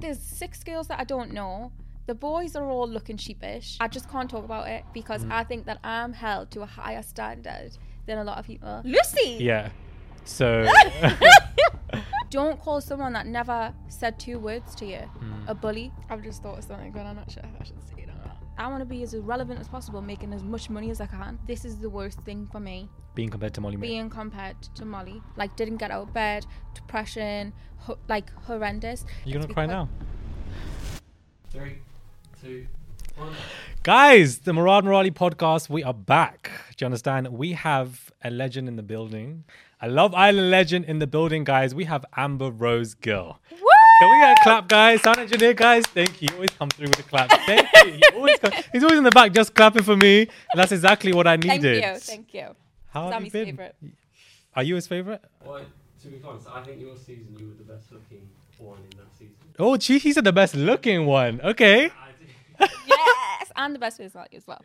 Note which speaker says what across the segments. Speaker 1: There's six girls that I don't know. The boys are all looking sheepish. I just can't talk about it because
Speaker 2: Mm.
Speaker 1: I think that I'm held to a higher standard than a lot of people. Lucy!
Speaker 2: Yeah. So
Speaker 1: Don't call someone that never said two words to you
Speaker 2: Mm.
Speaker 1: a bully. I've just thought of something, but I'm not sure if I should say it or not. I want to be as irrelevant as possible, making as much money as I can. This is the worst thing for me,
Speaker 2: being compared to Molly May.
Speaker 1: being compared to Molly. Like, didn't get out of bed, depression, ho- like horrendous.
Speaker 2: You're
Speaker 1: It's
Speaker 2: gonna cry
Speaker 1: because-
Speaker 2: now.
Speaker 3: Three, two, one.
Speaker 2: Guys, the Murad Murali podcast, we are back. Do you understand? We have a legend in the building. A Love Island legend in the building, guys. We have Amber Rose Gill. Woo! Can we get a clap, guys? Sound engineer, guys. Thank you. You always come through with a clap. Thank you. He always come- He's always in the back just clapping for me. And that's exactly what I
Speaker 1: Thank
Speaker 2: needed.
Speaker 1: you, thank you.
Speaker 2: How have you
Speaker 1: Sammy's
Speaker 2: been?
Speaker 1: favourite.
Speaker 2: Are you his favorite?
Speaker 3: Well, to be honest, I think your season you were the best looking one in that season.
Speaker 2: Oh, gee, he's the best looking one. Okay.
Speaker 3: I did.
Speaker 1: Yes, and the best is like you as well.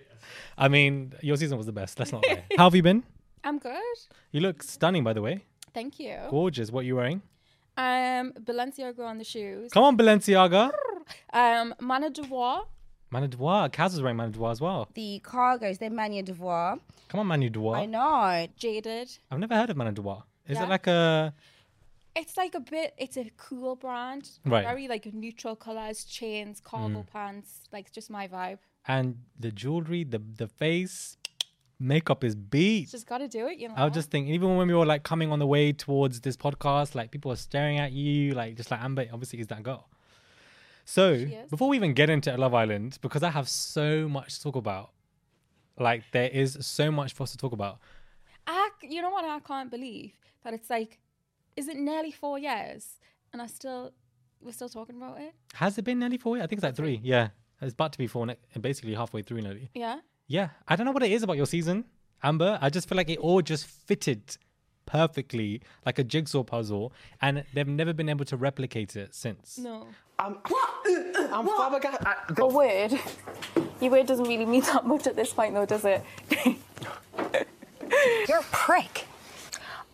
Speaker 2: I mean, your season was the best. Let's not lie. How have you been?
Speaker 1: I'm good.
Speaker 2: You look stunning, by the way.
Speaker 1: Thank you.
Speaker 2: Gorgeous. What are you wearing?
Speaker 1: Um, Balenciaga on the shoes.
Speaker 2: Come on, Balenciaga.
Speaker 1: Um, Manador.
Speaker 2: Manu Dwar. Kaz was wearing Manu Dwar as well.
Speaker 4: The cargoes, they're Mania Devoir.
Speaker 2: Come on, Manu Dwar.
Speaker 4: I know.
Speaker 1: Jaded.
Speaker 2: I've never heard of Manu Dwar. Is
Speaker 1: Yeah.
Speaker 2: it like a.
Speaker 1: It's like a bit. It's a cool brand.
Speaker 2: Right. Mm.
Speaker 1: Very like neutral colors, chains, cargo pants. Like just my vibe.
Speaker 2: And the jewelry, the, the face, makeup is beat.
Speaker 1: Just gotta do it, you know.
Speaker 2: I was just thinking, even when we were like coming on the way towards this podcast, like people are staring at you, like just like Amber obviously is that girl. So
Speaker 1: is.
Speaker 2: before we even get into Love Island, because I have so much to talk about, like there is so much for us to talk about.
Speaker 1: I, c- you know what? I can't believe that it's like, is it nearly four years, and I still, we're still talking about it.
Speaker 2: Has it been nearly four years? I think it's like three. Yeah, it's about to be four, ne- basically halfway through nearly.
Speaker 1: Yeah.
Speaker 2: Yeah, I don't know what it is about your season, Amber. I just feel like it all just fitted perfectly, like a jigsaw puzzle, and they've never been able to replicate it since.
Speaker 1: No.
Speaker 5: I'm flabbergasted. I-
Speaker 6: Oh,
Speaker 1: A word. Your word doesn't really mean that much at this point, though, does it?
Speaker 6: You're a prick.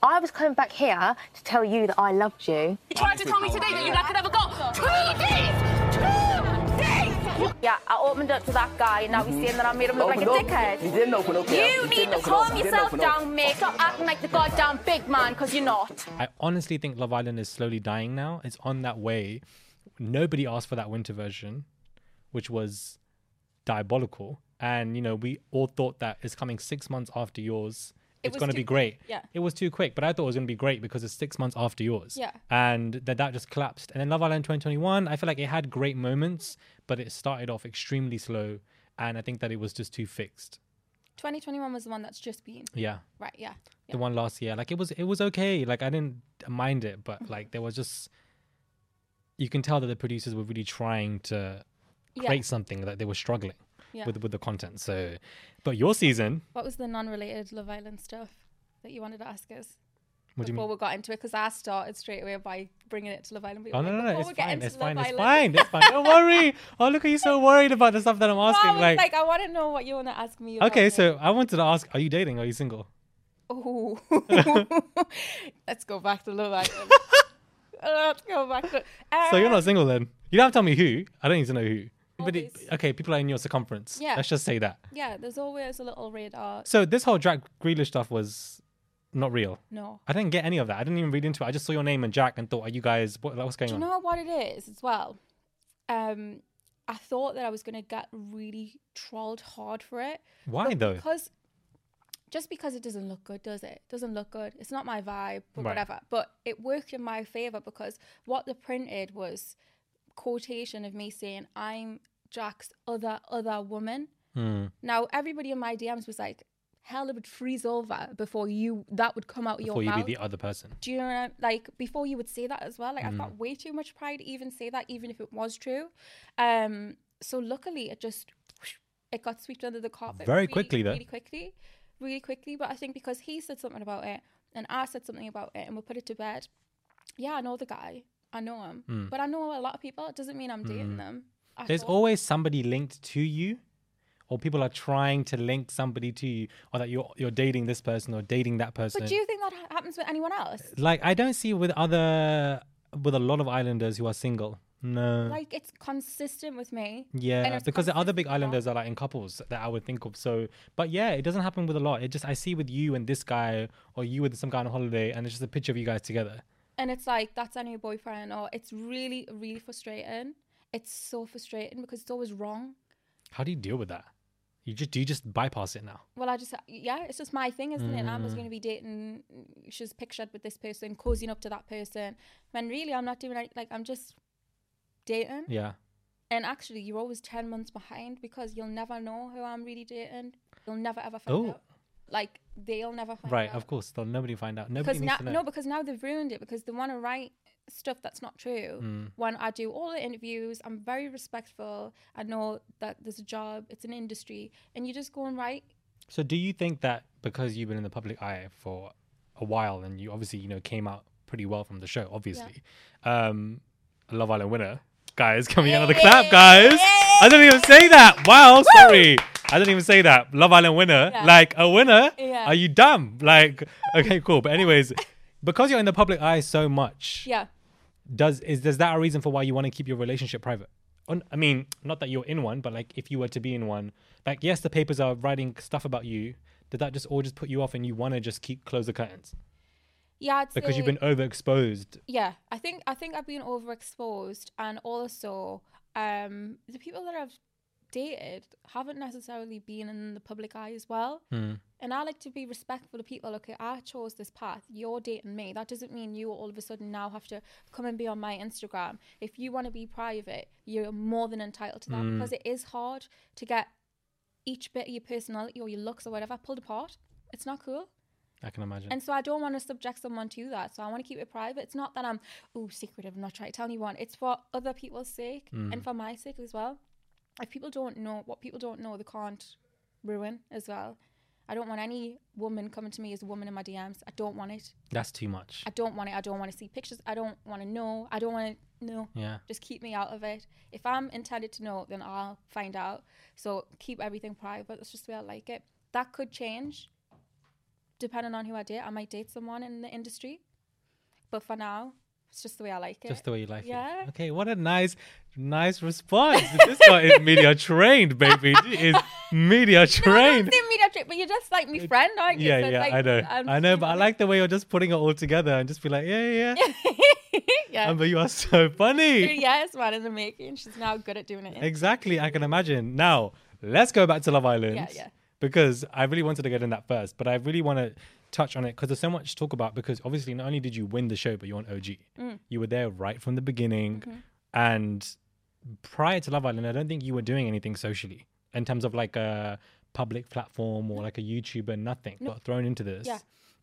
Speaker 6: I was coming back here to tell you that I loved you. You tried to tell me today that you'd have another go. Two days! Two days! Yeah, I opened up to that guy and now he's saying that I made him look
Speaker 5: Open
Speaker 6: like
Speaker 5: up.
Speaker 6: a dickhead.
Speaker 5: He didn't open up. yeah.
Speaker 6: You
Speaker 5: He
Speaker 6: need
Speaker 5: didn't
Speaker 6: to
Speaker 5: open up.
Speaker 6: calm
Speaker 5: He didn't
Speaker 6: yourself
Speaker 5: open up.
Speaker 6: down, mate. Stop acting like the goddamn big man, because you're not.
Speaker 2: I honestly think Love Island is slowly dying now. It's on that way. Nobody asked for that winter version, which was diabolical. And you know, we all thought that it's coming six months after yours. it's
Speaker 1: was
Speaker 2: going to
Speaker 1: too
Speaker 2: be great.
Speaker 1: quick, yeah.
Speaker 2: It was too quick, but I thought it was going to be great because it's six months after yours.
Speaker 1: Yeah.
Speaker 2: And that that just collapsed. And then Love Island 2021, I feel like it had great moments, but it started off extremely slow. And I think that it was just too fixed.
Speaker 1: 2021 was the one that's just been.
Speaker 2: Yeah
Speaker 1: Right. Yeah.
Speaker 2: the one last year. Like it was it was okay. Like I didn't mind it, but
Speaker 1: Mm-hmm.
Speaker 2: like there was just you can tell that the producers were really trying to
Speaker 1: Yeah.
Speaker 2: create something that they were struggling
Speaker 1: Yeah.
Speaker 2: with with the content. So but your season,
Speaker 1: What was the non-related Love Island stuff that you wanted to ask us
Speaker 2: what do you
Speaker 1: before
Speaker 2: mean?
Speaker 1: we got into it? Because I started straight away by bringing it to Love Island. but
Speaker 2: Oh
Speaker 1: like,
Speaker 2: no no no!
Speaker 1: before
Speaker 2: It's
Speaker 1: we get
Speaker 2: fine.
Speaker 1: into
Speaker 2: It's
Speaker 1: Love
Speaker 2: fine. It's
Speaker 1: Island-
Speaker 2: fine. It's fine. Don't worry. Oh look, are you so worried about the stuff that I'm
Speaker 1: No, I
Speaker 2: asking?
Speaker 1: was
Speaker 2: like,
Speaker 1: like, I want to know what you want to ask me. About
Speaker 2: okay,
Speaker 1: it.
Speaker 2: so I wanted to ask: Are you dating? Are you single?
Speaker 1: Ooh. let's go back to Love Island. let's go back to.
Speaker 2: So you're
Speaker 1: Um,
Speaker 2: not single then? You don't have to tell me who. I don't need to know who. But it,
Speaker 1: Always.
Speaker 2: okay, people are in your circumference.
Speaker 1: Yeah.
Speaker 2: Let's just say that.
Speaker 1: Yeah, there's always a little radar.
Speaker 2: So this whole Jack Grealish stuff was not real.
Speaker 1: No.
Speaker 2: I didn't get any of that. I didn't even read into it. I just saw your name and Jack and thought, are you guys, what, what's going
Speaker 1: Do you
Speaker 2: on?
Speaker 1: know what it is as well? Um, I thought that I was going to get really trolled hard for it.
Speaker 2: Why
Speaker 1: but
Speaker 2: though?
Speaker 1: Because just because it doesn't look good, does it? Doesn't look good. It's not my vibe, but
Speaker 2: Right.
Speaker 1: whatever. But it worked in my favor because what they printed was quotation of me saying, "I'm Jack's other other woman."
Speaker 2: Hmm.
Speaker 1: Now everybody in my DMs was like, "Hell, it would freeze over before you that would come out of
Speaker 2: Before
Speaker 1: your
Speaker 2: you
Speaker 1: mouth."
Speaker 2: be the other person.
Speaker 1: Do you know what I- like before you would say that as well? Like I've
Speaker 2: Mm.
Speaker 1: got way too much pride to even say that, even if it was true. Um, so luckily, it just it got swept under the carpet
Speaker 2: Very
Speaker 1: really-
Speaker 2: quickly, though.
Speaker 1: really quickly, really quickly. But I think because he said something about it and I said something about it, and we put it to bed. Yeah, I know the guy. I know him, but I know a lot of people. It doesn't mean I'm dating them. at
Speaker 2: Hmm. There's
Speaker 1: all.
Speaker 2: always somebody linked to you, or people are trying to link somebody to you, or that you're you're dating this person or dating that person.
Speaker 1: But do you think that ha- happens with anyone else?
Speaker 2: like I don't see with other with a lot of islanders who are single. No.
Speaker 1: Like it's consistent with me. and
Speaker 2: Uh, yeah,
Speaker 1: it's
Speaker 2: because the other big
Speaker 1: consistent with
Speaker 2: islanders are like in couples that I would think of. So, but yeah, it doesn't happen with a lot. It just I see with you and this guy, or you with some guy on holiday, and it's just a picture of you guys together.
Speaker 1: and it's like that's our new boyfriend or it's really really frustrating it's so frustrating because it's always wrong
Speaker 2: How do you deal with that? You just do you just bypass it now?
Speaker 1: well i just yeah it's just my thing isn't it
Speaker 2: Mm.
Speaker 1: i'm just going to be dating she's pictured with this person cozying up to that person when really i'm not doing any, like i'm just dating
Speaker 2: Yeah.
Speaker 1: and actually you're always 10 months behind because you'll never know who i'm really dating you'll never ever find
Speaker 2: Oh.
Speaker 1: out like they'll never find
Speaker 2: Right.
Speaker 1: out.
Speaker 2: Of course. They'll nobody find out. Nobody
Speaker 1: because
Speaker 2: needs
Speaker 1: now
Speaker 2: to know.
Speaker 1: no because now they've ruined it because they want to write stuff that's not true
Speaker 2: Mm.
Speaker 1: when i do all the interviews i'm very respectful i know that there's a job it's an industry and you just go and write
Speaker 2: So do you think that because you've been in the public eye for a while and you obviously, you know, came out pretty well from the show, obviously. Um a Love Island winner. Guys, can we get another clap, guys? I didn't even say that. Wow, sorry. I didn't even say that. Love Island winner.
Speaker 1: Yeah.
Speaker 2: Like a winner?
Speaker 1: Yeah.
Speaker 2: Are you dumb? Like okay, cool. But anyways, because you're in the public eye so much,
Speaker 1: yeah
Speaker 2: does is is that a reason for why you want to keep your relationship private? On, I mean, not that you're in one, but like if you were to be in one, like yes, the papers are writing stuff about you. Did that just all just put you off, and you want to just keep close the curtains
Speaker 1: yeah I'd
Speaker 2: because you've
Speaker 1: say-
Speaker 2: been overexposed?
Speaker 1: yeah i think i think i've been overexposed and also um the people that i've dated haven't necessarily been in the public eye as well and i like to be respectful to people okay i chose this path you're dating me that doesn't mean you all of a sudden now have to come and be on my instagram if you want to be private you're more than entitled to that because it is hard to get each bit of your personality or your looks or whatever pulled apart it's not cool
Speaker 2: I can imagine.
Speaker 1: and so I don't want to subject someone to that. So I want to keep it private. It's not that I'm oh secretive, not trying to tell anyone. It's for other people's sake and for my sake as well. If people don't know what people don't know, they can't ruin as well. I don't want any woman coming to me as a woman in my DMs. I don't want it.
Speaker 2: That's too much.
Speaker 1: I don't want it. I don't want to see pictures. I don't want to know. I don't want to know.
Speaker 2: Yeah.
Speaker 1: Just keep me out of it. If I'm intended to know, then I'll find out. So keep everything private. That's just the way I like it. That could change depending on who I date. I might date someone in the industry. But for now, it's just the way I like it.
Speaker 2: Just the way you like
Speaker 1: Yeah.
Speaker 2: it. Okay, what a nice, nice response. this guy is media trained, baby. She is media
Speaker 1: I
Speaker 2: trained.
Speaker 1: don't meet up, but you're just like my friend, aren't you?
Speaker 2: yeah,
Speaker 1: So it's
Speaker 2: yeah,
Speaker 1: like,
Speaker 2: I know.
Speaker 1: I'm
Speaker 2: I know,
Speaker 1: just-
Speaker 2: but I like the way you're just putting it all together and just be like, yeah, yeah, yeah.
Speaker 1: yeah.
Speaker 2: Amber, you are so funny.
Speaker 1: yes, man, in the making. She's now good at doing it.
Speaker 2: Exactly, I can imagine. Now, let's go back to Love Island.
Speaker 1: Yeah, yeah.
Speaker 2: Because I really wanted to get in that first, but I really want to touch on it because there's so much to talk about. Because obviously, not only did you win the show, but you're an OG.
Speaker 1: Mm.
Speaker 2: You were there right from the beginning.
Speaker 1: Mm-hmm.
Speaker 2: And prior to Love Island, I don't think you were doing anything socially in terms of like a public platform or like a YouTuber, nothing. Got thrown into this.
Speaker 1: Yeah.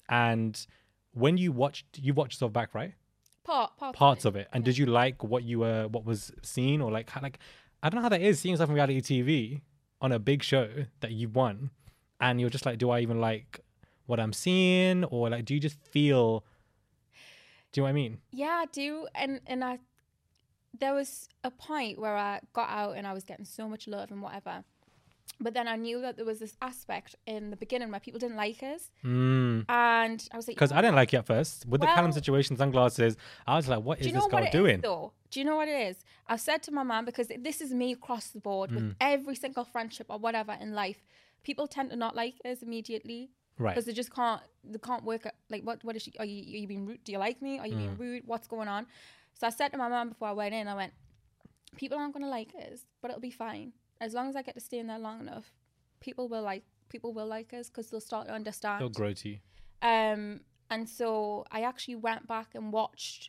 Speaker 2: And when you watched, you watched yourself back, right?
Speaker 1: Part, part,
Speaker 2: parts of it and did you like what you were what was seen or like how, like i don't know how that is seeing yourself on reality tv on a big show that you won and you're just like do i even like what i'm seeing or like do you just feel do you know what i mean
Speaker 1: Yeah, I do. And and I there was a point where I got out and I was getting so much love and whatever. But then I knew that there was this aspect in the beginning where people didn't like us. And I was like,
Speaker 2: Mm. because i didn't like you at first with the
Speaker 1: Well-
Speaker 2: callum situation sunglasses i was like what is
Speaker 1: do you know what
Speaker 2: this girl
Speaker 1: it is
Speaker 2: doing
Speaker 1: though? Do you know what it is? I've said to my mum because this is me across
Speaker 2: Mm.
Speaker 1: the board with every single friendship or whatever in life. People tend to not like us immediately.
Speaker 2: Right.
Speaker 1: because they just can't they can't work out- like what what is she are you, are you being rude do you like me are you
Speaker 2: Mm.
Speaker 1: being rude what's going on so i said to my mum before i went in i went people aren't going to like us but it'll be fine as long as i get to stay in there long enough people will like people will like us because they'll start to understand
Speaker 2: They'll grow to you.
Speaker 1: um, and so I actually went back and watched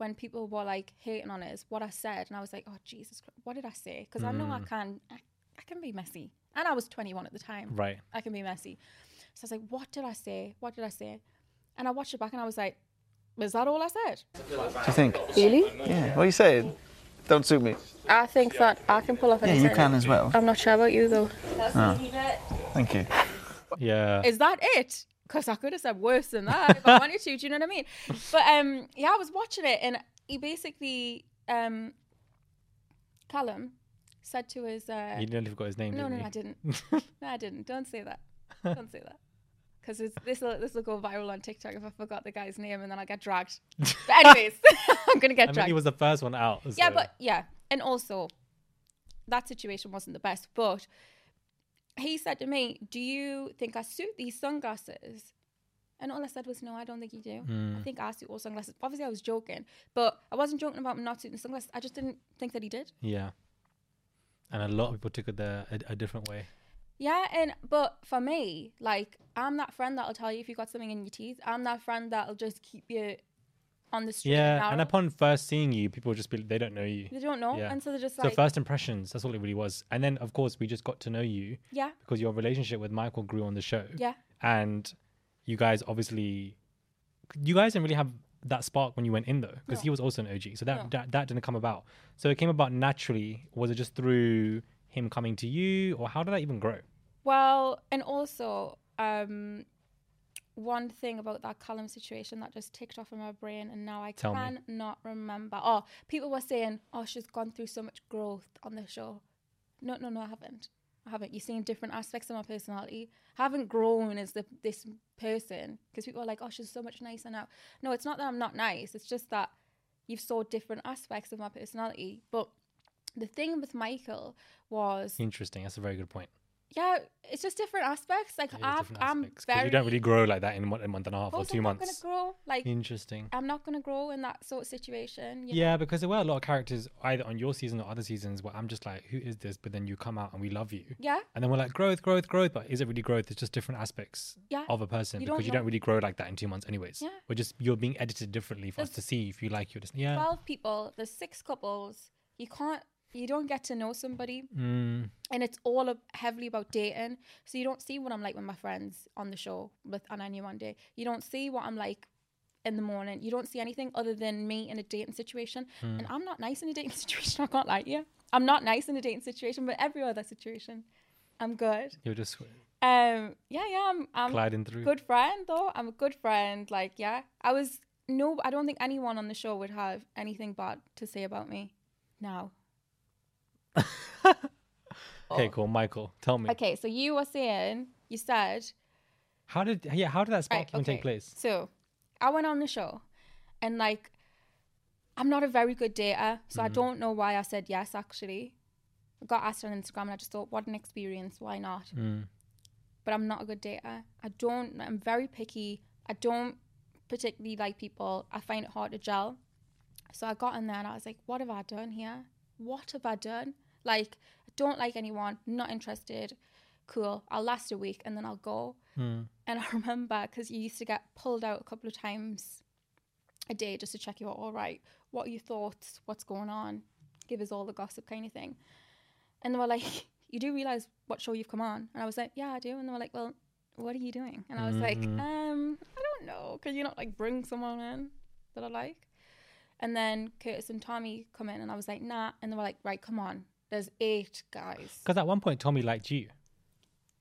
Speaker 1: when people were like hating on us what I said, and I was like, oh Jesus, Christ, what did I say? Because I know I
Speaker 7: Mm.
Speaker 1: can, I, I can be messy, and I was 21 at the time.
Speaker 2: Right.
Speaker 1: I can be messy. So I was like, what did I say? What did I say? And I watched it back, and I was like, is that all I said?
Speaker 7: you think?
Speaker 6: Really?
Speaker 7: Yeah. What are you saying? Don't sue me.
Speaker 6: I think that I can pull off
Speaker 7: Yeah,
Speaker 6: anything.
Speaker 7: you can as well.
Speaker 6: I'm not sure about you though.
Speaker 7: Thank you.
Speaker 2: Yeah.
Speaker 1: is that it? Because I could have said worse than that if I wanted to. Do you know what I mean? But um, yeah, I was watching it, and he basically, um, Callum, said to his, uh,
Speaker 2: you nearly forgot his name,
Speaker 1: no,
Speaker 2: didn't
Speaker 1: no,
Speaker 2: you?
Speaker 1: I didn't. No, I didn't. Don't say that. Don't say that. Because this will this will go viral on TikTok if I forgot the guy's name, and then I get dragged. But anyways, I'm gonna get
Speaker 2: I mean,
Speaker 1: dragged.
Speaker 2: he was the first one out.
Speaker 1: Yeah,
Speaker 2: so-
Speaker 1: but yeah, and also that situation wasn't the best. But he said to me, "Do you think I suit these sunglasses?" And all I said was, "No, I don't think you do.
Speaker 2: Hmm.
Speaker 1: I think I suit all sunglasses." Obviously, I was joking, but I wasn't joking about him not suiting sunglasses. I just didn't think that he did.
Speaker 2: yeah. And a lot of people took it the, a, a different way.
Speaker 1: Yeah, and but for me, like I'm that friend that'll tell you if you got something in your teeth. I'm that friend that'll just keep you on the street.
Speaker 2: Yeah, and
Speaker 1: narrow.
Speaker 2: upon first seeing you, people just be, they don't know you.
Speaker 1: they don't know,
Speaker 2: Yeah.
Speaker 1: and so they're just
Speaker 2: So
Speaker 1: like,
Speaker 2: first impressions, that's all it really was. And then of course we just got to know you
Speaker 1: yeah,
Speaker 2: because your relationship with Michael grew on the show.
Speaker 1: yeah.
Speaker 2: And you guys obviously you guys didn't really have that spark when you went in though because he was also an OG. So that, that that didn't come about. So it came about naturally. Was it just through him coming to you or how did that even grow?
Speaker 1: Well, and also, um, one thing about that Callum situation that just ticked off in my brain, and now I
Speaker 2: Tell me.
Speaker 1: cannot remember. Oh, people were saying, "Oh, she's gone through so much growth on the show." No, no, no, I haven't. I haven't. You're seeing different aspects of my personality. I haven't grown as the, this person because people are like, "Oh, she's so much nicer now." No, it's not that I'm not nice. It's just that you've saw different aspects of my personality. But the thing with Michael was
Speaker 2: Interesting. That's a very good point.
Speaker 1: yeah, it's just different aspects. Like
Speaker 2: It is
Speaker 1: I've,
Speaker 2: different
Speaker 1: I'm
Speaker 2: aspects, 'cause
Speaker 1: very.
Speaker 2: you don't really grow like that in one, a month and a half or
Speaker 1: Also,
Speaker 2: 2
Speaker 1: I'm not
Speaker 2: months.
Speaker 1: gonna grow. Like
Speaker 2: Interesting.
Speaker 1: I'm not gonna grow in that sort of situation. you know?
Speaker 2: Yeah, because there were a lot of characters either on your season or other seasons where I'm just like, who is this? But then you come out and we love you.
Speaker 1: Yeah.
Speaker 2: And then we're like, growth, growth, growth. But is it really growth? It's just different aspects
Speaker 1: Yeah.
Speaker 2: of a person
Speaker 1: You
Speaker 2: because
Speaker 1: don't
Speaker 2: you don't
Speaker 1: know.
Speaker 2: really grow like that in two months, anyways.
Speaker 1: Yeah.
Speaker 2: We're just, you're being edited differently for us
Speaker 1: There's
Speaker 2: to see if you like your. Yeah.
Speaker 1: Twelve people. There's six couples. You can't. You don't get to know somebody,
Speaker 2: mm,
Speaker 1: and it's all ab- heavily about dating. So you don't see what I'm like with my friends on the show with and I knew one day. You don't see what I'm like in the morning. You don't see anything other than me in a dating situation. And I'm not nice in a dating situation. I can't lie to you. I'm not nice in a dating situation, but every other situation, I'm good.
Speaker 2: you're just
Speaker 1: Um, yeah, yeah, I'm, I'm
Speaker 2: gliding through.
Speaker 1: good friend though. I'm a good friend. Like, yeah, I was no, I don't think anyone on the show would have anything bad to say about me. Now, Oh.
Speaker 2: Okay, cool. Michael, tell me.
Speaker 1: okay, so you were saying you said
Speaker 2: How did, yeah, how did that spark
Speaker 1: Right,
Speaker 2: even
Speaker 1: okay.
Speaker 2: take place?
Speaker 1: So I went on the show and like I'm not a very good dater, so
Speaker 2: Mm-hmm.
Speaker 1: I don't know why I said yes actually. I got asked on Instagram and I just thought, what an experience, why not?
Speaker 2: Mm.
Speaker 1: But I'm not a good dater. I don't I'm very picky. I don't particularly like people. I find it hard to gel. So I got in there and I was like, what have I done here? What have I done? Like, I don't like anyone, not interested. Cool. I'll last a week and then I'll go. And I remember because you used to get pulled out a couple of times a day just to check you were all right. What are your thoughts? What's going on? Give us all the gossip kind of thing. And they were like, You do realize what show you've come on? And I was like, Yeah, I do. And they were like, Well, what are you doing? And I was like, Um, I don't know. Can you not like bring someone in that I like? And then Curtis and Tommy come in and I was like, Nah. And they were like, Right, come on. There's eight guys.
Speaker 2: Because at one point, Tommy liked you.
Speaker 1: Mm.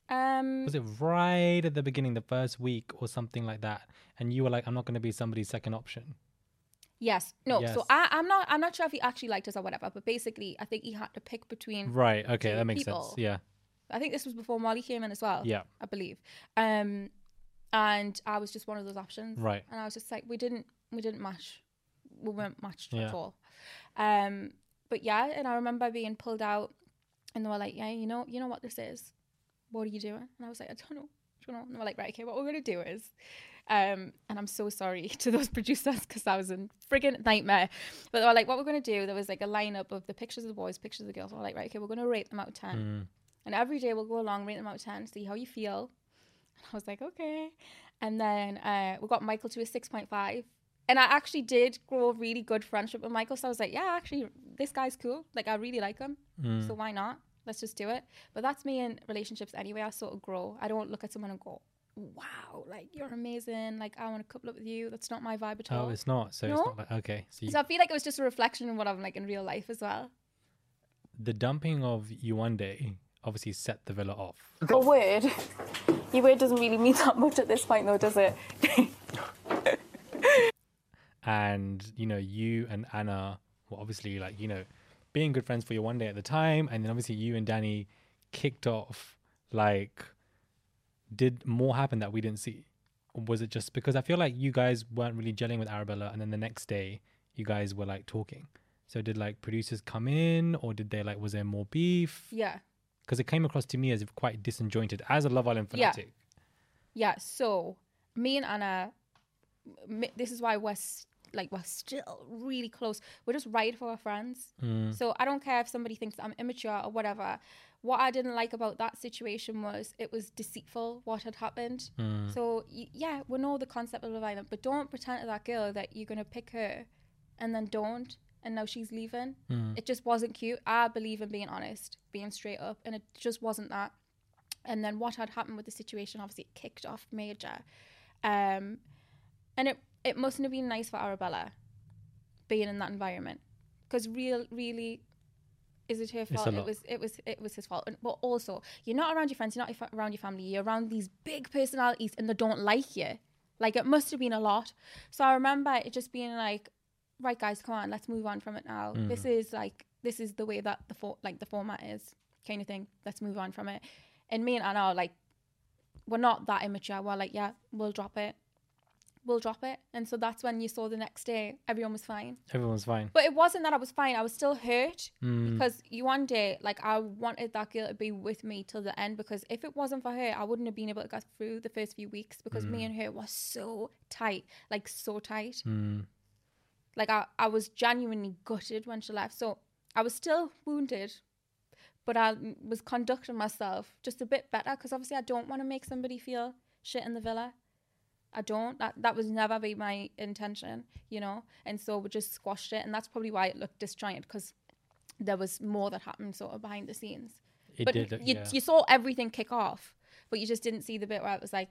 Speaker 1: Um,
Speaker 2: Was it right at the beginning, the first week or something like that? And you were like, I'm not going to be somebody's second option.
Speaker 1: Yes. No.
Speaker 2: Yes.
Speaker 1: So I, I'm not. I'm not sure if he actually liked us or whatever. But basically, I think he had to pick between.
Speaker 2: Right. Okay.
Speaker 1: two
Speaker 2: That makes
Speaker 1: people.
Speaker 2: sense. Yeah.
Speaker 1: I think this was before Molly came in as well.
Speaker 2: Yeah.
Speaker 1: I believe. Um, and I was just one of those options.
Speaker 2: Right.
Speaker 1: And I was just like, we didn't, we didn't match. We weren't matched
Speaker 2: Yeah.
Speaker 1: at all. Um, but yeah, and I remember being pulled out, and they were like, yeah, you know, you know what this is. What are you doing? And I was like, I don't know. you know? And we're like, right, okay, what we're going to do is, um, and I'm so sorry to those producers because I was in friggin' nightmare. But they were like, what we're going to do, there was like a lineup of the pictures of the boys, pictures of the girls. We're like, right, okay, we're going to rate them out of 10. And every day we'll go along, rate them out of 10, see how you feel. And I was like, okay. And then uh, we got Michael to a 6.5. And I actually did grow a really good friendship with Michael. So I was like, yeah, actually, this guy's cool. Like, I really like him. So why not? Let's just do it. But that's me in relationships anyway. I sort of grow. I don't look at someone and go, wow, like, you're amazing. Like, I want to couple up with you. That's not my vibe at all.
Speaker 2: Oh, it's not. So it's
Speaker 1: No.
Speaker 2: not like okay. So, you,
Speaker 1: so I feel like it was just a reflection of what I'm like in real life as well.
Speaker 2: the dumping of you one day obviously set the villa off.
Speaker 1: A word. Your word doesn't really mean that much at this point, though, does it?
Speaker 2: and you know you and anna were obviously like you know being good friends for your one day at the time and then obviously you and danny kicked off like did more happen that we didn't see Or was it just because i feel like you guys weren't really gelling with arabella and then the next day you guys were like talking so did like producers come in or did they like was there more beef
Speaker 1: yeah.
Speaker 2: because it came across to me as if quite disjointed as a love island
Speaker 1: Yeah.
Speaker 2: fanatic
Speaker 1: Yeah, so me and Anna, m- this is why we're s- like we're still really close. We're just right for our friends. So I don't care if somebody thinks I'm immature or whatever. What I didn't like about that situation was it was deceitful what had happened. So y- yeah, we know the concept of Love Island, but don't pretend to that girl that you're gonna pick her, and then don't. And now she's leaving. It just wasn't cute. I believe in being honest, being straight up, and it just wasn't that and then what had happened with the situation obviously it kicked off major um and it it mustn't have been nice for arabella being in that environment because real really is it her fault
Speaker 2: a
Speaker 1: it
Speaker 2: lot.
Speaker 1: was it was it was his fault and, but also you're not around your friends you're not if- around your family you're around these big personalities and they don't like you like it must have been a lot so i remember it just being like right guys come on let's move on from it now
Speaker 2: Mm.
Speaker 1: this is like this is the way that the for- like the format is kind of thing let's move on from it and me and anna are like we're not that immature we're like yeah we'll drop it we'll drop it and so that's when you saw the next day everyone was fine
Speaker 2: everyone's fine
Speaker 1: but it wasn't that I was fine. I was still hurt because you one day, like I wanted that girl to be with me till the end because if it wasn't for her, I wouldn't have been able to get through the first few weeks because me and her were so tight, like so tight.
Speaker 2: Mm,
Speaker 1: Like I, I was genuinely gutted when she left. So I was still wounded, but I was conducting myself just a bit better because obviously I don't want to make somebody feel shit in the villa. I don't. That that was never be my intention, you know. And so we just squashed it, and that's probably why it looked disjointed because there was more that happened sort of behind the scenes.
Speaker 2: it
Speaker 1: but
Speaker 2: did uh,
Speaker 1: you,
Speaker 2: yeah.
Speaker 1: you saw everything kick off, but you just didn't see the bit where it was like,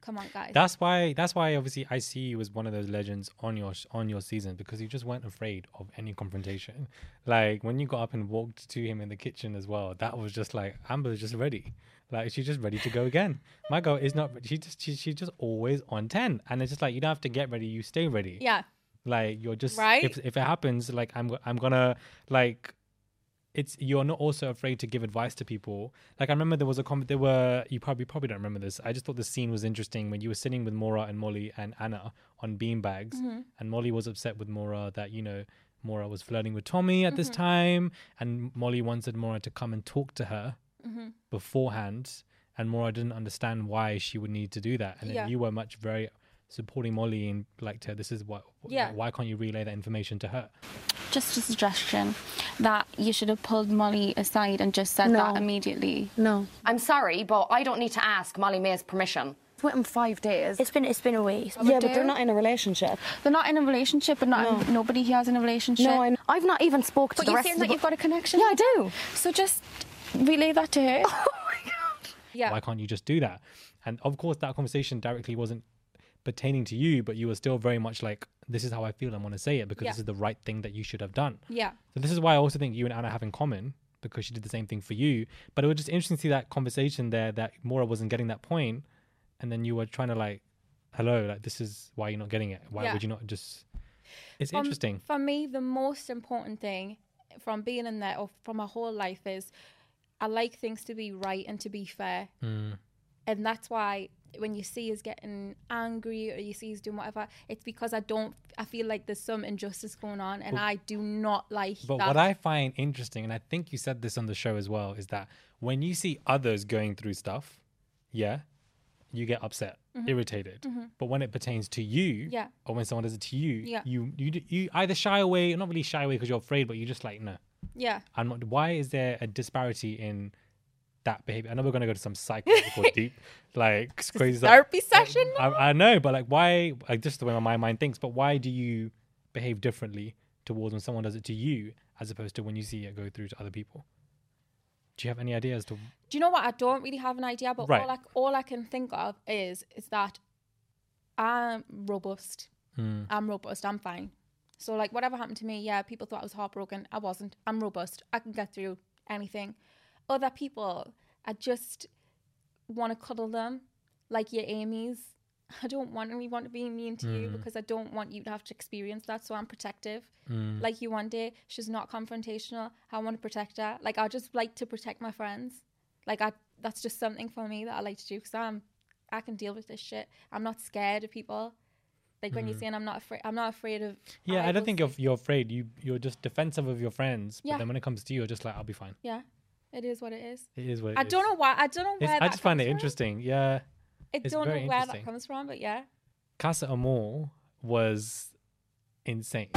Speaker 1: "Come on, guys."
Speaker 2: That's why. That's why. Obviously, I see you as one of those legends on your sh- on your season because you just weren't afraid of any confrontation. Like when you got up and walked to him in the kitchen as well. That was just like Amber's just ready. Like she's just ready to go again. My girl is not. She just she, she's just always on ten, and it's just like you don't have to get ready. You stay ready.
Speaker 1: yeah,
Speaker 2: Like you're just
Speaker 1: Right?
Speaker 2: If if it happens, like I'm go- I'm gonna like it's you're not also afraid to give advice to people. Like I remember there was a comment there were you probably probably don't remember this. I just thought the scene was interesting when you were sitting with Mora and Molly and Anna on beanbags
Speaker 1: Mm-hmm.
Speaker 2: and Molly was upset with Mora that, you know, Mora was flirting with Tommy at this
Speaker 1: Mm-hmm.
Speaker 2: time and Molly wanted Mora to come and talk to her
Speaker 1: Mm-hmm.
Speaker 2: beforehand and Mora didn't understand why she would need to do that. And then
Speaker 1: Yeah.
Speaker 2: you were much very supporting Molly and like to her, this is what
Speaker 1: Yeah.
Speaker 2: why can't you relay that information to her?
Speaker 1: just a suggestion that you should have pulled Molly aside and just said that immediately.
Speaker 6: No.
Speaker 8: I'm sorry, but I don't need to ask Molly May's permission.
Speaker 6: It's went on five days.
Speaker 8: It's been it's been a week.
Speaker 6: yeah, but they're not in a relationship.
Speaker 1: They're not in a relationship, and not nobody here is in a relationship.
Speaker 6: No, I, I've not even spoke to
Speaker 1: But
Speaker 6: the
Speaker 1: you
Speaker 6: rest
Speaker 1: seem
Speaker 6: of
Speaker 1: like
Speaker 6: the
Speaker 1: you've got a connection.
Speaker 6: Yeah, I do.
Speaker 1: So just relay that to her. Oh my god. Yeah.
Speaker 2: why can't you just do that and of course that conversation directly wasn't pertaining to you but you were still very much like this is how i feel i want to say it because
Speaker 1: Yeah.
Speaker 2: this is the right thing that you should have done
Speaker 1: Yeah.
Speaker 2: so this is why i also think you and anna have in common because she did the same thing for you but it was just interesting to see that conversation there that mora wasn't getting that point and then you were trying to like hello like this is why you're not getting it why
Speaker 1: Yeah.
Speaker 2: would you not just it's
Speaker 1: Um,
Speaker 2: interesting
Speaker 1: For me, the most important thing from being in there or from my whole life is I like things to be right and to be fair.
Speaker 2: Hmm.
Speaker 1: And that's why when you see us getting angry or you see us doing whatever, it's because I don't, I feel like there's some injustice going on and I do not like
Speaker 2: But
Speaker 1: that.
Speaker 2: what I find interesting, and I think you said this on the show as well, is that when you see others going through stuff, yeah, you get upset,
Speaker 1: Mhm.
Speaker 2: irritated.
Speaker 1: Mhm.
Speaker 2: But when it pertains to you,
Speaker 1: Yeah.
Speaker 2: or when someone does it to you,
Speaker 1: Yeah.
Speaker 2: you you d- you either shy away, not really shy away because you're afraid, but you're just like, no,
Speaker 1: Yeah.
Speaker 2: I'm not. Why is there a disparity in that behavior? I know we're gonna go to some psychological deep, like crazy stuff.
Speaker 1: Therapy session.
Speaker 2: I, I know, but like, why? Like, just the way my mind, mind thinks. But why do you behave differently towards when someone does it to you as opposed to when you see it go through to other people? Do you have any idea as to
Speaker 1: Do you know what? I don't really have an idea, but
Speaker 2: Right.
Speaker 1: all I all I can think of is is that I'm robust.
Speaker 2: Hmm.
Speaker 1: I'm robust. I'm fine. So like whatever happened to me, yeah, people thought I was heartbroken. I wasn't. I'm robust. I can get through anything. Other people, I just want to cuddle them, like your Amy's. I don't want anyone to be mean to you
Speaker 2: Hmm.
Speaker 1: because I don't want you to have to experience that. So I'm protective.
Speaker 2: Hmm.
Speaker 1: Like you one day, she's not confrontational. I want to protect her. Like I just like to protect my friends. Like I, that's just something for me that I like to do because I'm, I can deal with this shit. I'm not scared of people. Like when you're
Speaker 2: Mm.
Speaker 1: saying I'm not afraid, I'm not afraid of.
Speaker 2: Yeah, I, don't
Speaker 1: will
Speaker 2: think
Speaker 1: see-
Speaker 2: you're, you're afraid. You you're just defensive of your friends,
Speaker 1: Yeah.
Speaker 2: but then when it comes to you, you're just like, I'll be fine.
Speaker 1: Yeah, it is what it is.
Speaker 2: It is what it
Speaker 1: I don't
Speaker 2: is.
Speaker 1: know why. I don't know
Speaker 2: It's-
Speaker 1: where.
Speaker 2: I
Speaker 1: that
Speaker 2: just find
Speaker 1: comes
Speaker 2: it
Speaker 1: from.
Speaker 2: interesting. Yeah,
Speaker 1: I
Speaker 2: It's
Speaker 1: don't know
Speaker 2: very
Speaker 1: where that
Speaker 2: interesting.
Speaker 1: comes from, but yeah.
Speaker 2: Casa Amor was insane.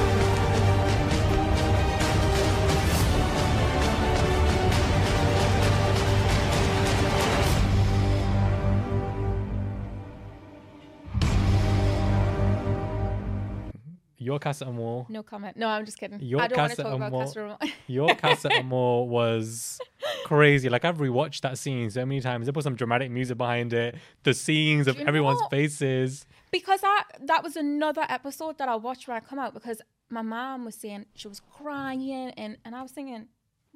Speaker 2: Your Casa Amor
Speaker 1: No comment. No, I'm just kidding.
Speaker 2: Your
Speaker 1: I don't want to
Speaker 2: Casa
Speaker 1: talk about
Speaker 2: Amor-
Speaker 1: Casa Amor.
Speaker 2: Your Casa Amor was crazy. Like I've rewatched that scene so many times. They put some dramatic music behind it. The scenes of
Speaker 1: Do you know
Speaker 2: everyone's
Speaker 1: what?
Speaker 2: faces.
Speaker 1: because I that was another episode that I watched when I come out because my mom was saying she was crying and and I was thinking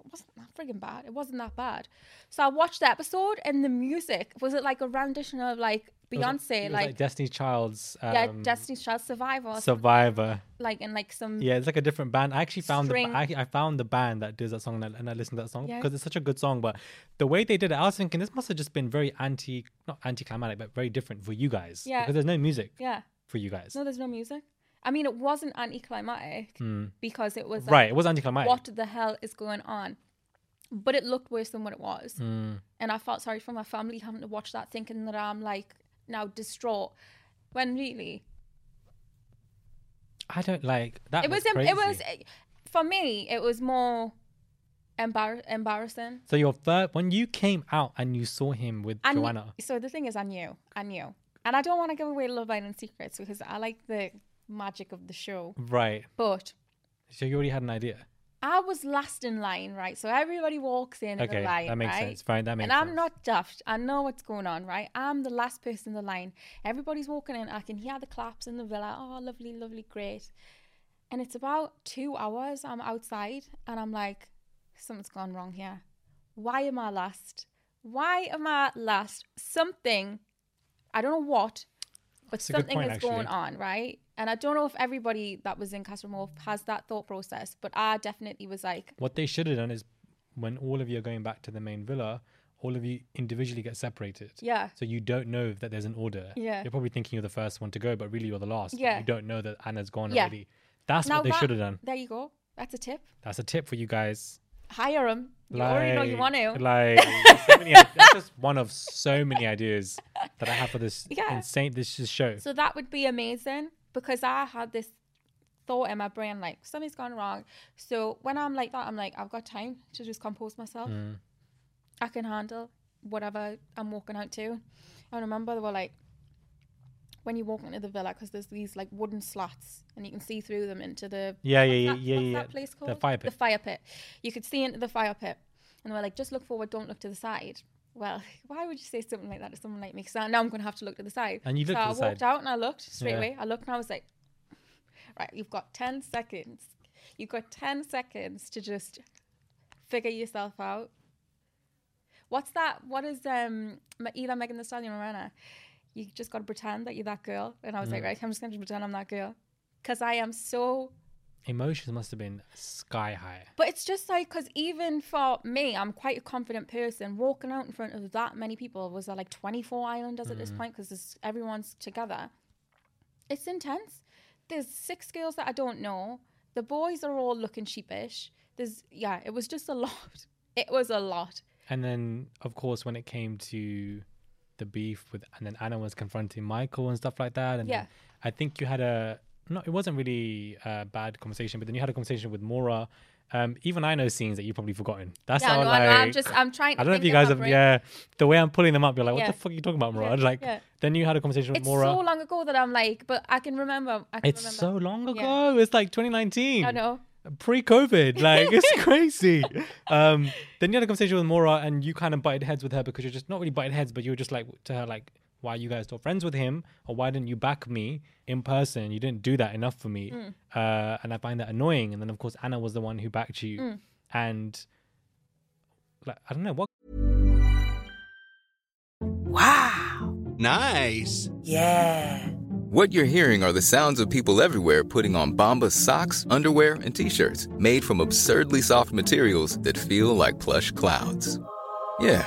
Speaker 1: it wasn't that friggin' bad. It wasn't that bad. So I watched the episode and the music was it like a rendition of like
Speaker 2: It was
Speaker 1: Beyonce,
Speaker 2: it was
Speaker 1: like,
Speaker 2: Destiny's Child's um,
Speaker 1: yeah, Destiny's Child Survivor, or something,
Speaker 2: Survivor.
Speaker 1: like and like some
Speaker 2: Yeah, it's like a different band. I actually found the,
Speaker 1: String.
Speaker 2: I, I found the band that does that song and I, and I listened to that song
Speaker 1: Yeah.
Speaker 2: because it's such a good song. But the way they did it, I was thinking this must have just been very anti, not anticlimactic, but very different for you guys.
Speaker 1: Yeah.
Speaker 2: Because there's no music
Speaker 1: yeah.
Speaker 2: for you guys.
Speaker 1: No, there's no music. I mean, it wasn't anticlimactic
Speaker 2: Hmm.
Speaker 1: because it was
Speaker 2: Right, it was anticlimactic.
Speaker 1: What the hell is going on? But it looked worse than what it was.
Speaker 2: Hmm.
Speaker 1: and I felt sorry for my family having to watch that, thinking that I'm like now distraught. When really,
Speaker 2: I don't like that.
Speaker 1: it was, em-
Speaker 2: crazy.
Speaker 1: it was eh, for me, it was more embar- embarrassing.
Speaker 2: So your third, when you came out and you saw him with
Speaker 1: And
Speaker 2: Joanna,
Speaker 1: so the thing is, I knew, I knew, and I don't want to give away Love Island secrets because I like the magic of the show.
Speaker 2: right?
Speaker 1: But
Speaker 2: So you already had an idea.
Speaker 1: I was last in line, right? So everybody walks in in
Speaker 2: Okay,
Speaker 1: the line,
Speaker 2: that makes
Speaker 1: right?
Speaker 2: sense. Fine, that makes
Speaker 1: And I'm
Speaker 2: sense.
Speaker 1: not daft. I know what's going on, right? I'm the last person in the line. Everybody's walking in. I can hear the claps in the villa. Oh, lovely, lovely, great. And it's about two hours. I'm outside, and I'm like, something's gone wrong here. Why am I last? Why am I last? Something, I don't know what, but
Speaker 2: That's a good
Speaker 1: something
Speaker 2: point,
Speaker 1: is going
Speaker 2: actually.
Speaker 1: on, right? And I don't know if everybody that was in Castle Morph has that thought process, but I definitely was like,
Speaker 2: What they should have done is, when all of you are going back to the main villa, all of you individually get separated.
Speaker 1: Yeah.
Speaker 2: So you don't know that there's an order.
Speaker 1: Yeah.
Speaker 2: You're probably thinking you're the first one to go, but really you're the last. but
Speaker 1: Yeah.
Speaker 2: You don't know that Anna's gone
Speaker 1: Yeah.
Speaker 2: already. That's
Speaker 1: Now
Speaker 2: what they
Speaker 1: that-
Speaker 2: should have done.
Speaker 1: There you go. That's a tip.
Speaker 2: That's a tip for you guys.
Speaker 1: Hire them. You already know you want to.
Speaker 2: Like, so many, that's just one of so many ideas that I have for this
Speaker 1: Yeah.
Speaker 2: insane this show.
Speaker 1: So that would be amazing because I had this thought in my brain like something's gone wrong. So when I'm like that, I'm like I've got time to just compose myself.
Speaker 2: Mm.
Speaker 1: I can handle whatever I'm walking out to. I remember they were like when you walk into the villa because there's these like wooden slats and you can see through them into the
Speaker 2: Yeah, yeah, yeah,
Speaker 1: what's that-
Speaker 2: yeah,
Speaker 1: what's
Speaker 2: yeah.
Speaker 1: that place
Speaker 2: The
Speaker 1: called?
Speaker 2: fire pit.
Speaker 1: The fire pit. You could see into the fire pit, and they were like, just look forward, don't look to the side. Well, why would you say something like that to someone like me? Because now I'm going to have to look to the side.
Speaker 2: And you
Speaker 1: so
Speaker 2: looked to
Speaker 1: I
Speaker 2: the side.
Speaker 1: walked out and I looked straight
Speaker 2: Yeah.
Speaker 1: away. I looked and I was like, right, you've got ten seconds. You've got ten seconds to just figure yourself out. What's that? What is um Ma- either Megan the Stallion or Rihanna? You just got to pretend that you're that girl. And I was
Speaker 2: Mm-hmm.
Speaker 1: like, right, I'm just going to pretend I'm that girl because I am so
Speaker 2: Emotions must have been sky high.
Speaker 1: but it's just like, because even for me, I'm quite a confident person. Walking out in front of that many people, was there like 24 islanders at this
Speaker 2: Mm.
Speaker 1: point? Because everyone's together. It's intense. There's six girls that I don't know. The boys are all looking sheepish. There's, yeah, it was just a lot. It was a lot.
Speaker 2: And then, of course, when it came to the beef with, and then Anna was confronting Michael and stuff like that. And then
Speaker 1: Yeah.
Speaker 2: I think you had a no, it wasn't really a bad conversation, but then you had a conversation with Mora. Um, even I know scenes that you've probably forgotten. That's
Speaker 1: Yeah,
Speaker 2: how
Speaker 1: no, I
Speaker 2: like
Speaker 1: know. I'm just- I'm trying to
Speaker 2: I don't know if
Speaker 1: think
Speaker 2: you
Speaker 1: in my
Speaker 2: guys have.
Speaker 1: brain.
Speaker 2: Yeah, the way I'm pulling them up, you're like, what
Speaker 1: Yeah.
Speaker 2: the fuck are you talking about, Mora?
Speaker 1: Yeah,
Speaker 2: Like,
Speaker 1: yeah.
Speaker 2: then you had a conversation with
Speaker 1: It's
Speaker 2: Mora.
Speaker 1: so long ago that I'm like, but I can remember. I can
Speaker 2: it's
Speaker 1: remember.
Speaker 2: so long ago.
Speaker 1: Yeah.
Speaker 2: It's like 2019.
Speaker 1: I know.
Speaker 2: pre-COVID. Like it's crazy. Um, then you had a conversation with Mora, and you kind of butted heads with her because you're just not really butted heads, but you were just like to her like, "Why are you guys not friends with him? Or why didn't you back me in person? You didn't do that enough for me,
Speaker 1: Mm.
Speaker 2: uh, and I find that annoying." And then of course Anna was the one who backed you,
Speaker 1: Mm.
Speaker 2: and like I don't know what
Speaker 9: Nice.
Speaker 4: Yeah.
Speaker 9: What you're hearing are the sounds of people everywhere putting on Bombas socks, underwear, and t-shirts made from absurdly soft materials that feel like plush clouds. Yeah,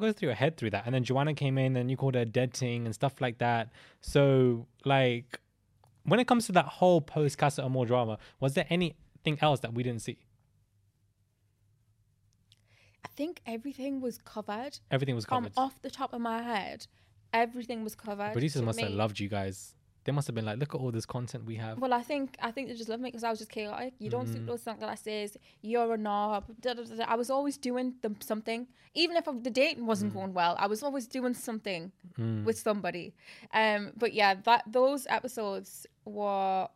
Speaker 2: goes through your head through that. And then Joanna came in and you called her dead ting and stuff like that. So like when it comes to that whole post Casa Amor drama, was there anything else that we didn't see?
Speaker 1: I think everything was covered.
Speaker 2: Everything was
Speaker 1: From
Speaker 2: covered.
Speaker 1: off the top of my head, everything was covered.
Speaker 2: Producers
Speaker 1: to
Speaker 2: must have
Speaker 1: me.
Speaker 2: loved you guys. They must have been like, look at all this content we have.
Speaker 1: Well, I think I think they just love me because I was just chaotic. You don't suit
Speaker 2: Mm.
Speaker 1: those sunglasses. You're a knob. Da, da, da, da. I was always doing them something, even if the dating
Speaker 2: Mm.
Speaker 1: wasn't going well. I was always doing something
Speaker 10: Mm.
Speaker 1: with somebody. Um, but yeah, that those episodes were,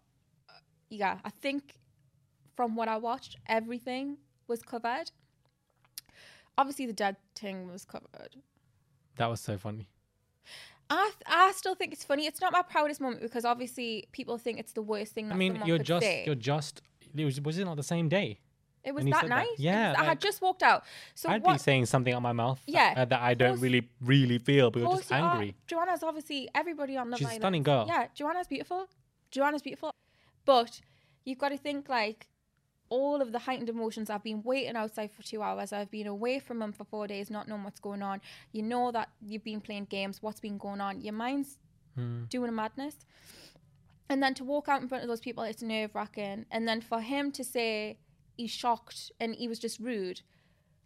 Speaker 1: yeah. I think from what I watched, everything was covered. Obviously, the dead thing was covered.
Speaker 2: That was so funny.
Speaker 1: I, th- I still think it's funny. It's not my proudest moment because obviously people think it's the worst thing. That
Speaker 2: I mean,
Speaker 1: someone
Speaker 2: you're
Speaker 1: could
Speaker 2: just,
Speaker 1: say.
Speaker 2: you're just, it was, was it not the same day?
Speaker 1: It was
Speaker 2: when you
Speaker 1: that
Speaker 2: said
Speaker 1: nice. It
Speaker 2: Yeah.
Speaker 1: was- I had
Speaker 2: like,
Speaker 1: just walked out. So
Speaker 2: I'd
Speaker 1: what,
Speaker 2: be saying something out my mouth that-
Speaker 1: Yeah,
Speaker 2: uh, that I don't
Speaker 1: course-
Speaker 2: really, really feel, but you're just
Speaker 1: Obviously, uh,
Speaker 2: angry.
Speaker 1: Joanna's obviously everybody on Love
Speaker 2: She's a
Speaker 1: Island-
Speaker 2: stunning girl.
Speaker 1: Yeah, Joanna's beautiful. Joanna's beautiful, but you've got to think like all of the heightened emotions. I've been waiting outside for two hours. I've been away from him for four days, not knowing what's going on. You know that you've been playing games. What's been going on? Your mind's doing a madness. And then to walk out in front of those people, it's nerve wracking. And then for him to say he's shocked and he was just rude,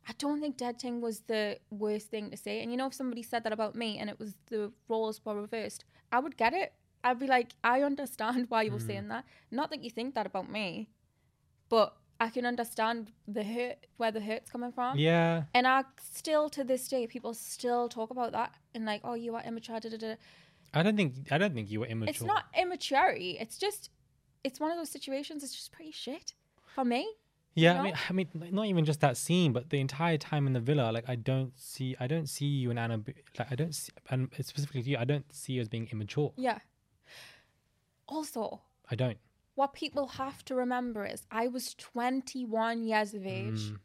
Speaker 1: I don't think dead thing was the worst thing to say. And you know, if somebody said that about me and it was the roles were reversed, I would get it. I'd be like, I understand why you were
Speaker 11: Mm.
Speaker 1: saying that. Not that you think that about me, but I can understand the hurt, where the hurt's coming from.
Speaker 2: Yeah.
Speaker 1: And I still, to this day, people still talk about that and like, oh, you are immature. Da, da, da.
Speaker 2: I don't think, I don't think you were immature.
Speaker 1: It's not immaturity. It's just, it's one of those situations. It's just pretty shit for me.
Speaker 2: Yeah,
Speaker 1: know?
Speaker 2: I mean, I mean, not even just that scene, but the entire time in the villa, like I don't see, I don't see you and Anna, be- like I don't see, and specifically you, I don't see you as being immature.
Speaker 1: Yeah. Also,
Speaker 2: I don't.
Speaker 1: what people have to remember is I was 21 years of age.
Speaker 2: Mm.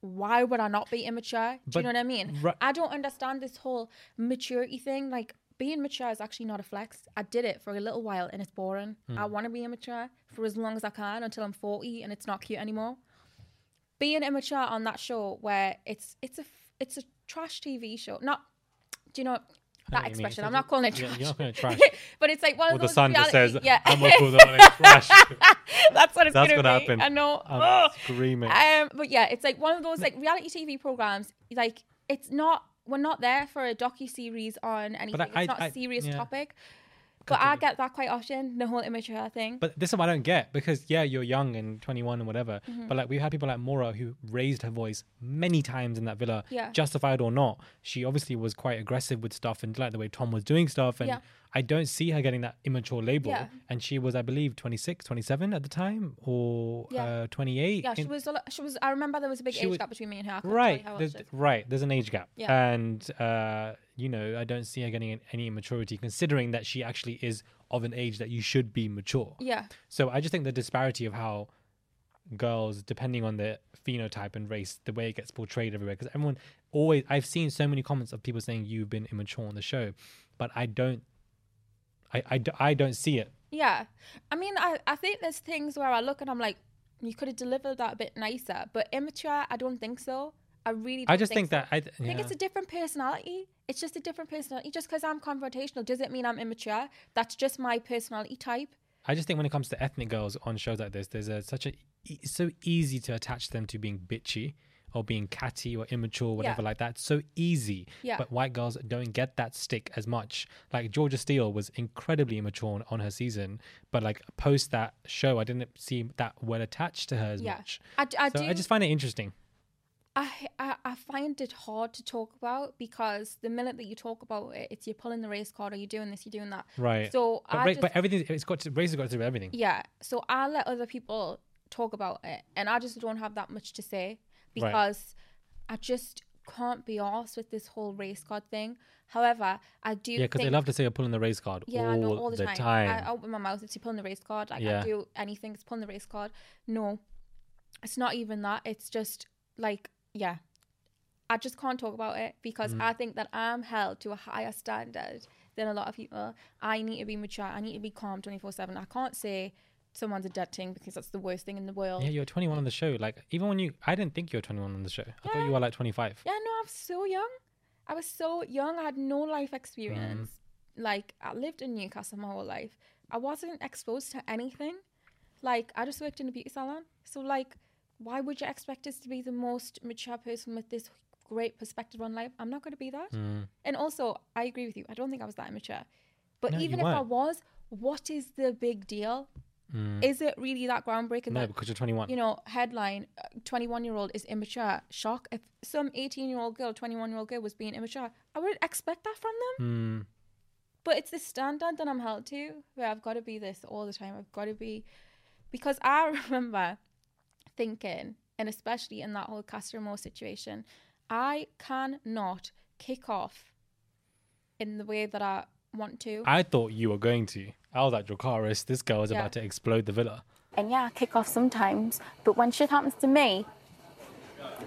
Speaker 1: Why would I not be immature? Do
Speaker 2: But
Speaker 1: you know what I mean?
Speaker 2: ri-
Speaker 1: I don't understand this whole maturity thing. Like, being mature is actually not a flex. I did it for a little while and it's boring. I
Speaker 2: Hmm.
Speaker 11: Mm.
Speaker 1: want to be immature for as long as I can until I'm 40 and it's not cute anymore. Being immature on that show where it's it's a f- it's a trash TV show. Not do you know?
Speaker 2: I
Speaker 1: that expression. I'm not calling it
Speaker 2: Yeah,
Speaker 1: trash.
Speaker 2: you're not calling it trash.
Speaker 1: but it's like, well,
Speaker 2: Or the
Speaker 1: those
Speaker 2: son that
Speaker 1: reality-
Speaker 2: says,
Speaker 1: yeah.
Speaker 2: "I'm gonna call that one a trash."
Speaker 1: That's what it's
Speaker 2: That's
Speaker 1: gonna,
Speaker 2: gonna
Speaker 1: be.
Speaker 2: happen. Oh,
Speaker 1: I know.
Speaker 2: I'm
Speaker 1: Ugh.
Speaker 2: screaming.
Speaker 1: Um, but yeah, it's like one of those like reality TV programs. Like it's not. We're not there for a docu series on anything.
Speaker 2: I-
Speaker 1: it's not
Speaker 2: I-
Speaker 1: a serious
Speaker 2: yeah.
Speaker 1: topic. But I get that quite often. The whole immature thing.
Speaker 2: But this is what I don't get because yeah, you're young and 21 and whatever.
Speaker 1: Mhm.
Speaker 2: But like we've had people like Mora who raised her voice many times in that villa,
Speaker 1: Yeah.
Speaker 2: justified or not. She obviously was quite aggressive with stuff and like the way Tom was doing stuff. And
Speaker 1: Yeah.
Speaker 2: I don't see her getting that immature label.
Speaker 1: Yeah.
Speaker 2: And she was, I believe, 26, 27 at the time, or
Speaker 1: Yeah.
Speaker 2: uh, 28.
Speaker 1: yeah, she
Speaker 2: in-
Speaker 1: was. a lo- She was. I remember there was a big
Speaker 2: She
Speaker 1: age
Speaker 2: was-
Speaker 1: gap between me and her. I couldn't tell you
Speaker 2: Right,
Speaker 1: how old
Speaker 2: there's,
Speaker 1: she was.
Speaker 2: right. There's an age gap,
Speaker 1: Yeah.
Speaker 2: and uh, you know, I don't see her getting any immaturity, considering that she actually is of an age that you should be mature.
Speaker 1: Yeah.
Speaker 2: So I just think the disparity of how girls, depending on their phenotype and race, the way it gets portrayed everywhere, because everyone always, I've seen so many comments of people saying you've been immature on the show, but I don't, I, I, d- I don't see it.
Speaker 1: Yeah. I mean, I, I think there's things where I look and I'm like, you could have delivered that a bit nicer. But immature, I don't think so. I really don't
Speaker 2: I just think,
Speaker 1: so.
Speaker 2: that I, th-
Speaker 1: I think it's
Speaker 2: yeah.
Speaker 1: a different personality. It's just a different personality. Just because I'm confrontational doesn't mean I'm immature. That's just my personality type.
Speaker 2: I just think when it comes to ethnic girls on shows like this, there's a, such a e, it's so easy to attach them to being bitchy or being catty or immature, whatever
Speaker 1: Yeah.
Speaker 2: like that. So easy.
Speaker 1: Yeah.
Speaker 2: But white girls don't get that stick as much. Like Georgia Steele was incredibly immature on, on her season, but like post that show, I didn't seem that well attached to her as
Speaker 1: Yeah.
Speaker 2: much.
Speaker 1: I d- I
Speaker 2: so I
Speaker 1: do-
Speaker 2: just find it interesting.
Speaker 1: I, I I find it hard to talk about because the minute that you talk about it, it's you're pulling the race card, or you're doing this, you're doing that.
Speaker 2: Right.
Speaker 1: So
Speaker 2: but,
Speaker 1: I
Speaker 2: ra-
Speaker 1: just,
Speaker 2: but everything it's got to race has got to do with everything.
Speaker 1: Yeah. So I let other people talk about it, and I just don't have that much to say
Speaker 2: Right.
Speaker 1: because I just can't be arsed with this whole race card thing. However, I do.
Speaker 2: Yeah, because they
Speaker 1: think-
Speaker 2: love to say you're pulling the race card
Speaker 1: Yeah,
Speaker 2: all,
Speaker 1: I know all the,
Speaker 2: the
Speaker 1: time. I open my mouth. It's you pulling the race card. Like
Speaker 2: Yeah.
Speaker 1: I do anything. It's pulling the race card. No, it's not even that. It's just like yeah. I just can't talk about it because
Speaker 2: Mm.
Speaker 1: I think that I'm held to a higher standard than a lot of people. I need to be mature. I need to be calm 24 7. I can't say someone's a dead thing because that's the worst thing in the world.
Speaker 2: Yeah, you're 21 on the show. Like even when you, I didn't think you were 21 on the show. I thought you were like 25.
Speaker 1: Yeah, no, I'm so young. I was so young. I had no life experience.
Speaker 2: Mm.
Speaker 1: Like, I lived in Newcastle my whole life. I wasn't exposed to anything. Like, I just worked in a beauty salon. So, like, why would you expect us to be the most mature person with this great perspective on life? I'm not going to be that.
Speaker 2: Mm.
Speaker 1: And also, I agree with you. I don't think I was that immature. But
Speaker 2: No, you
Speaker 1: even if I
Speaker 2: weren't.
Speaker 1: was, what is the big deal?
Speaker 2: Mm.
Speaker 1: Is it really that groundbreaking?
Speaker 2: No,
Speaker 1: that,
Speaker 2: because you're 21.
Speaker 1: You know, headline: uh, twenty-one-year-old is immature. Shock! If some eighteen-year-old girl, twenty-one-year-old girl was being immature, I would expect that from them.
Speaker 2: Mm.
Speaker 1: But it's the standard that I'm held to, where I've got to be this all the time. I've got to be, because I remember thinking, and especially in that whole Castromore situation, I cannot kick off in the way that I want to.
Speaker 2: I thought you were going to. I was like, Dracaris, this girl is
Speaker 1: Yeah.
Speaker 2: about to explode the villa.
Speaker 6: And yeah, I kick off sometimes, but when shit happens to me,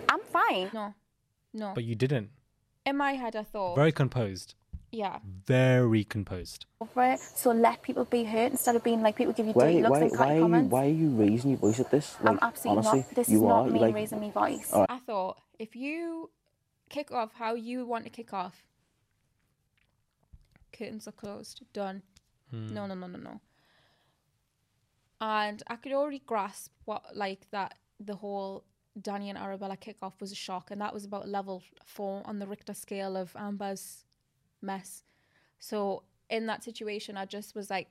Speaker 6: I'm fine.
Speaker 1: No, no.
Speaker 2: But you didn't.
Speaker 1: in my head, I thought,
Speaker 2: Very composed.
Speaker 1: yeah.
Speaker 2: Very composed.
Speaker 6: Over it, so let people be hurt instead of being like people give you
Speaker 5: Why,
Speaker 6: dirty looks
Speaker 5: why,
Speaker 6: and catty
Speaker 5: why, are you,
Speaker 6: comments.
Speaker 5: why are you raising your voice at this? Like,
Speaker 6: I'm absolutely
Speaker 5: honestly,
Speaker 6: not. This
Speaker 5: you
Speaker 6: is
Speaker 5: are.
Speaker 6: not
Speaker 5: you
Speaker 6: me
Speaker 5: like,
Speaker 6: raising my voice.
Speaker 5: All right.
Speaker 1: I thought if you kick off how you want to kick off, curtains are closed, done.
Speaker 5: Hmm.
Speaker 1: No, no, no, no, no. And I could already grasp what, like, that the whole Danny and Arabella kickoff was a shock, and that was about level four on the Richter scale of Amber's mess. So, in that situation, I just was like,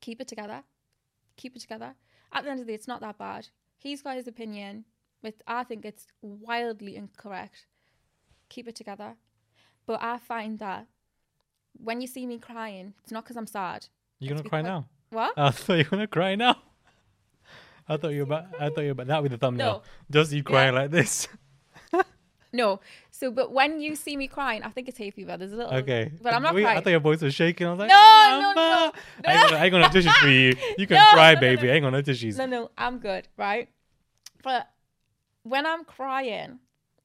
Speaker 1: keep it together keep it together. At the end of the day, it's not that bad. He's got his opinion, but I think it's wildly incorrect. Keep it together. But I find that when you see me crying, it's not because I'm sad.
Speaker 2: You're gonna cry now.
Speaker 1: What?
Speaker 2: I thought you were gonna cry now. I thought you were about. I thought you were about. That with the thumbnail.
Speaker 1: No.
Speaker 2: Just you crying like this.
Speaker 1: No. So, but when you see me crying, I think it's hay fever. There's a little.
Speaker 2: Okay.
Speaker 1: But I'm not
Speaker 2: We- I
Speaker 1: crying.
Speaker 2: thought your voice was shaking. I was like,
Speaker 1: no, no, no,
Speaker 2: I ain't gonna, I ain't gonna have tissues for you. You can
Speaker 1: No,
Speaker 2: cry,
Speaker 1: no, no,
Speaker 2: baby. I ain't gonna have tissues.
Speaker 1: no, no, I'm good, right? But when I'm crying,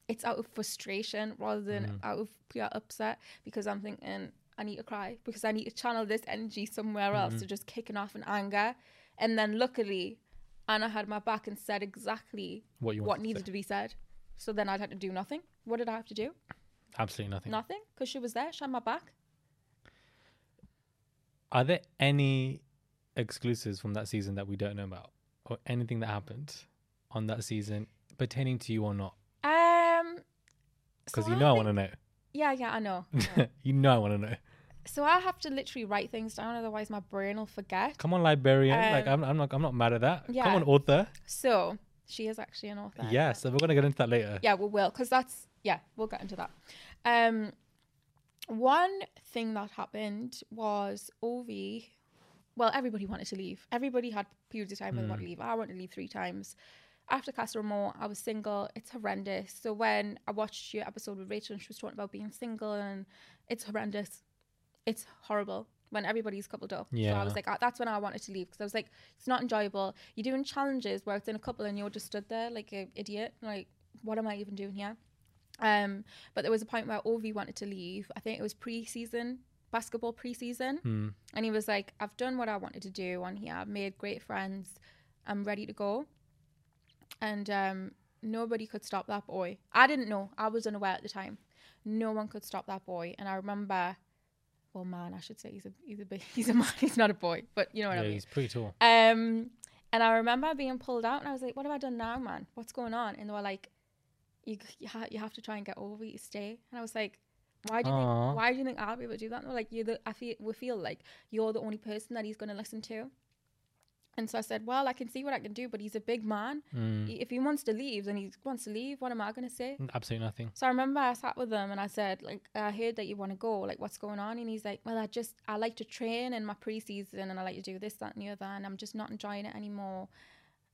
Speaker 1: it's out of frustration rather than
Speaker 2: Mm-hmm.
Speaker 1: out of pure upset because I'm thinking I need to cry because I need to channel this energy somewhere else
Speaker 2: Mm-hmm.
Speaker 10: Mhm.
Speaker 1: to just kicking off in anger. And then luckily, Anna had my back and said exactly
Speaker 2: What you
Speaker 1: what
Speaker 2: wanted to
Speaker 1: needed
Speaker 2: say.
Speaker 1: to be said. So then I'd had to do nothing. What did I have to do?
Speaker 2: Absolutely nothing.
Speaker 1: Nothing, because she was there. She had my back.
Speaker 2: Are there any exclusives from that season that we don't know about, or anything that happened on that season pertaining to you or not?
Speaker 1: Um,
Speaker 2: Because you know I want to know.
Speaker 1: yeah, yeah, I know.
Speaker 2: you know I want to know.
Speaker 1: So I have to literally write things down, otherwise my brain will forget.
Speaker 2: Come on, librarian. like
Speaker 1: Um,
Speaker 2: I'm, I'm not. I'm not mad at that.
Speaker 1: yeah.
Speaker 2: Come on, author.
Speaker 1: So she is actually an author.
Speaker 2: Yeah. So we're gonna get into that later.
Speaker 1: Yeah, we will, because that's yeah, we'll get into that. Um, one thing that happened was Ovi. Well, everybody wanted to leave. Everybody had periods of time where
Speaker 10: Mm.
Speaker 1: they
Speaker 2: Hmm.
Speaker 1: wanted to leave. I wanted to leave three times. After Castlemore, I was single. It's horrendous. So when I watched your episode with Rachel and she was talking about being single and it's horrendous. It's horrible when everybody's coupled up. So I
Speaker 2: Yeah.
Speaker 1: was like, I- that's when I wanted to leave because I was like, it's not enjoyable. You're doing challenges where it's in a couple and you're just stood there like an idiot. Like, what am I even doing here? Um, but there was a point where Ovi wanted to leave. I think it was pre-season basketball pre-season,
Speaker 2: Hmm.
Speaker 1: and he was like, "I've done what I wanted to do on here. I've made great friends. I'm ready to go." And um, nobody could stop that boy. I didn't know. I was unaware at the time. No one could stop that boy. And I remember, well, man, I should say he's a he's a big, he's a man. He's not a boy, but you know what I
Speaker 2: Yeah,
Speaker 1: mean.
Speaker 2: he's pretty tall.
Speaker 1: Um, and I remember being pulled out, and I was like, "What have I done now, man? What's going on?" And they were like, "You you, ha- you have to try and get over it, stay." And I was like, "Why do you
Speaker 2: Aw.
Speaker 1: think, why do you think I'll be able to do that?" And they're like, "You're the I feel we feel like you're the only person that he's going to listen to." And so I said, "Well, I can see what I can do, but he's a big man.
Speaker 2: Mm.
Speaker 1: He- If he wants to leave, then he wants to leave. What am I going to say?"
Speaker 2: Absolutely nothing.
Speaker 1: So I remember I sat with him and I said, like, I heard that you want to go. Like, what's going on? And he's like, well, I just, I like to train in my preseason and I like to do this, that, and the other, and I'm just not enjoying it anymore.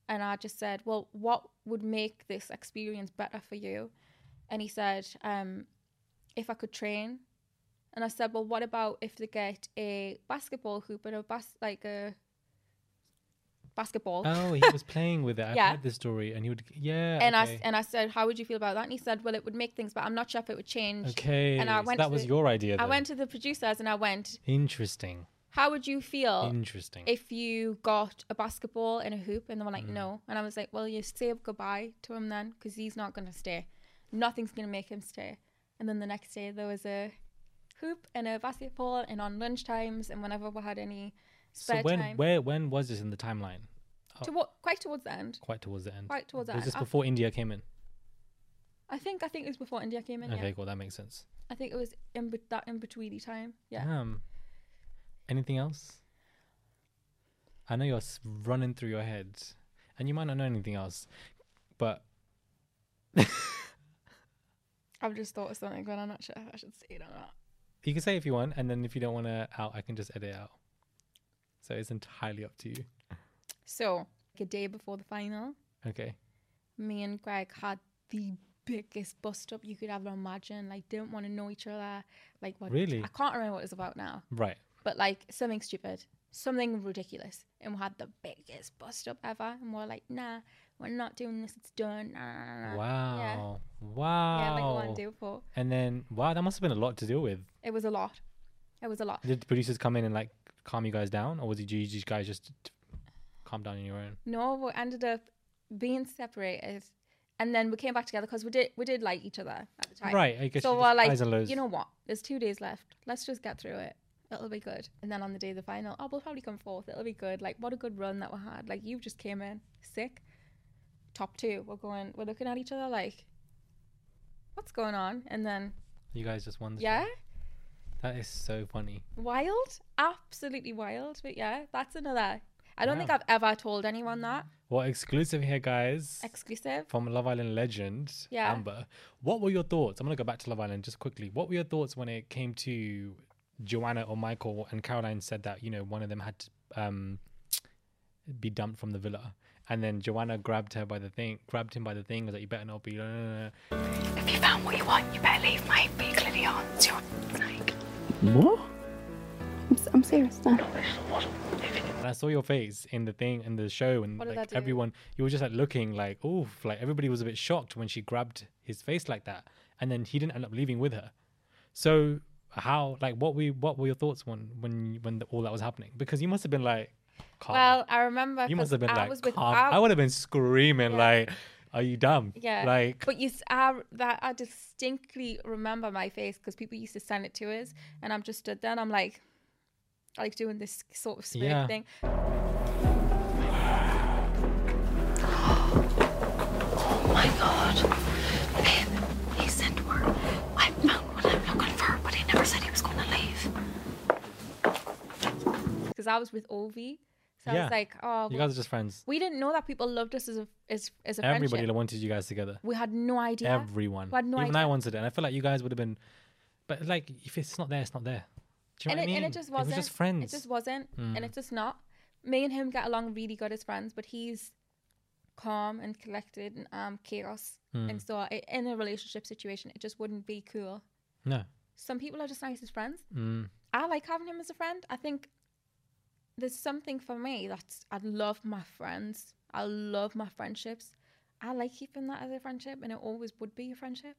Speaker 1: And I just said, well, what would make this experience better for you? And he said, um, if I could train. And I said, well, what about if they get a basketball hoop and a bas- like a basketball?
Speaker 2: Oh, he was playing with it. I
Speaker 1: Yeah.
Speaker 2: heard this story, and he would. Yeah.
Speaker 1: and I
Speaker 2: okay.
Speaker 1: s- and I said, "How would you feel about that?" And he said, "Well, it would make things, but I'm not sure if it would change."
Speaker 2: Okay,
Speaker 1: And I
Speaker 2: so
Speaker 1: went.
Speaker 2: that
Speaker 1: to
Speaker 2: was
Speaker 1: the-
Speaker 2: your idea
Speaker 1: I
Speaker 2: then.
Speaker 1: went to the producers and I went,
Speaker 2: Interesting.
Speaker 1: "How would you feel?"
Speaker 2: Interesting.
Speaker 1: If you got a basketball and a hoop, and they were like,
Speaker 2: Mm-hmm.
Speaker 1: "No," and I was like, "Well, you say goodbye to him then, because he's not going to stay. Nothing's going to make him stay." And then the next day there was a hoop and a basketball, and on lunch times and whenever we had any
Speaker 2: So
Speaker 1: spare
Speaker 2: when
Speaker 1: time.
Speaker 2: where when was this in the timeline? Oh,
Speaker 1: to what? Quite towards the end.
Speaker 2: quite towards the end.
Speaker 1: quite towards the
Speaker 2: Was
Speaker 1: end.
Speaker 2: this
Speaker 1: I-
Speaker 2: before India came in?
Speaker 1: I think I think it was before India came in. yeah.
Speaker 2: Okay, cool. That makes sense.
Speaker 1: I think it was in bet that in betweeny time. Yeah.
Speaker 2: Damn. Anything else? I know you're s- running through your head, and you might not know anything else, but
Speaker 1: I've just thought of something, but I'm not sure if I should say it or not.
Speaker 2: you can say if you want, and then if you don't want to out, I can just edit it out. So it's entirely up to you.
Speaker 1: So, like a day before the final,
Speaker 2: Okay.
Speaker 1: me and Greg had the biggest bust up you could ever imagine. Like, didn't want to know each other. Like, what?
Speaker 2: Really?
Speaker 1: I can't remember what it was about now.
Speaker 2: Right.
Speaker 1: But like something stupid, something ridiculous, and we had the biggest bust up ever. And we're like, nah, we're not doing this. It's done. Nah, nah, nah, nah. Uh, Yeah.
Speaker 2: Wow. Wow.
Speaker 1: Yeah, like the one do for.
Speaker 2: And then wow, that must have been a lot to deal with.
Speaker 1: It was a lot. It was a lot.
Speaker 2: Did the producers come in and like calm you guys down, or was it you you guys just calm down on your own?
Speaker 1: No, we ended up being separated, and then we came back together because we did we did like each other at the time.
Speaker 2: Right, I guess
Speaker 1: So
Speaker 2: you
Speaker 1: we're
Speaker 2: just
Speaker 1: like,
Speaker 2: highs and lows.
Speaker 1: you know what? There's two days left. Let's just get through it. It'll be good. And then on the day of the final, oh, we'll probably come fourth. It'll be good. Like what a good run that we had. Like you just came in sick, top two. We're going. We're looking at each other like, what's going on? And then
Speaker 2: You guys just won. The
Speaker 1: yeah,
Speaker 2: That is so funny.
Speaker 1: wild, absolutely wild. But yeah, that's another. I don't think
Speaker 2: Yeah.
Speaker 1: I've ever told anyone that
Speaker 2: Well, exclusive here, guys.
Speaker 1: exclusive.
Speaker 2: from Love Island legend,
Speaker 1: Yeah.
Speaker 2: Amber. What were your thoughts? I'm gonna go back to Love Island just quickly. What were your thoughts when it came to Joanna or Michael and Caroline said that you know one of them had to um, be dumped from the villa, and then Joanna grabbed her by the thing, grabbed him by the thing, was like, "You better not be." no, no, no."
Speaker 11: If you found what you want, you better leave, mate. But you clearly aren't. It's your snake.
Speaker 2: What?
Speaker 11: I'm, s- I'm serious now.
Speaker 2: And I saw your face in the thing in the show, and
Speaker 11: What did I
Speaker 2: like
Speaker 11: do?
Speaker 2: everyone, you were just like looking like, "Oof!" Like everybody was a bit shocked when she grabbed his face like that, and then he didn't end up leaving with her. So how, like, what we, what were your thoughts when, when, when the, all that was happening? Because you must have been like, calm.
Speaker 1: Well, I remember
Speaker 2: you
Speaker 1: 'cause
Speaker 2: must have been
Speaker 1: I
Speaker 2: like,
Speaker 1: was with
Speaker 2: calm.
Speaker 1: I-
Speaker 2: I would have been screaming like, "Are you dumb?"
Speaker 1: yeah,
Speaker 2: like,
Speaker 1: But you, s- I, that I distinctly remember my face because people used to send it to us, and I'm just stood there and I'm like, I like doing this sort of smirk
Speaker 2: Yeah.
Speaker 1: thing.
Speaker 11: Oh my god. Babe, he sent word. I found what I'm looking for, but he never said he was going to leave.
Speaker 1: because I was with Ovi. So I
Speaker 2: Yeah.
Speaker 1: was like, oh,
Speaker 2: You
Speaker 1: well-
Speaker 2: guys are just friends.
Speaker 1: We didn't know that people loved us as a as as a
Speaker 2: Everybody
Speaker 1: friendship.
Speaker 2: wanted you guys together.
Speaker 1: We had no idea.
Speaker 2: Everyone.
Speaker 1: We had no
Speaker 2: Even
Speaker 1: idea.
Speaker 2: I wanted it. And I feel like you guys would have been, but like, if it's not there, it's not there. Do you
Speaker 1: and it,
Speaker 2: know what I mean?
Speaker 1: and it just wasn't.
Speaker 2: It was just friends.
Speaker 1: It just wasn't,
Speaker 2: Mm.
Speaker 1: and it's just not. Me and him get along really good as friends, but he's calm and collected, and I'm chaos.
Speaker 2: Mm.
Speaker 1: And so, i in a relationship situation, it just wouldn't be cool.
Speaker 2: No.
Speaker 1: Some people are just nice as friends.
Speaker 2: Mm.
Speaker 1: I like having him as a friend. I think there's something for me that's I love my friends. I love my friendships. I like keeping that as a friendship, and it always would be a friendship.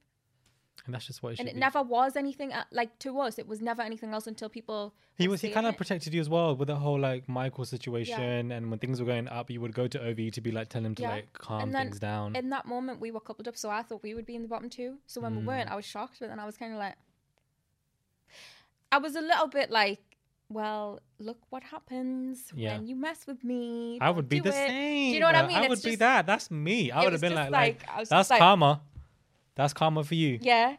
Speaker 2: And that's just what it should
Speaker 1: and it
Speaker 2: be.
Speaker 1: never was anything uh, like to us. It was never anything else until people.
Speaker 2: He
Speaker 1: were
Speaker 2: was. He
Speaker 1: saying
Speaker 2: kind of
Speaker 1: it.
Speaker 2: protected you as well with the whole like Michael situation, and when things were going up, you would go to OV to be like, tell him to
Speaker 1: Yeah.
Speaker 2: like calm
Speaker 1: And then
Speaker 2: things down.
Speaker 1: In that moment, we were coupled up, so I thought we would be in the bottom two. So when we
Speaker 2: Mm.
Speaker 1: weren't, I was shocked, but then I was kind of like, I was a little bit like, well, look what happens
Speaker 2: Yeah.
Speaker 1: when you mess with me.
Speaker 2: I
Speaker 1: Don't
Speaker 2: would be
Speaker 1: do
Speaker 2: the
Speaker 1: it."
Speaker 2: same.
Speaker 1: Do you know what I
Speaker 2: Uh,
Speaker 1: mean?
Speaker 2: I
Speaker 1: It's
Speaker 2: would be
Speaker 1: just-
Speaker 2: that. That's me. I
Speaker 1: it
Speaker 2: would
Speaker 1: was
Speaker 2: have been
Speaker 1: just
Speaker 2: like, like,
Speaker 1: like- I was just
Speaker 2: that's
Speaker 1: like-
Speaker 2: karma. That's karma for you.
Speaker 1: Yeah.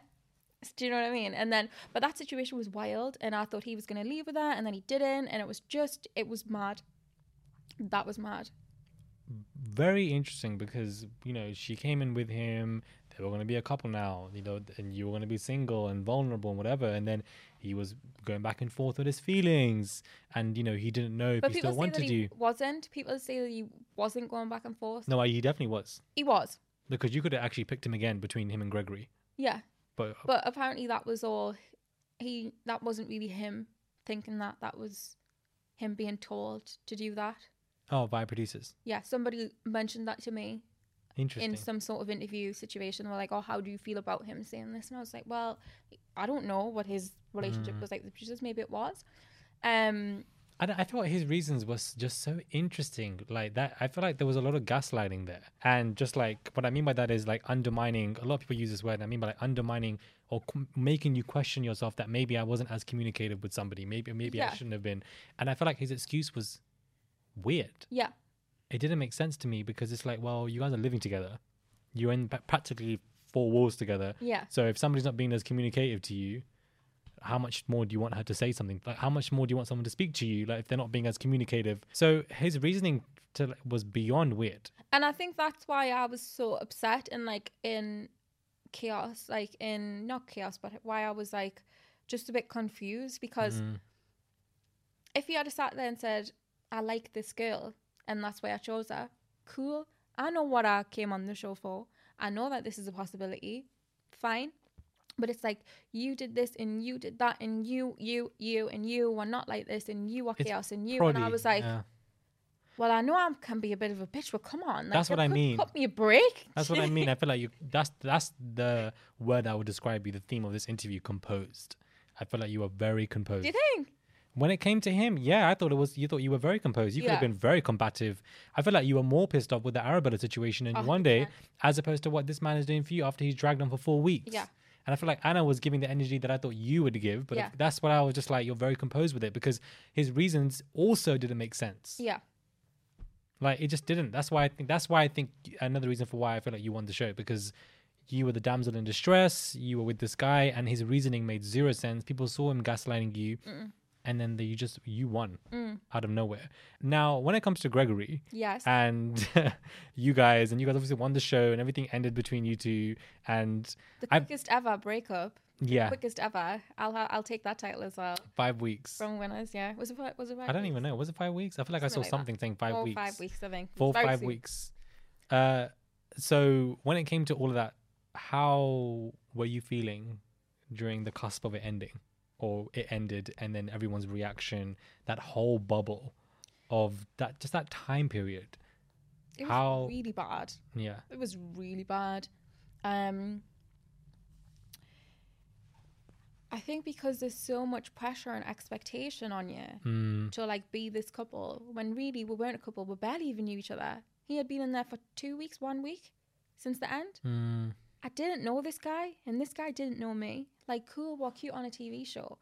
Speaker 1: S- Do you know what I mean? And then, but that situation was wild, and I thought he was going to leave with that, and then he didn't, and it was just, it was mad. That was mad.
Speaker 2: Very interesting because you know she came in with him. They were going to be a couple now, you know, and you were going to be single and vulnerable and whatever. And then he was going back and forth with his feelings, and you know he didn't know if
Speaker 1: but
Speaker 2: he
Speaker 1: people
Speaker 2: still
Speaker 1: say
Speaker 2: wanted
Speaker 1: that he
Speaker 2: you.
Speaker 1: wasn't. People say that he wasn't going back and forth.
Speaker 2: No, he definitely was
Speaker 1: He was.
Speaker 2: because you could have actually picked him again between him and Gregory.
Speaker 1: Yeah.
Speaker 2: But,
Speaker 1: But apparently that was all he that wasn't really him thinking that that was him being told to do that.
Speaker 2: oh, by producers,
Speaker 1: Yeah, somebody mentioned that to me
Speaker 2: interesting.
Speaker 1: in some sort of interview situation. They're like, "Oh, how do you feel about him saying this?" And I was like, "Well, I don't know what his relationship
Speaker 2: Mm.
Speaker 1: was like with the producers. Maybe it was." Um,
Speaker 2: I, don't- I thought his reasons was just so interesting. Like that, I feel like there was a lot of gaslighting there, and just like what I mean by that is like undermining. A lot of people use this word. And I mean by like undermining or qu- making you question yourself that maybe I wasn't as communicative with somebody. Maybe maybe
Speaker 1: Yeah.
Speaker 2: I shouldn't have been. And I feel like his excuse was weird.
Speaker 1: yeah,
Speaker 2: It didn't make sense to me because it's like, well, you guys are living together. You're in pra- practically four walls together.
Speaker 1: Yeah.
Speaker 2: So if somebody's not being as communicative to you, how much more do you want her to say something? Like, how much more do you want someone to speak to you? Like, if they're not being as communicative. So his reasoning to like, was beyond weird.
Speaker 1: and I think that's why I was so upset and like in chaos, like in not chaos, but why I was like just a bit confused because
Speaker 2: Mm.
Speaker 1: if he had sat there and said, I like this girl and that's why I chose her, cool. I know what I came on the show for. I know that this is a possibility. Fine. But it's like you did this and you did that and you, you, you, and you are not like this and you are
Speaker 2: It's
Speaker 1: chaos and you. and I
Speaker 2: proddy,
Speaker 1: was like,
Speaker 2: yeah.
Speaker 1: well, I know I can be a bit of a bitch, but come on. like,
Speaker 2: That's what I
Speaker 1: put-
Speaker 2: mean.
Speaker 1: Put me a break.
Speaker 2: That's what I mean. I feel like you. That's that's the word I would describe you. The theme of this interview, composed. I feel like you were very composed.
Speaker 1: Do you think?
Speaker 2: When it came to him, yeah, I thought it was. You thought you were very composed. You could have
Speaker 1: Yeah.
Speaker 2: been very combative. I feel like you were more pissed off with the Arabella situation
Speaker 1: Oh,
Speaker 2: in one day, as opposed to what this man is doing for you after he's dragged on for four weeks.
Speaker 1: Yeah.
Speaker 2: And I feel like Anna was giving the energy that I thought you would give, but
Speaker 1: Yeah.
Speaker 2: that's what I was just like. You're very composed with it because his reasons also didn't make sense.
Speaker 1: Yeah.
Speaker 2: Like it just didn't. That's why I think. That's why I think another reason for why I feel like you won the show because you were the damsel in distress. You were with this guy, and his reasoning made zero sense. People saw him gaslighting you,
Speaker 1: Mm-mm.
Speaker 2: and then the, you just you won
Speaker 1: Mm.
Speaker 2: out of nowhere. Now, when it comes to Gregory,
Speaker 1: Yes.
Speaker 2: and you guys, and you guys obviously won the show, and everything ended between you two, and
Speaker 1: The
Speaker 2: I've
Speaker 1: quickest ever breakup.
Speaker 2: Yeah.
Speaker 1: Quickest ever. I'll ha- I'll take that title as well.
Speaker 2: five weeks.
Speaker 1: From winners, yeah. Was it fi- was it right?
Speaker 2: I don't even know. Was it five weeks? I feel like I
Speaker 1: Something
Speaker 2: saw
Speaker 1: like that.
Speaker 2: something saying five
Speaker 1: Four,
Speaker 2: weeks.
Speaker 1: five weeks, I think. It
Speaker 2: Four
Speaker 1: was very
Speaker 2: five
Speaker 1: soon.
Speaker 2: weeks. Uh, so when it came to all of that, how were you feeling during the cusp of it ending, or it ended, and then everyone's reaction, that whole bubble of that just that time period?
Speaker 1: It was
Speaker 2: How-
Speaker 1: really bad.
Speaker 2: Yeah.
Speaker 1: It was really bad. Um I think because there's so much pressure and expectation on you
Speaker 2: Mm.
Speaker 1: to like be this couple when really we weren't a couple, we barely even knew each other. He had been in there for two weeks, one week since the end.
Speaker 2: Mm.
Speaker 1: I didn't know this guy, and this guy didn't know me. Like, cool, we're cute on a TV show.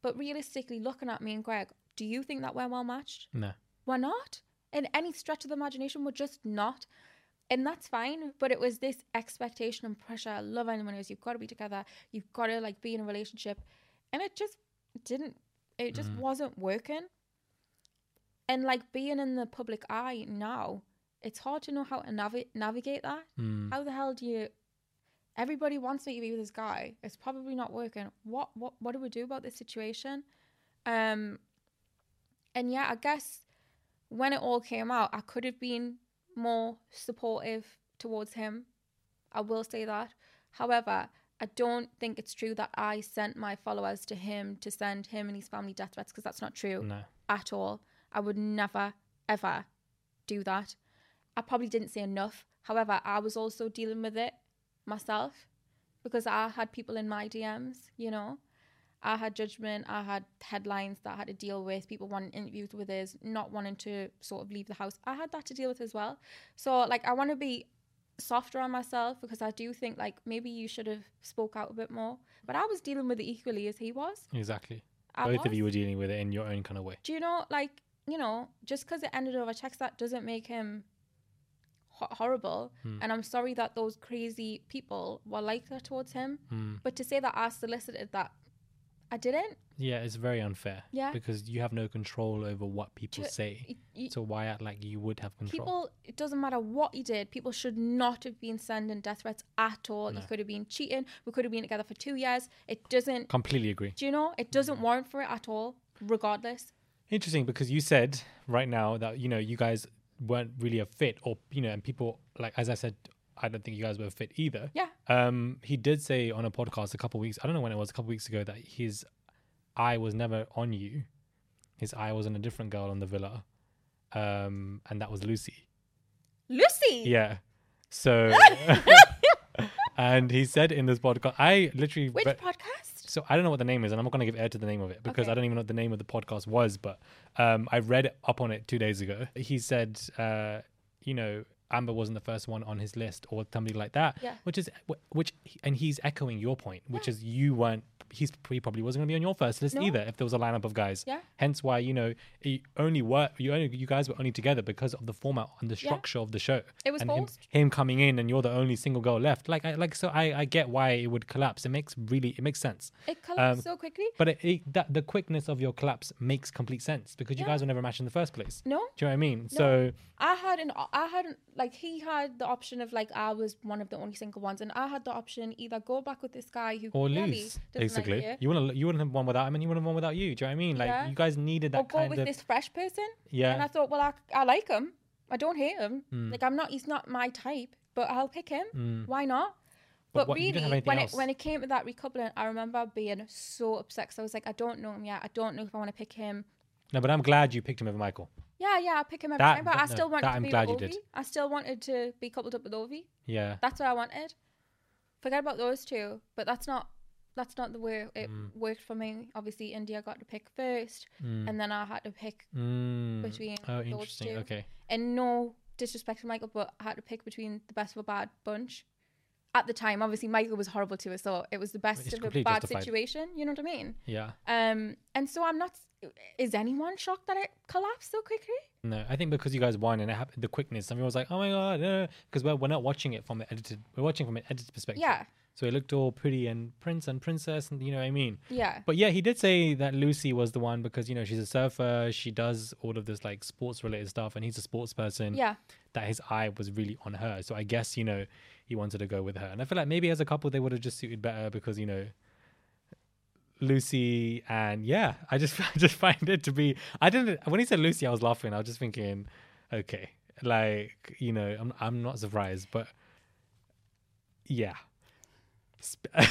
Speaker 1: But realistically, looking at me and Greg, Do you think that we're well matched?
Speaker 2: No.
Speaker 1: We're not. In any stretch of the imagination, we're just not. And that's fine. But it was this expectation and pressure, love anyone else, you've got to be together, you've got to like be in a relationship. And it just didn't it just
Speaker 10: Mm.
Speaker 1: wasn't working. And like being in the public eye now, it's hard to know how to navi- navigate that.
Speaker 10: Mm.
Speaker 1: How the hell do you everybody wants me to be with this guy. It's probably not working. What what what do we do about this situation? Um and yeah, I guess when it all came out, I could have been more supportive towards him. I will say that. However, I don't think it's true that I sent my followers to him to send him and his family death threats because that's not true
Speaker 2: No.
Speaker 1: at all. I would never, ever do that. I probably didn't say enough. However, I was also dealing with it myself because I had people in my DMs, you know. I had judgment, I had headlines that I had to deal with, people wanting interviews with us, not wanting to sort of leave the house. I had that to deal with as well. So like I want to be softer on myself because I do think like maybe you should have spoke out a bit more. But I was dealing with it equally as he was.
Speaker 2: Exactly.
Speaker 1: I
Speaker 2: Both of
Speaker 1: was.
Speaker 2: you were dealing with it in your own kind of way.
Speaker 1: Do you know, like, you know, just because it ended over text, that doesn't make him ho- horrible.
Speaker 2: Hmm.
Speaker 1: And I'm sorry that those crazy people were like that towards him.
Speaker 2: Hmm.
Speaker 1: But to say that I solicited that, I didn't.
Speaker 2: Yeah, it's very unfair.
Speaker 1: Yeah.
Speaker 2: Because you have no control over what people
Speaker 1: Ju-
Speaker 2: say.
Speaker 1: y-
Speaker 2: so why act like you would have control?
Speaker 1: People, it doesn't matter what he did, people should not have been sending death threats at all.
Speaker 2: No.
Speaker 1: He could have been cheating. We could have been together for two years. It doesn't,
Speaker 2: Completely agree.
Speaker 1: do you know, it doesn't
Speaker 2: Hmm.
Speaker 1: warrant for it at all, regardless.
Speaker 2: Interesting because you said right now that you know you guys weren't really a fit, or you know, and people like as I said, I don't think you guys were fit either.
Speaker 1: Yeah.
Speaker 2: Um, he did say on a podcast a couple weeks, I don't know when it was, a couple weeks ago, that his eye was never on you. His eye was on a different girl on the villa, um, and that was Lucy.
Speaker 1: Lucy!
Speaker 2: Yeah. So. and he said in this podcast, I literally
Speaker 1: Which
Speaker 2: re-
Speaker 1: podcast?
Speaker 2: so I don't know what the name is, and I'm not going to give air to the name of it because I don't even know what the name of the podcast was. But um, I read up on it two days ago. He said, uh, you know, Amber wasn't the first one on his list, or somebody like that.
Speaker 12: Yeah.
Speaker 2: Which is which, and he's echoing your point, which is you weren't. He's he probably wasn't going to be on your first list
Speaker 12: No.
Speaker 2: either if there was a lineup of guys.
Speaker 12: Yeah.
Speaker 2: Hence why you know you only were you only you guys were only together because of the format and the
Speaker 1: Yeah.
Speaker 2: structure of the show.
Speaker 1: It was
Speaker 2: and him-
Speaker 1: forced.
Speaker 2: him coming in and you're the only single girl left like i like so i i get why it would collapse it makes really it makes sense
Speaker 1: It collapsed
Speaker 2: Um,
Speaker 1: so quickly.
Speaker 2: but it, it that the quickness of your collapse makes complete sense because you
Speaker 1: Yeah.
Speaker 2: guys were never matched in the first place
Speaker 1: No.
Speaker 2: do you know what i mean
Speaker 1: No.
Speaker 2: so
Speaker 1: I had an I had an- like he had the option of like I was one of the only single ones, and I had the option either go back with this guy who
Speaker 2: or
Speaker 1: clearly
Speaker 2: lose
Speaker 1: doesn't
Speaker 2: basically
Speaker 1: like you,
Speaker 2: you want to you wouldn't have one without him and you wouldn't have one without you do you know what i mean like
Speaker 1: Yeah.
Speaker 2: you guys needed that
Speaker 1: or go
Speaker 2: kind
Speaker 1: with
Speaker 2: of
Speaker 1: this fresh person.
Speaker 2: Yeah.
Speaker 1: and I thought, well, I, I like him. I don't hate him.
Speaker 2: Mm.
Speaker 1: Like I'm not. He's not my type, but I'll pick him.
Speaker 2: Mm.
Speaker 1: Why not?
Speaker 2: But
Speaker 1: But,
Speaker 2: what- you
Speaker 1: really,
Speaker 2: didn't have anything
Speaker 1: when
Speaker 2: else.
Speaker 1: it when it came to that recoupling, I remember being so upset. 'cause I was like, I don't know him yet. I don't know if I want to pick him.
Speaker 2: no but i'm glad you picked him over michael
Speaker 1: Yeah, yeah, I pick him every
Speaker 2: That-
Speaker 1: time, but I
Speaker 2: that- no,
Speaker 1: still wanted
Speaker 2: that
Speaker 1: to
Speaker 2: I'm
Speaker 1: be
Speaker 2: glad you
Speaker 1: with
Speaker 2: did.
Speaker 1: Ovi. I still wanted to be coupled up with Ovi.
Speaker 2: yeah
Speaker 1: That's what I wanted. Forget about those two, but that's not that's not the way it
Speaker 2: Mm.
Speaker 1: worked for me. Obviously, India got to pick first,
Speaker 2: Mm.
Speaker 1: and then I had to pick
Speaker 2: Mm.
Speaker 1: between
Speaker 2: Oh,
Speaker 1: those
Speaker 2: interesting.
Speaker 1: two.
Speaker 2: Okay.
Speaker 1: And no disrespect to Michael, but I had to pick between the best of a bad bunch. At the time, obviously, Michael was horrible to us, so it was the best
Speaker 2: It's
Speaker 1: of a
Speaker 2: completely
Speaker 1: bad
Speaker 2: justified.
Speaker 1: situation. You know what I mean?
Speaker 2: yeah
Speaker 1: Um, and so I'm not. Is anyone shocked that it collapsed so quickly?
Speaker 2: No, I think because you guys won and it happened, the quickness, everyone was like, "Oh my god!" Because we're, we're not watching it from the edited, we're watching from an edited perspective.
Speaker 1: Yeah.
Speaker 2: So it looked all pretty and prince and princess, and you know what I mean.
Speaker 1: Yeah.
Speaker 2: But yeah, he did say that Lucy was the one because you know she's a surfer, she does all of this like sports related stuff, and he's a sports person.
Speaker 1: Yeah.
Speaker 2: That his eye was really on her, so I guess you know he wanted to go with her, and I feel like maybe as a couple they would have just suited better because you know Lucy and yeah, I just I just find it to be I didn't when he said Lucy, I was laughing. I was just thinking, okay, like you know, I'm I'm not surprised, but yeah. Sp-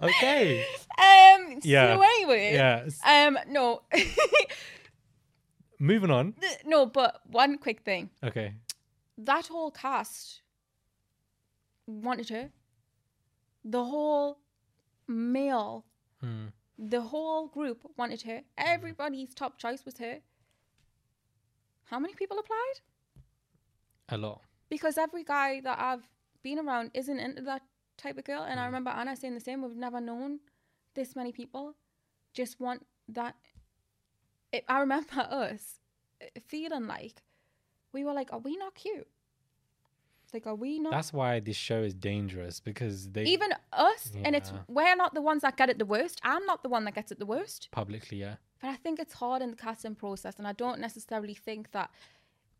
Speaker 2: okay.
Speaker 1: Um.
Speaker 2: Yeah.
Speaker 1: So anyway.
Speaker 2: Yeah.
Speaker 1: Um. No.
Speaker 2: Moving on.
Speaker 1: Th- no, but one quick thing.
Speaker 2: Okay.
Speaker 1: That whole cast wanted her. The whole male,
Speaker 2: Hmm.
Speaker 1: the whole group wanted her. Everybody's top choice was her. How many people applied?
Speaker 2: A lot.
Speaker 1: Because every guy that I've been around isn't into that type of girl. And I remember Anna saying the same. We've never known this many people just want that. It, I remember us feeling like we were like, are we not cute? Like, are we not?
Speaker 2: That's why this show is dangerous because they
Speaker 1: Even us, and it's
Speaker 2: Yeah.
Speaker 1: we're not the ones that get it the worst. I'm not the one that gets it the worst.
Speaker 2: publicly, yeah.
Speaker 1: But I think it's hard in the casting process, and I don't necessarily think that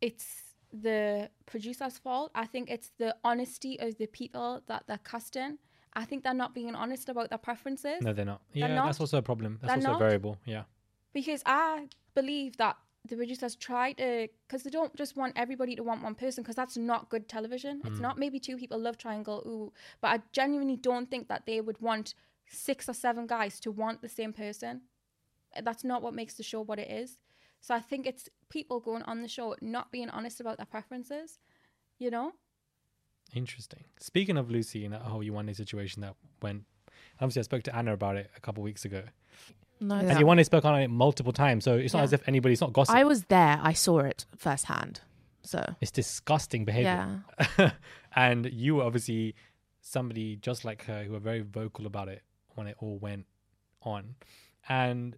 Speaker 1: it's the producer's fault. I think it's the honesty of the people that they're casting. I think they're not being honest about their preferences.
Speaker 2: No, they're not.
Speaker 1: They're
Speaker 2: Yeah, that's
Speaker 1: not.
Speaker 2: also a problem. That's
Speaker 1: They're
Speaker 2: also
Speaker 1: not.
Speaker 2: a variable. Yeah.
Speaker 1: Because I believe that the producers try to, because they don't just want everybody to want one person, because that's not good television. It's
Speaker 2: Mm.
Speaker 1: not maybe two people love triangle, ooh, but I genuinely don't think that they would want six or seven guys to want the same person. That's not what makes the show what it is. So I think it's people going on the show not being honest about their preferences, you know?
Speaker 2: Interesting. Speaking of Lucy oh, and that whole Yuane situation that went, obviously I spoke to Anna about it a couple weeks ago.
Speaker 10: No,
Speaker 2: and
Speaker 10: that-
Speaker 2: Yuane spoke on it multiple times, so it's not
Speaker 10: Yeah.
Speaker 2: as if anybody. It's not gossip.
Speaker 10: I was there. I saw it firsthand. So
Speaker 2: It's disgusting behavior. and you were obviously somebody just like her who were very vocal about it when it all went on. And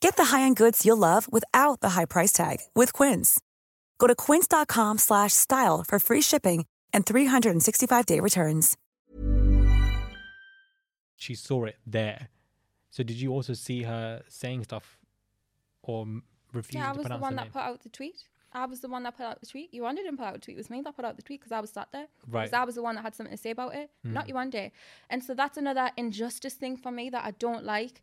Speaker 13: Get the high-end goods you'll love without the high price tag with Quince. Go to quince.com slash style for free shipping and 365-day returns.
Speaker 2: she saw it there. So did you also see her saying stuff or m- refusing
Speaker 1: Yeah, I
Speaker 2: to
Speaker 1: was the
Speaker 2: pronounce
Speaker 1: one
Speaker 2: the
Speaker 1: that
Speaker 2: name?
Speaker 1: put out the tweet. I was the one that put out the tweet. You wanted didn't put out the tweet. It was me that put out the tweet because I was sat there.
Speaker 2: Right.
Speaker 1: Because I was the one that had something to say about it, not
Speaker 2: Mm.
Speaker 1: you one day. And so that's another injustice thing for me that I don't like.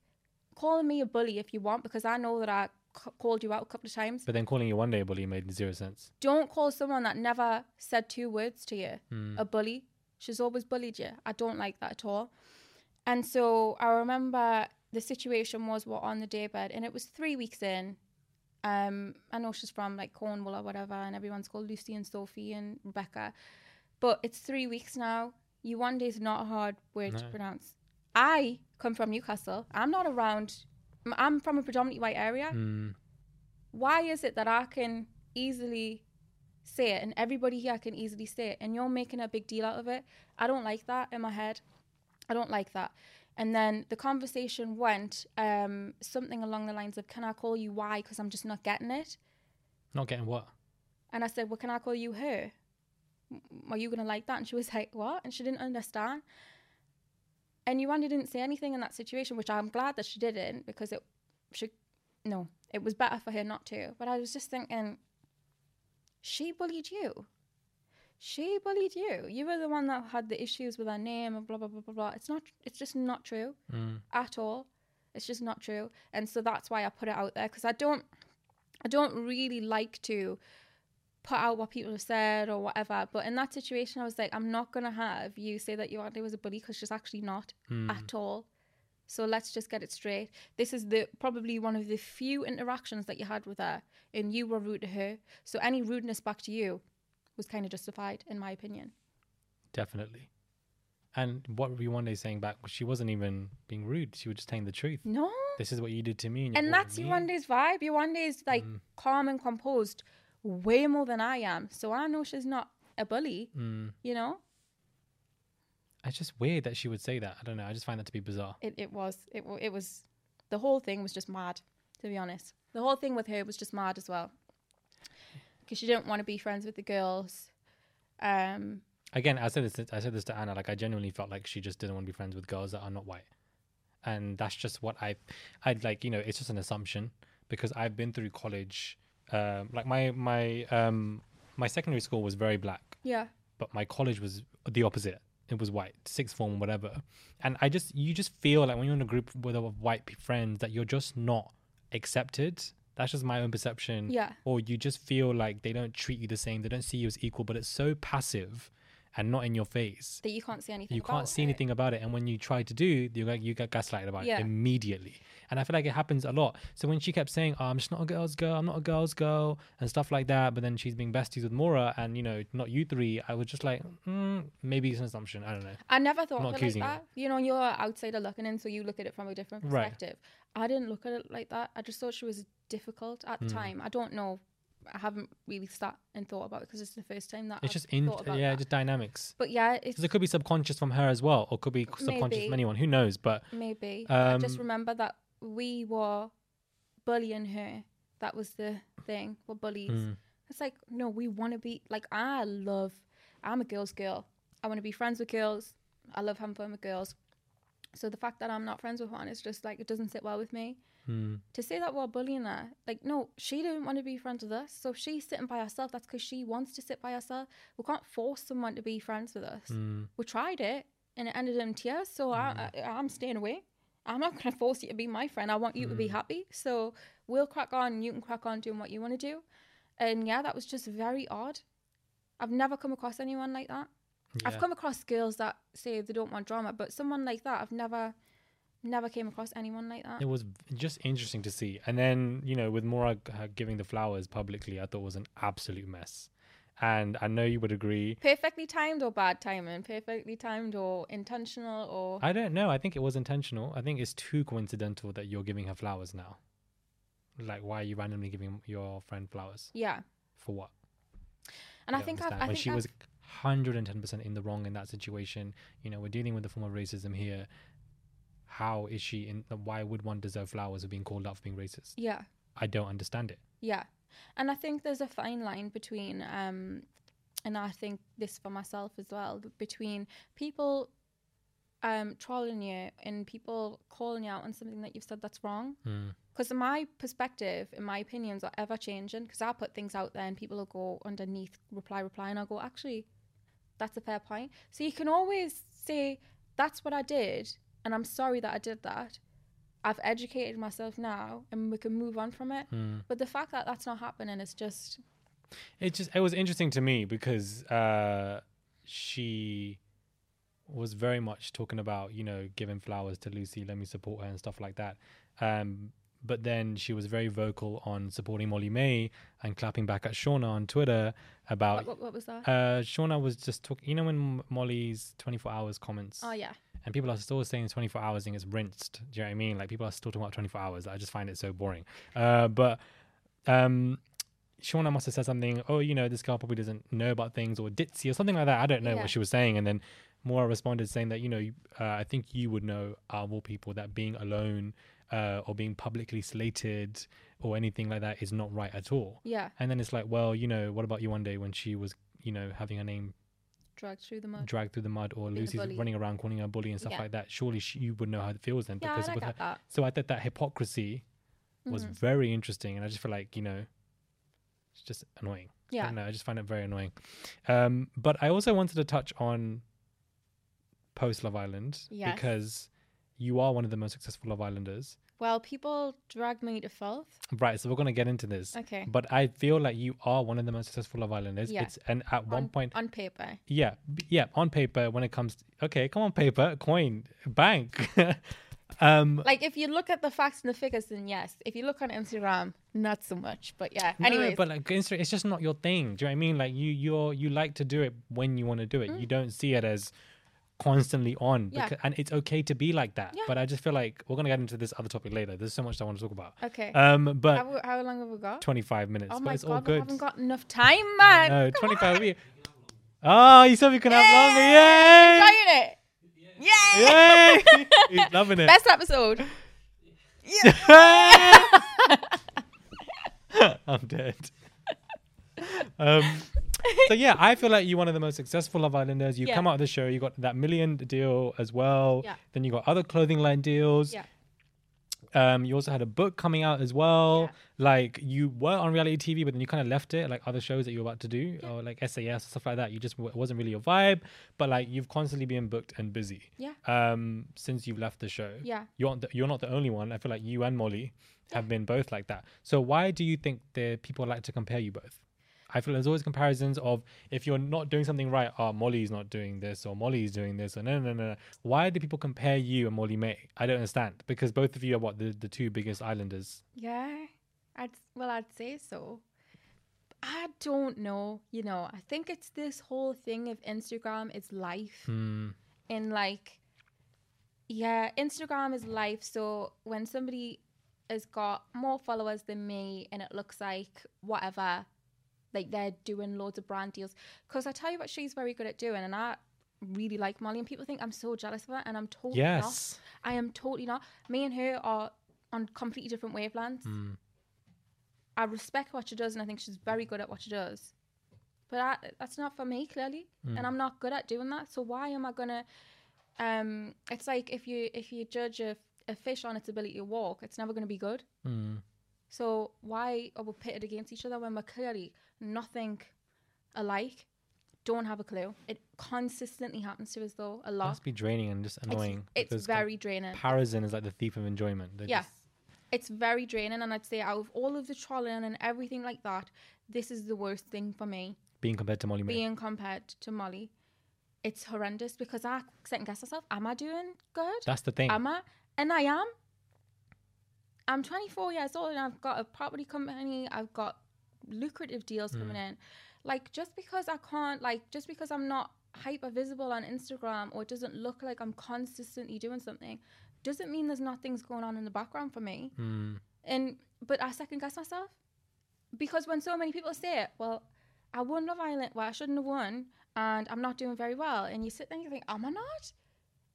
Speaker 1: Calling me a bully if you want because I know that I c- called you out a couple of times.
Speaker 2: But then calling you one day a bully made zero sense.
Speaker 1: Don't call someone that never said two words to you
Speaker 2: Mm.
Speaker 1: a bully. She's always bullied you. I don't like that at all. And so I remember the situation was we're on the daybed, and it was three weeks in. Um, I know she's from like Cornwall or whatever, and everyone's called Lucy and Sophie and Rebecca. But it's three weeks now. You one day is not a hard word to
Speaker 2: No.
Speaker 1: pronounce. I come from Newcastle. I'm not around. m- I'm from a predominantly white area.
Speaker 2: Mm.
Speaker 1: Why is it that I can easily say it and everybody here can easily say it and you're making a big deal out of it? I don't like that in my head. I don't like that. And then the conversation went um, something along the lines of, Can I call you why? Because I'm just not getting it.
Speaker 2: Not getting what?
Speaker 1: And I said, Well, can I call you her? M- Are you going to like that? And she was like, What? And she didn't understand. And Yuanda didn't say anything in that situation, which I'm glad that she didn't because it, she, no, it was better for her not to. But I was just thinking, she bullied you. She bullied you. You were the one that had the issues with her name and blah, blah, blah, blah, blah. It's not, it's just not true
Speaker 2: Mm.
Speaker 1: at all. It's just not true. And so that's why I put it out there because I don't, I don't really like to put out what people have said or whatever. But in that situation, I was like, I'm not gonna have you say that your auntie was a bully because she's actually not
Speaker 2: Mm.
Speaker 1: at all. So let's just get it straight. This is the probably one of the few interactions that you had with her, and you were rude to her. So any rudeness back to you was kind of justified, in my opinion.
Speaker 2: Definitely. And what were you one day saying back? She wasn't even being rude. She was just telling the truth.
Speaker 1: No.
Speaker 2: This is what you did to me. And, you
Speaker 1: And
Speaker 2: brought
Speaker 1: that's
Speaker 2: me.
Speaker 1: Yuande's vibe. Yuande is like
Speaker 2: Mm.
Speaker 1: calm and composed way more than I am. So I know she's not a bully,
Speaker 2: Mm.
Speaker 1: you know?
Speaker 2: It's just weird that she would say that. I don't know. I just find that to be bizarre.
Speaker 1: It, it was. It, wa- it was. The whole thing was just mad, to be honest. The whole thing with her was just mad as well. Because she didn't want to be friends with the girls. Um,
Speaker 2: Again, I said this. I said this to Anna. Like I genuinely felt like she just didn't want to be friends with girls that are not white, and that's just what I, I'd like. You know, it's just an assumption because I've been through college. Um, like my my um my secondary school was very black.
Speaker 1: Yeah.
Speaker 2: but my college was the opposite. It was white, sixth form, whatever. And I just, you just feel like when you're in a group with of white pe- friends that you're just not accepted. That's just my own perception.
Speaker 1: Yeah.
Speaker 2: Or you just feel like they don't treat you the same. They don't see you as equal, but it's so passive and not in your face.
Speaker 1: that you can't say anything
Speaker 2: You
Speaker 1: about
Speaker 2: can't see anything about it. And when you try to do, you get, you get gaslighted about
Speaker 1: Yeah.
Speaker 2: it immediately. And I feel like it happens a lot. So when she kept saying, oh, I'm just not a girl's girl, I'm not a girl's girl, and stuff like that, but then she's being besties with Mora and, you know, not you three, I was just like, mm, maybe it's an assumption. I don't know.
Speaker 1: I never thought
Speaker 2: I'm
Speaker 1: of it like that. You know, you're an outsider looking in, so you look at it from a different
Speaker 2: Right.
Speaker 1: perspective. I didn't look at it like that. I just thought she was difficult at the
Speaker 2: Mm.
Speaker 1: time. I don't know. I haven't really sat and thought about it because it's the first time that
Speaker 2: It's
Speaker 1: I've
Speaker 2: just in,
Speaker 1: thought about
Speaker 2: yeah,
Speaker 1: that.
Speaker 2: just dynamics.
Speaker 1: But yeah, it's
Speaker 2: 'Cause it could be subconscious from her as well, or could be subconscious
Speaker 1: Maybe.
Speaker 2: from anyone. Who knows? But
Speaker 1: maybe. I
Speaker 2: um,
Speaker 1: just remember that we were bullying her. That was the thing. We're bullies.
Speaker 2: Mm.
Speaker 1: It's like no, we want to be like I love. I'm a girls' girl. I want to be friends with girls. I love having fun with girls. So the fact that I'm not friends with one is just like it doesn't sit well with me.
Speaker 2: Mm.
Speaker 1: To say that we're bullying her, like no, she didn't want to be friends with us. So if she's sitting by herself, that's because she wants to sit by herself. We can't force someone to be friends with us.
Speaker 2: Mm.
Speaker 1: We tried it and it ended in tears. So
Speaker 2: Hmm.
Speaker 1: I, I, I'm staying away. I'm not going to force you to be my friend. I want you to be
Speaker 2: Hmm.
Speaker 1: happy. So we'll crack on. You can crack on doing what you want to do. And yeah, that was just very odd. I've never come across anyone like that.
Speaker 2: Yeah.
Speaker 1: I've come across girls that say they don't want drama, but someone like that, I've never, never came across anyone like that.
Speaker 2: It was v- just interesting to see. And then, you know, with Mora g- her giving the flowers publicly, I thought was an absolute mess. And I know you would agree.
Speaker 1: perfectly timed or bad timing, perfectly timed or intentional or
Speaker 2: I don't know. I think it was intentional. I think it's too coincidental that you're giving her flowers now. Like, why are you randomly giving your friend flowers?
Speaker 1: yeah.
Speaker 2: For what?
Speaker 1: And I
Speaker 2: don't
Speaker 1: think I've,
Speaker 2: understand.
Speaker 1: I
Speaker 2: when
Speaker 1: think
Speaker 2: she
Speaker 1: I've-
Speaker 2: was 110% in the wrong in that situation, you know, we're dealing with a form of racism here. How is she in? Why would one deserve flowers for being called out for being racist?
Speaker 1: yeah.
Speaker 2: I don't understand it.
Speaker 1: Yeah. And I think there's a fine line between, um, and I think this for myself as well, b- between people um, trolling you and people calling you out on something that you've said that's wrong.
Speaker 2: Mm.
Speaker 1: Because my perspective and my opinions are ever changing. Because I put things out there and people will go underneath, reply, reply, and I'll go, actually, that's a fair point. So you can always say, that's what I did, and I'm sorry that I did that. I've educated myself now, and we can move on from it.
Speaker 2: Mm.
Speaker 1: But the fact that that's not happening is just
Speaker 2: It just it was interesting to me because uh, she was very much talking about you know giving flowers to Lucy, let me support her and stuff like that. Um, but then she was very vocal on supporting Molly May and clapping back at Shauna on Twitter about
Speaker 1: What- what- what was that?
Speaker 2: Uh, Shauna was just talking. You know when M- Molly's twenty four hours comments.
Speaker 1: Oh, yeah.
Speaker 2: And people are still saying 24 hours and it's rinsed. Do you know what I mean? Like people are still talking about 24 hours. I just find it so boring. Uh, but um, Shauna must have said something. Oh, you know, this girl probably doesn't know about things or ditzy or something like that. I don't know
Speaker 1: Yeah.
Speaker 2: what she was saying. And then Mora responded saying that you know you- uh, I think you would know of all people that being alone uh, or being publicly slated or anything like that is not right at all.
Speaker 1: Yeah.
Speaker 2: And then it's like, well, you know, what about you one day when she was you know having her name
Speaker 1: dragged through the mud.
Speaker 2: dragged through the mud or
Speaker 1: Being a
Speaker 2: Lucy's
Speaker 1: bully.
Speaker 2: running around calling her a bully and stuff
Speaker 1: Yeah.
Speaker 2: like that, surely she, you would know how it feels then.
Speaker 1: Yeah, I like
Speaker 2: with her,
Speaker 1: that.
Speaker 2: So I thought that hypocrisy was
Speaker 1: Mhm.
Speaker 2: very interesting. And I just feel like, you know, it's just annoying. I
Speaker 1: Yeah.
Speaker 2: don't know. I just find it very annoying. Um, but I also wanted to touch on post Love Island
Speaker 1: Yes.
Speaker 2: because you are one of the most successful Love Islanders.
Speaker 1: well, people drag me to filth.
Speaker 2: Right, so we're gonna get into this.
Speaker 1: Okay.
Speaker 2: But I feel like you are one of the most successful Love Islanders.
Speaker 1: Yeah.
Speaker 2: It's and at one
Speaker 1: on,
Speaker 2: point
Speaker 1: on paper.
Speaker 2: yeah, b- yeah, on paper when it comes okay, come on paper, coin, bank. um
Speaker 1: Like if you look at the facts and the figures, then yes. If you look on Instagram, not so much. But yeah.
Speaker 2: no,
Speaker 1: Anyways,
Speaker 2: but like Insta- it's just not your thing. Do you know what I mean? Like you you're you like to do it when you want to do it. You don't see it as constantly on.
Speaker 1: Mm. Yeah.
Speaker 2: becau- and it's okay to be like that.
Speaker 1: Yeah.
Speaker 2: But I just feel like we're gonna get into this other topic later. There's so much I want to talk about.
Speaker 1: Okay.
Speaker 2: Um, but
Speaker 1: how, how long have we got?
Speaker 2: 25 minutes,
Speaker 1: Oh
Speaker 2: but
Speaker 1: my
Speaker 2: it's
Speaker 1: god,
Speaker 2: all
Speaker 1: we
Speaker 2: good.
Speaker 1: haven't got enough time, man.
Speaker 2: no, 25. we- Oh, you said we can have
Speaker 1: Enjoying it.
Speaker 2: longer. Yay! Yay! He's loving it.
Speaker 1: Best episode.
Speaker 2: I'm dead. um, so yeah, I feel like you're one of the most successful Love Islanders. You
Speaker 1: Yeah.
Speaker 2: come out of the show, you got that million deal as well.
Speaker 1: Yeah.
Speaker 2: Then you got other clothing line deals.
Speaker 1: Yeah.
Speaker 2: Um, you also had a book coming out as well. Like you were on reality TV, but then you kind of left it. Like other shows that you were about to do, or like SAS stuff like that. You just it wasn't really your vibe. But like you've constantly been booked and busy.
Speaker 1: Yeah.
Speaker 2: Um, since you've left the show.
Speaker 1: Yeah.
Speaker 2: You're not the, you're not the only one. I feel like you and Molly have been both like that. So why do you think the people like to compare you both? I feel there's always comparisons of if you're not doing something right, oh, Molly's not doing this or Molly's doing this or no, no, no, no. Why do people compare you and Molly May? I don't understand because both of you are what the, the two biggest islanders.
Speaker 1: Yeah, I'd well, I'd say so. I don't know. You know, I think it's this whole thing of Instagram is life,
Speaker 2: Hmm.
Speaker 1: and like, yeah, Instagram is life. So when somebody has got more followers than me, and it looks like whatever, like they're doing loads of brand deals. Because I tell you what, she's very good at doing, and I really like Molly, and people think I'm so jealous of her, and I'm totally
Speaker 2: Yes.
Speaker 1: not. I am totally not. Me and her are on completely different wavelengths.
Speaker 2: Hmm.
Speaker 1: I respect what she does, and I think she's very good at what she does. But I, that's not for me, clearly,
Speaker 2: Mm.
Speaker 1: and I'm not good at doing that. So why am I gonna? Um, it's like if you if you judge a, a fish on its ability to walk, it's never gonna be good.
Speaker 2: Hmm.
Speaker 1: So why are we pitted against each other when we're clearly nothing alike? Don't have a clue. It consistently happens to us though a lot.
Speaker 2: Must be draining and just
Speaker 1: It's-
Speaker 2: annoying.
Speaker 1: It's,
Speaker 2: because
Speaker 1: very draining.
Speaker 2: Comparison is like the thief of enjoyment. They're
Speaker 1: yeah.
Speaker 2: just-
Speaker 1: It's very draining, and I'd say out of all of the trolling and everything like that, this is the worst thing for me.
Speaker 2: being compared to Molly May.
Speaker 1: Being compared to Molly, it's horrendous because I second guess myself. Am I doing good?
Speaker 2: That's the thing.
Speaker 1: Am I? And I am. I'm 24 years old and I've got a property company. I've got lucrative deals coming
Speaker 2: Mm.
Speaker 1: in. Like just because I can't, like just because I'm not hyper visible on Instagram or it doesn't look like I'm consistently doing something, doesn't mean there's not things going on in the background for me.
Speaker 2: Hmm.
Speaker 1: And but I second guess myself because when so many people say it, well, I won Love Island, well, I shouldn't have won, and I'm not doing very well, and you sit there and you think, am I not?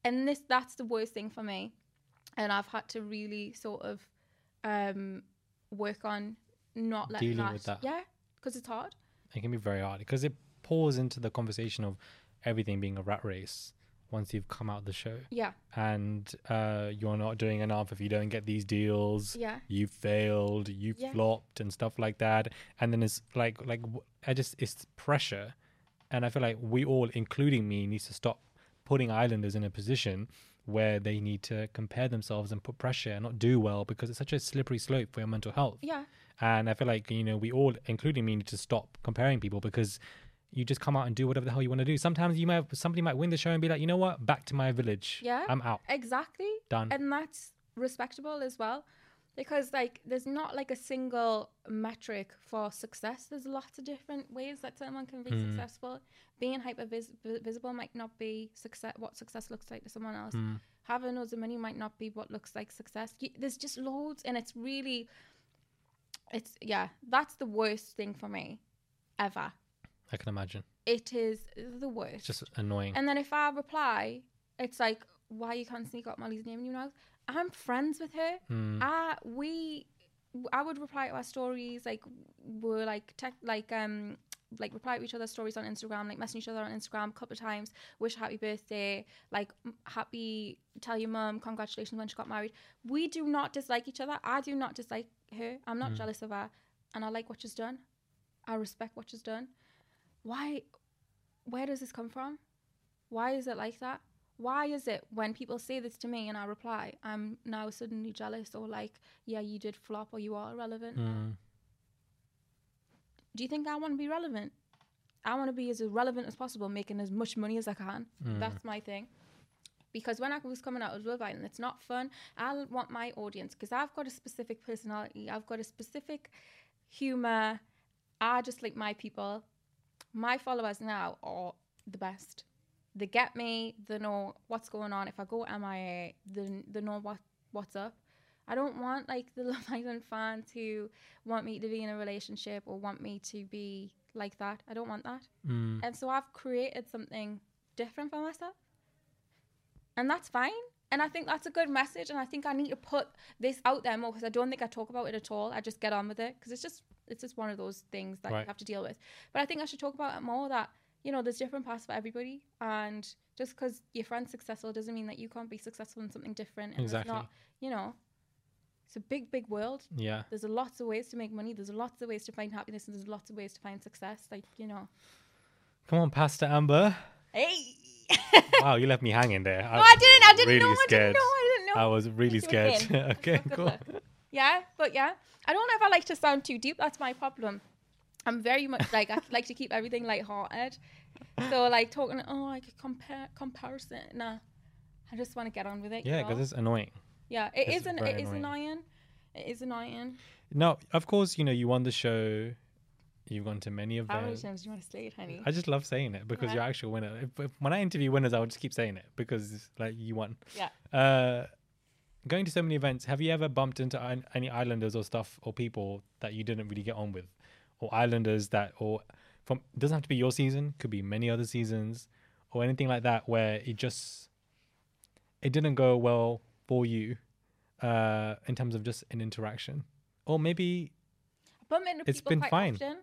Speaker 1: And this that's the worst thing for me, and I've had to really sort of um, work on not letting
Speaker 2: Dealing with that.
Speaker 1: yeah, because it's hard.
Speaker 2: it can be very hard because it pours into the conversation of everything being a rat race once you've come out of the show.
Speaker 1: Yeah.
Speaker 2: And uh, you're not doing enough if you don't get these deals.
Speaker 1: Yeah.
Speaker 2: You failed. You
Speaker 1: Yeah.
Speaker 2: flopped and stuff like that. And then it's like like w- I just it's pressure, and I feel like we all, including me, needs to stop putting islanders in a position where they need to compare themselves and put pressure and not do well because it's such a slippery slope for your mental health.
Speaker 1: Yeah.
Speaker 2: And I feel like, you know, we all, including me, need to stop comparing people because you just come out and do whatever the hell you want to do. Sometimes you might have, somebody might win the show and be like, you know what, back to my village.
Speaker 1: Yeah.
Speaker 2: I'm out.
Speaker 1: Exactly.
Speaker 2: Done.
Speaker 1: And that's respectable as well. Because like there's not like a single metric for success. There's lots of different ways that someone can be
Speaker 2: Mm.
Speaker 1: successful. Being hyper vis- vi- visible might not be success. What success looks like to someone else.
Speaker 2: Mm.
Speaker 1: Having loads of money might not be what looks like success. Y there's just loads, and it's really, it's yeah. That's the worst thing for me, ever.
Speaker 2: I can imagine.
Speaker 1: It is the worst.
Speaker 2: It's just annoying.
Speaker 1: And then if I reply, it's like, why you constantly got Molly's name in your mouth? I'm friends with her.
Speaker 2: Mm.
Speaker 1: I we I would reply to our stories, like we're like tech like um like reply to each other's stories on Instagram, like messaging each other on Instagram a couple of times, wish happy birthday, like m- happy tell your mum congratulations when she got married. We do not dislike each other. I do not dislike her. I'm not
Speaker 2: Mm.
Speaker 1: jealous of her, and I like what she's done. I respect what she's done. Why? Where does this come from? Why is it like that? Why is it when people say this to me and I reply, I'm now suddenly jealous or like, yeah, you did flop or you are irrelevant?
Speaker 2: Mm.
Speaker 1: Do you think I want to be relevant? I want to be as relevant as possible, making as much money as I can.
Speaker 2: Mm.
Speaker 1: That's my thing. Because when I was coming out of Love Island, it's not fun. I l- want my audience because I've got a specific personality, I've got a specific humor. I just like my people. My followers now are the best. They get me. They know what's going on. If I go MIA, then they know what what's up. I don't want like the Love Island fans who want me to be in a relationship or want me to be like that. I don't want that.
Speaker 2: Mm.
Speaker 1: And so I've created something different for myself. And that's fine. And I think that's a good message. And I think I need to put this out there more because I don't think I talk about it at all. I just get on with it because it's just it's just one of those things that you
Speaker 14: Right.
Speaker 1: have to deal with. But I think I should talk about it more that you know there's different paths for everybody, and just because your friend's successful doesn't mean that you can't be successful in something different. And
Speaker 2: Exactly.
Speaker 1: It's not, you know, it's a big, big world.
Speaker 2: Yeah.
Speaker 1: There's a lots of ways to make money. There's lots of ways to find happiness, and there's lots of ways to find success. Like you know,
Speaker 2: Come on, Pastor Amber.
Speaker 1: hey.
Speaker 2: wow, you left me hanging there.
Speaker 1: No, I didn't. I
Speaker 2: was
Speaker 1: didn't
Speaker 2: really
Speaker 1: know, I didn't
Speaker 2: scared.
Speaker 1: know, I didn't know.
Speaker 2: I was really
Speaker 1: Thank you
Speaker 2: scared.
Speaker 1: again.
Speaker 2: okay, cool.
Speaker 1: Yeah, but yeah, I don't know if I like to sound too deep. That's my problem. I'm very much like I like to keep everything lighthearted. So like talking, oh, like a compare comparison. Nah, I just want to get on with it. you
Speaker 2: Yeah, because
Speaker 1: know?
Speaker 2: it's annoying.
Speaker 1: yeah, it
Speaker 2: it's
Speaker 1: is an
Speaker 2: very
Speaker 1: it is
Speaker 2: annoying.
Speaker 1: annoying. It is annoying.
Speaker 2: No, of course, you know, you won the show. You've gone to many
Speaker 1: How many
Speaker 2: events.
Speaker 1: times do you want to say it, honey?
Speaker 2: I just love saying it because
Speaker 1: Yeah.
Speaker 2: you're actually a winner. If, if- when I interview winners, I'll just keep saying it because like you won.
Speaker 1: Yeah.
Speaker 2: Uh, going to so many events, have you ever bumped into an- any islanders or stuff or people that you didn't really get on with, or islanders that or from doesn't have to be your season, could be many other seasons or anything like that where it just it didn't go well for you uh, in terms of just an interaction, or maybe
Speaker 1: I bump into
Speaker 2: It's
Speaker 1: people
Speaker 2: been
Speaker 1: quite
Speaker 2: fine.
Speaker 1: often.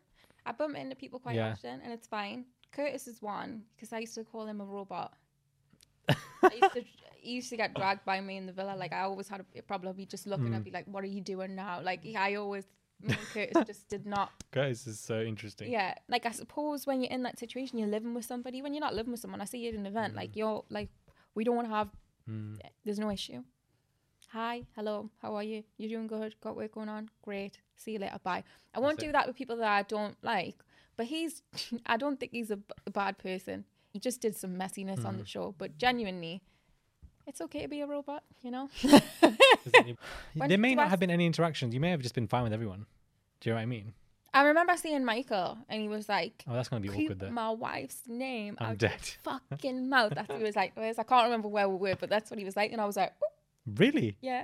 Speaker 1: I bump into people quite
Speaker 2: Yeah.
Speaker 1: often, and it's fine. Curtis is one because I used to call him a robot. I used to, he used to get dragged by me in the villa. Like I always had a problem. He'd just look and
Speaker 2: Mm.
Speaker 1: I'd be like, "What are you doing now?" Like I always, me and Curtis just did not.
Speaker 2: guys is so interesting.
Speaker 1: Yeah, like I suppose when you're in that situation, you're living with somebody. When you're not living with someone, I see you at an event. Like you're like, we don't want to have. eh,
Speaker 2: Mm.
Speaker 1: There's no issue. Hi, hello, how are you? You're doing good. Got work going on. Great. See you later. Bye. I won't
Speaker 2: That's it.
Speaker 1: do that with people that I don't like. But he's, I don't think he's a, b- a bad person. He just did some messiness on the
Speaker 2: Mm.
Speaker 1: show. But genuinely, it's okay to be a robot, you know? When
Speaker 2: there may
Speaker 1: did
Speaker 2: not
Speaker 1: I
Speaker 2: have been any interactions. You may have just been fine with everyone. Do you know what I mean?
Speaker 1: I remember seeing Michael and he was like,
Speaker 2: Oh, that's gonna be
Speaker 1: keep
Speaker 2: awkward there.
Speaker 1: my wife's name
Speaker 2: I'm
Speaker 1: out your
Speaker 2: dead.
Speaker 1: fucking mouth. That's what he was like. Whereas I can't remember where we were, but that's what he was like. And I was like, "Ooh,
Speaker 2: Really?
Speaker 1: yeah.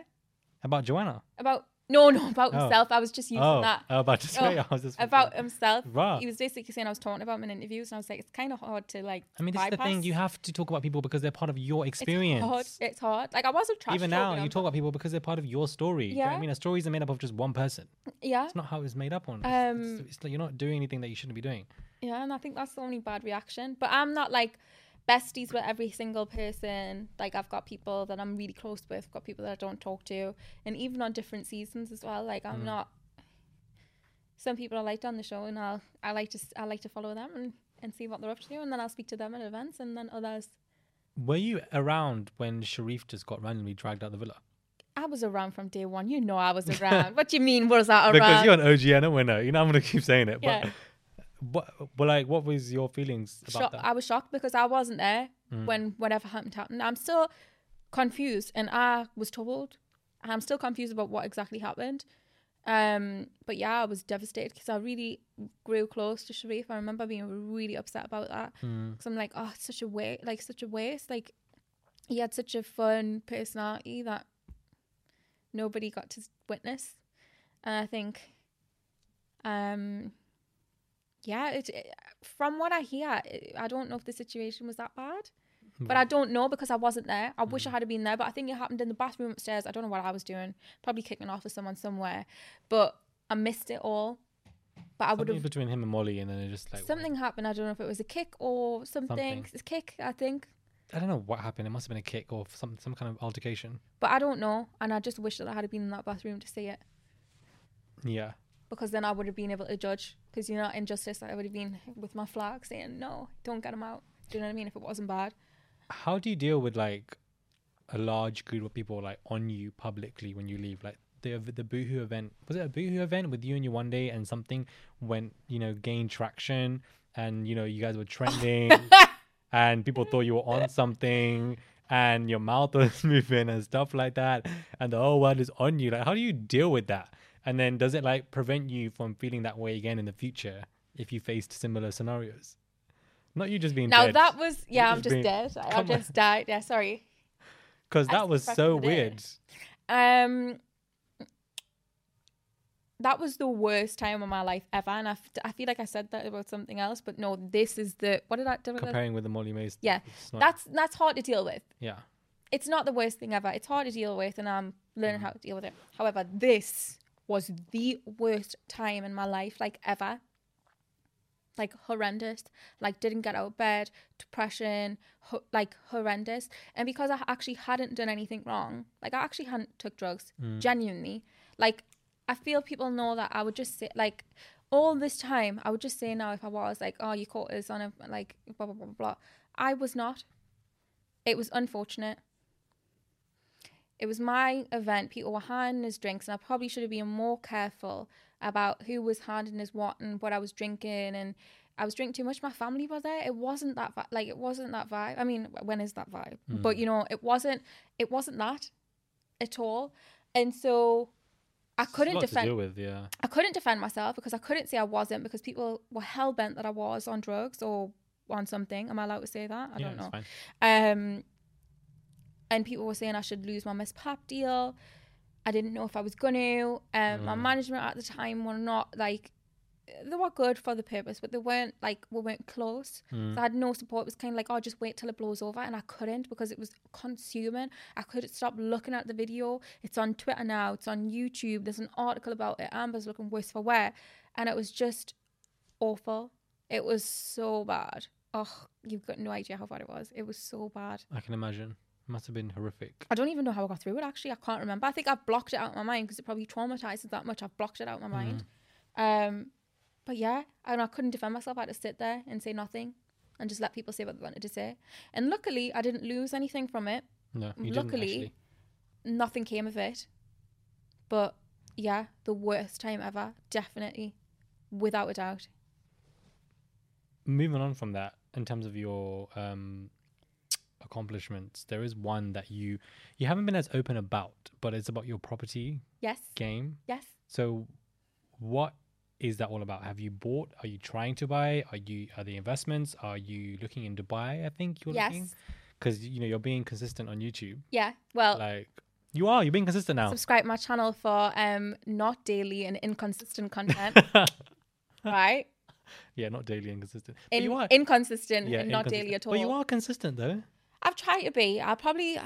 Speaker 2: About Joanna?
Speaker 1: About no, no, about
Speaker 2: Oh.
Speaker 1: himself. I was just using
Speaker 2: Oh, um,
Speaker 1: that. Oh,
Speaker 2: I was about to say, I was just
Speaker 1: about himself.
Speaker 2: Right.
Speaker 1: He was basically saying I was talking about him in interviews, and I was like, it's kind of hard to like.
Speaker 2: I mean, this is the thing.
Speaker 1: bypass.
Speaker 2: You have to talk about people because they're part of your experience.
Speaker 1: It's hard. It's hard. Like I was a trash.
Speaker 2: Even
Speaker 1: talker,
Speaker 2: now, you
Speaker 1: I'm-
Speaker 2: talk about people because they're part of your story. Do you know what
Speaker 1: Yeah.
Speaker 2: I mean, a story isn't made up of just one person.
Speaker 1: Yeah.
Speaker 2: It's not how it's made up on. it's,
Speaker 1: Um,
Speaker 2: it's, it's like you're not doing anything that you shouldn't be doing.
Speaker 1: Yeah, and I think that's the only bad reaction. But I'm not like besties with every single person. Like I've got people that I'm really close with, I've got people that I don't talk to, and even on different seasons as well. Like I'm
Speaker 2: Mm.
Speaker 1: not. Some people I liked on the show, and I'll I like to s- I like to follow them and, and see what they're up to, and then I'll speak to them at events, and then others.
Speaker 2: Were you around when Sharif just got randomly dragged out the villa?
Speaker 1: I was around from day one. You know I was around. what do you mean was I around?
Speaker 2: Because you're an OG and a winner. You know, I'm going to keep saying it.
Speaker 1: Yeah.
Speaker 2: But, but, but like, what was your feelings about
Speaker 1: Shock-
Speaker 2: that?
Speaker 1: I was shocked because I wasn't there
Speaker 2: Mm.
Speaker 1: when whatever happened happened. I'm still confused, and I was told. I'm still confused about what exactly happened. Um, but yeah, I was devastated because I really grew close to Sharif. I remember being really upset about that
Speaker 2: Mm.
Speaker 1: because I'm like, oh, it's such a wa like such a waste. Like he had such a fun personality that nobody got to witness, and I think, um, yeah, it, it- from what I hear, eh, i I don't know if the situation was that bad, but I
Speaker 2: Right. Mm.
Speaker 1: don't know because I wasn't there. I wish I had been there, but I think it happened in the bathroom upstairs. I don't know what I was doing, probably kicking off with someone somewhere, but I missed it all. But I would
Speaker 2: Something
Speaker 1: have
Speaker 2: between him and Molly, and then it just like
Speaker 1: something happened. I don't know if it was a kick or something.
Speaker 2: Something.
Speaker 1: It's a kick, I think.
Speaker 2: I don't know what happened. It must have been a kick or some some kind of altercation.
Speaker 1: But I don't know. And I just wish that I had been in that bathroom to see it
Speaker 2: Yeah.
Speaker 1: because then I would have been able to judge. Because, you know, injustice, I would have been with my flag saying, no, don't get him out. Do you know what I mean? If it wasn't bad.
Speaker 2: How do you deal with like a large group of people like on you publicly when you leave? Like the ev- the Boohoo event was it a Boohoo event with you and your one day and something went you know gained traction and you know you guys were trending and people thought you were on something and your mouth was moving and stuff like that and the whole world is on you. Like how do you deal with that? And then does it like prevent you from feeling that way again in the future if you faced similar scenarios? Not you just being
Speaker 1: Now
Speaker 2: dead.
Speaker 1: that was yeah,
Speaker 2: You're
Speaker 1: I'm just
Speaker 2: being-
Speaker 1: dead. I,
Speaker 2: Come
Speaker 1: I've just died. Yeah, sorry.
Speaker 2: Because that was
Speaker 1: back
Speaker 2: so
Speaker 1: in the day.
Speaker 2: weird.
Speaker 1: Um, that was the worst time of my life ever, and I, f- I feel like I said that about something else, but no, this is the what did I did I-
Speaker 2: Comparing with the Molly Mays.
Speaker 1: Yeah,
Speaker 2: it's not-
Speaker 1: that's that's hard to deal with.
Speaker 2: Yeah.
Speaker 1: It's not the worst thing ever. It's hard to deal with, and I'm learning how to deal with it. However, this was the worst time in my life, like ever. Like horrendous. Like didn't get out of bed. Depression. Ho- like horrendous. And because I actually hadn't done anything wrong, like I actually hadn't took drugs.
Speaker 11: Mm.
Speaker 1: Genuinely, like I feel people know that I would just say like all this time I would just say now if I was like oh you caught us on a like blah blah blah blah, blah. I was not. It was unfortunate. It was my event. People were handing us drinks, and I probably should have been more careful about who was handing us what and what I was drinking. And I was drinking too much. My family were there. It wasn't that vi- like it wasn't that vibe. I mean, when is that vibe?
Speaker 2: Hmm.
Speaker 11: Mm.
Speaker 1: But you know, it wasn't. It wasn't that at all. And so I couldn't
Speaker 2: lot to
Speaker 1: defend.
Speaker 2: deal with, yeah.
Speaker 1: I couldn't defend myself because I couldn't say I wasn't because people were hell bent that I was on drugs or on something. Am I allowed to say that? I
Speaker 11: Yeah,
Speaker 1: don't
Speaker 11: it's
Speaker 1: know. Um, and people were saying I should lose my Miss Pap deal. I didn't know if I was going to. Um, My
Speaker 11: Mm.
Speaker 1: management at the time were not like they were good for the purpose, but they weren't like we weren't close.
Speaker 11: Mm.
Speaker 1: So I had no support. It was kind of like, oh, just wait till it blows over, and I couldn't because it was consuming. I couldn't stop looking at the video. It's on Twitter now. It's on YouTube. There's an article about it. Amber's looking worse for wear, and it was just awful. It was so bad. Oh, you've got no idea how bad it was. It was so bad.
Speaker 2: I can imagine. Must have been horrific.
Speaker 1: I don't even know how I got through it. Actually, I can't remember. I think I blocked it out of my mind because it probably traumatizes that much. I blocked it out of my mind. Um, but yeah, and I couldn't defend myself. I had to sit there and say nothing, and just let people say what they wanted to say. And luckily, I didn't lose anything from it.
Speaker 2: No, you didn't
Speaker 1: luckily,
Speaker 2: actually.
Speaker 1: nothing came of it. But yeah, the worst time ever, definitely, without a doubt.
Speaker 2: Moving on from that, in terms of your um, accomplishments, there is one that you you haven't been as open about, but it's about your property
Speaker 1: Yes.
Speaker 2: game.
Speaker 1: Yes.
Speaker 2: So, what is that all about? Have you bought? Are you trying to buy? Are you are the investments? Are you looking in Dubai? I think you're looking
Speaker 1: Yes.
Speaker 2: because you know you're being consistent on YouTube.
Speaker 1: Yeah. Well,
Speaker 2: like you are. You're being consistent now.
Speaker 1: subscribe my channel for um not daily and inconsistent content. right?
Speaker 2: yeah, not daily inconsistent. But
Speaker 1: In,
Speaker 2: you are.
Speaker 1: inconsistent
Speaker 2: Yeah,
Speaker 1: and not
Speaker 2: inconsistent.
Speaker 1: daily at all.
Speaker 2: But you are consistent though.
Speaker 1: I've tried to be. I probably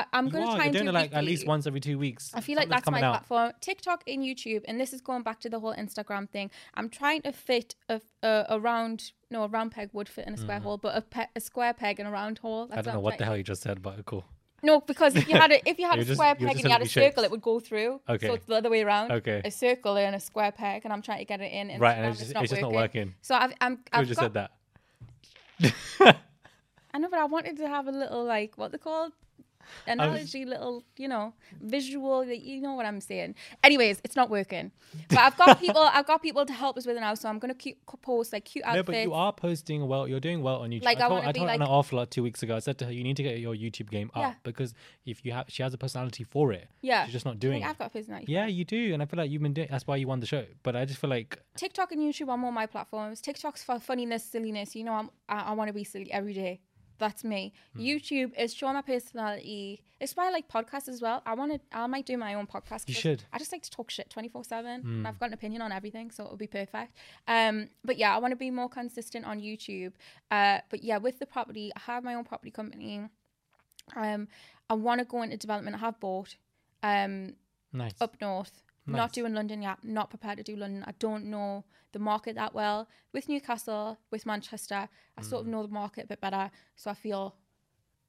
Speaker 1: I, I'm
Speaker 2: You
Speaker 1: gonna try
Speaker 2: are. You're
Speaker 1: and
Speaker 2: doing
Speaker 1: do
Speaker 2: it like at least
Speaker 1: weekly.
Speaker 2: once every two weeks.
Speaker 1: I feel like
Speaker 2: Something's
Speaker 1: that's my
Speaker 2: coming out.
Speaker 1: platform. TikTok and YouTube, and this is going back to the whole Instagram thing. I'm trying to fit a, a, a round, no, a round peg would fit in a square
Speaker 2: Mhm.
Speaker 1: hole, but a, pe- a square peg in a round hole.
Speaker 2: I don't know
Speaker 1: I'm
Speaker 2: what
Speaker 1: trying-
Speaker 2: the hell you just said, but cool.
Speaker 1: No, because if you had a if you had
Speaker 2: You're
Speaker 1: a
Speaker 2: just-
Speaker 1: square
Speaker 2: you're
Speaker 1: peg
Speaker 2: just
Speaker 1: and you had a
Speaker 2: telling me
Speaker 1: circle,
Speaker 2: shapes.
Speaker 1: it would go through.
Speaker 2: Okay.
Speaker 1: So it's the other way around.
Speaker 2: Okay.
Speaker 1: A circle and a square peg, and I'm trying to get it in. And
Speaker 2: Right, and
Speaker 1: Instagram,
Speaker 2: it's just- it's just not working.
Speaker 1: So I've I'm,
Speaker 2: You
Speaker 1: I've
Speaker 2: just
Speaker 1: got,
Speaker 2: said that.
Speaker 1: I know, but I wanted to have a little like what they call analogy, little you know visual. That you know what I'm saying. Anyways, it's not working, but I've got people. I've got people to help us with it now. So I'm gonna keep post like cute
Speaker 2: No,
Speaker 1: outfits.
Speaker 2: but you are posting well. You're doing well on YouTube.
Speaker 1: Like, I
Speaker 2: I told,
Speaker 1: wanna
Speaker 2: I
Speaker 1: be
Speaker 2: told
Speaker 1: like-
Speaker 2: Anna off like two weeks ago. I said to her, you need to get your YouTube game up
Speaker 1: Yeah.
Speaker 2: because if you have, she has a personality for it.
Speaker 1: yeah,
Speaker 2: she's just not
Speaker 1: I
Speaker 2: doing.
Speaker 1: think
Speaker 2: it.
Speaker 1: I've got a personality.
Speaker 2: Yeah, you do, and I feel like you've been doing. That's why you won the show. But I just feel like
Speaker 1: TikTok and YouTube are more my platforms. TikTok's for funniness, silliness. You know, I'm, I, I want to be silly every day. That's me.
Speaker 11: Hmm.
Speaker 1: YouTube is showing my personality. It's why I like podcasts as well. I want to. I might do my own podcast.
Speaker 11: You
Speaker 1: 'cause
Speaker 11: should.
Speaker 1: I just like to talk shit twenty four seven.
Speaker 11: Mm.
Speaker 1: I've got an opinion on everything, so it'll be perfect. Um, but yeah, I want to be more consistent on YouTube. Uh, but yeah, with the property, I have my own property company. Um, I want to go into development. I have bought. Um,
Speaker 2: Nice.
Speaker 1: up north.
Speaker 2: Nice.
Speaker 1: Not doing London yet. Not prepared to do London. I don't know the market that well. With Newcastle, with Manchester, I sort
Speaker 2: Mm.
Speaker 1: of know the market a bit better, so I feel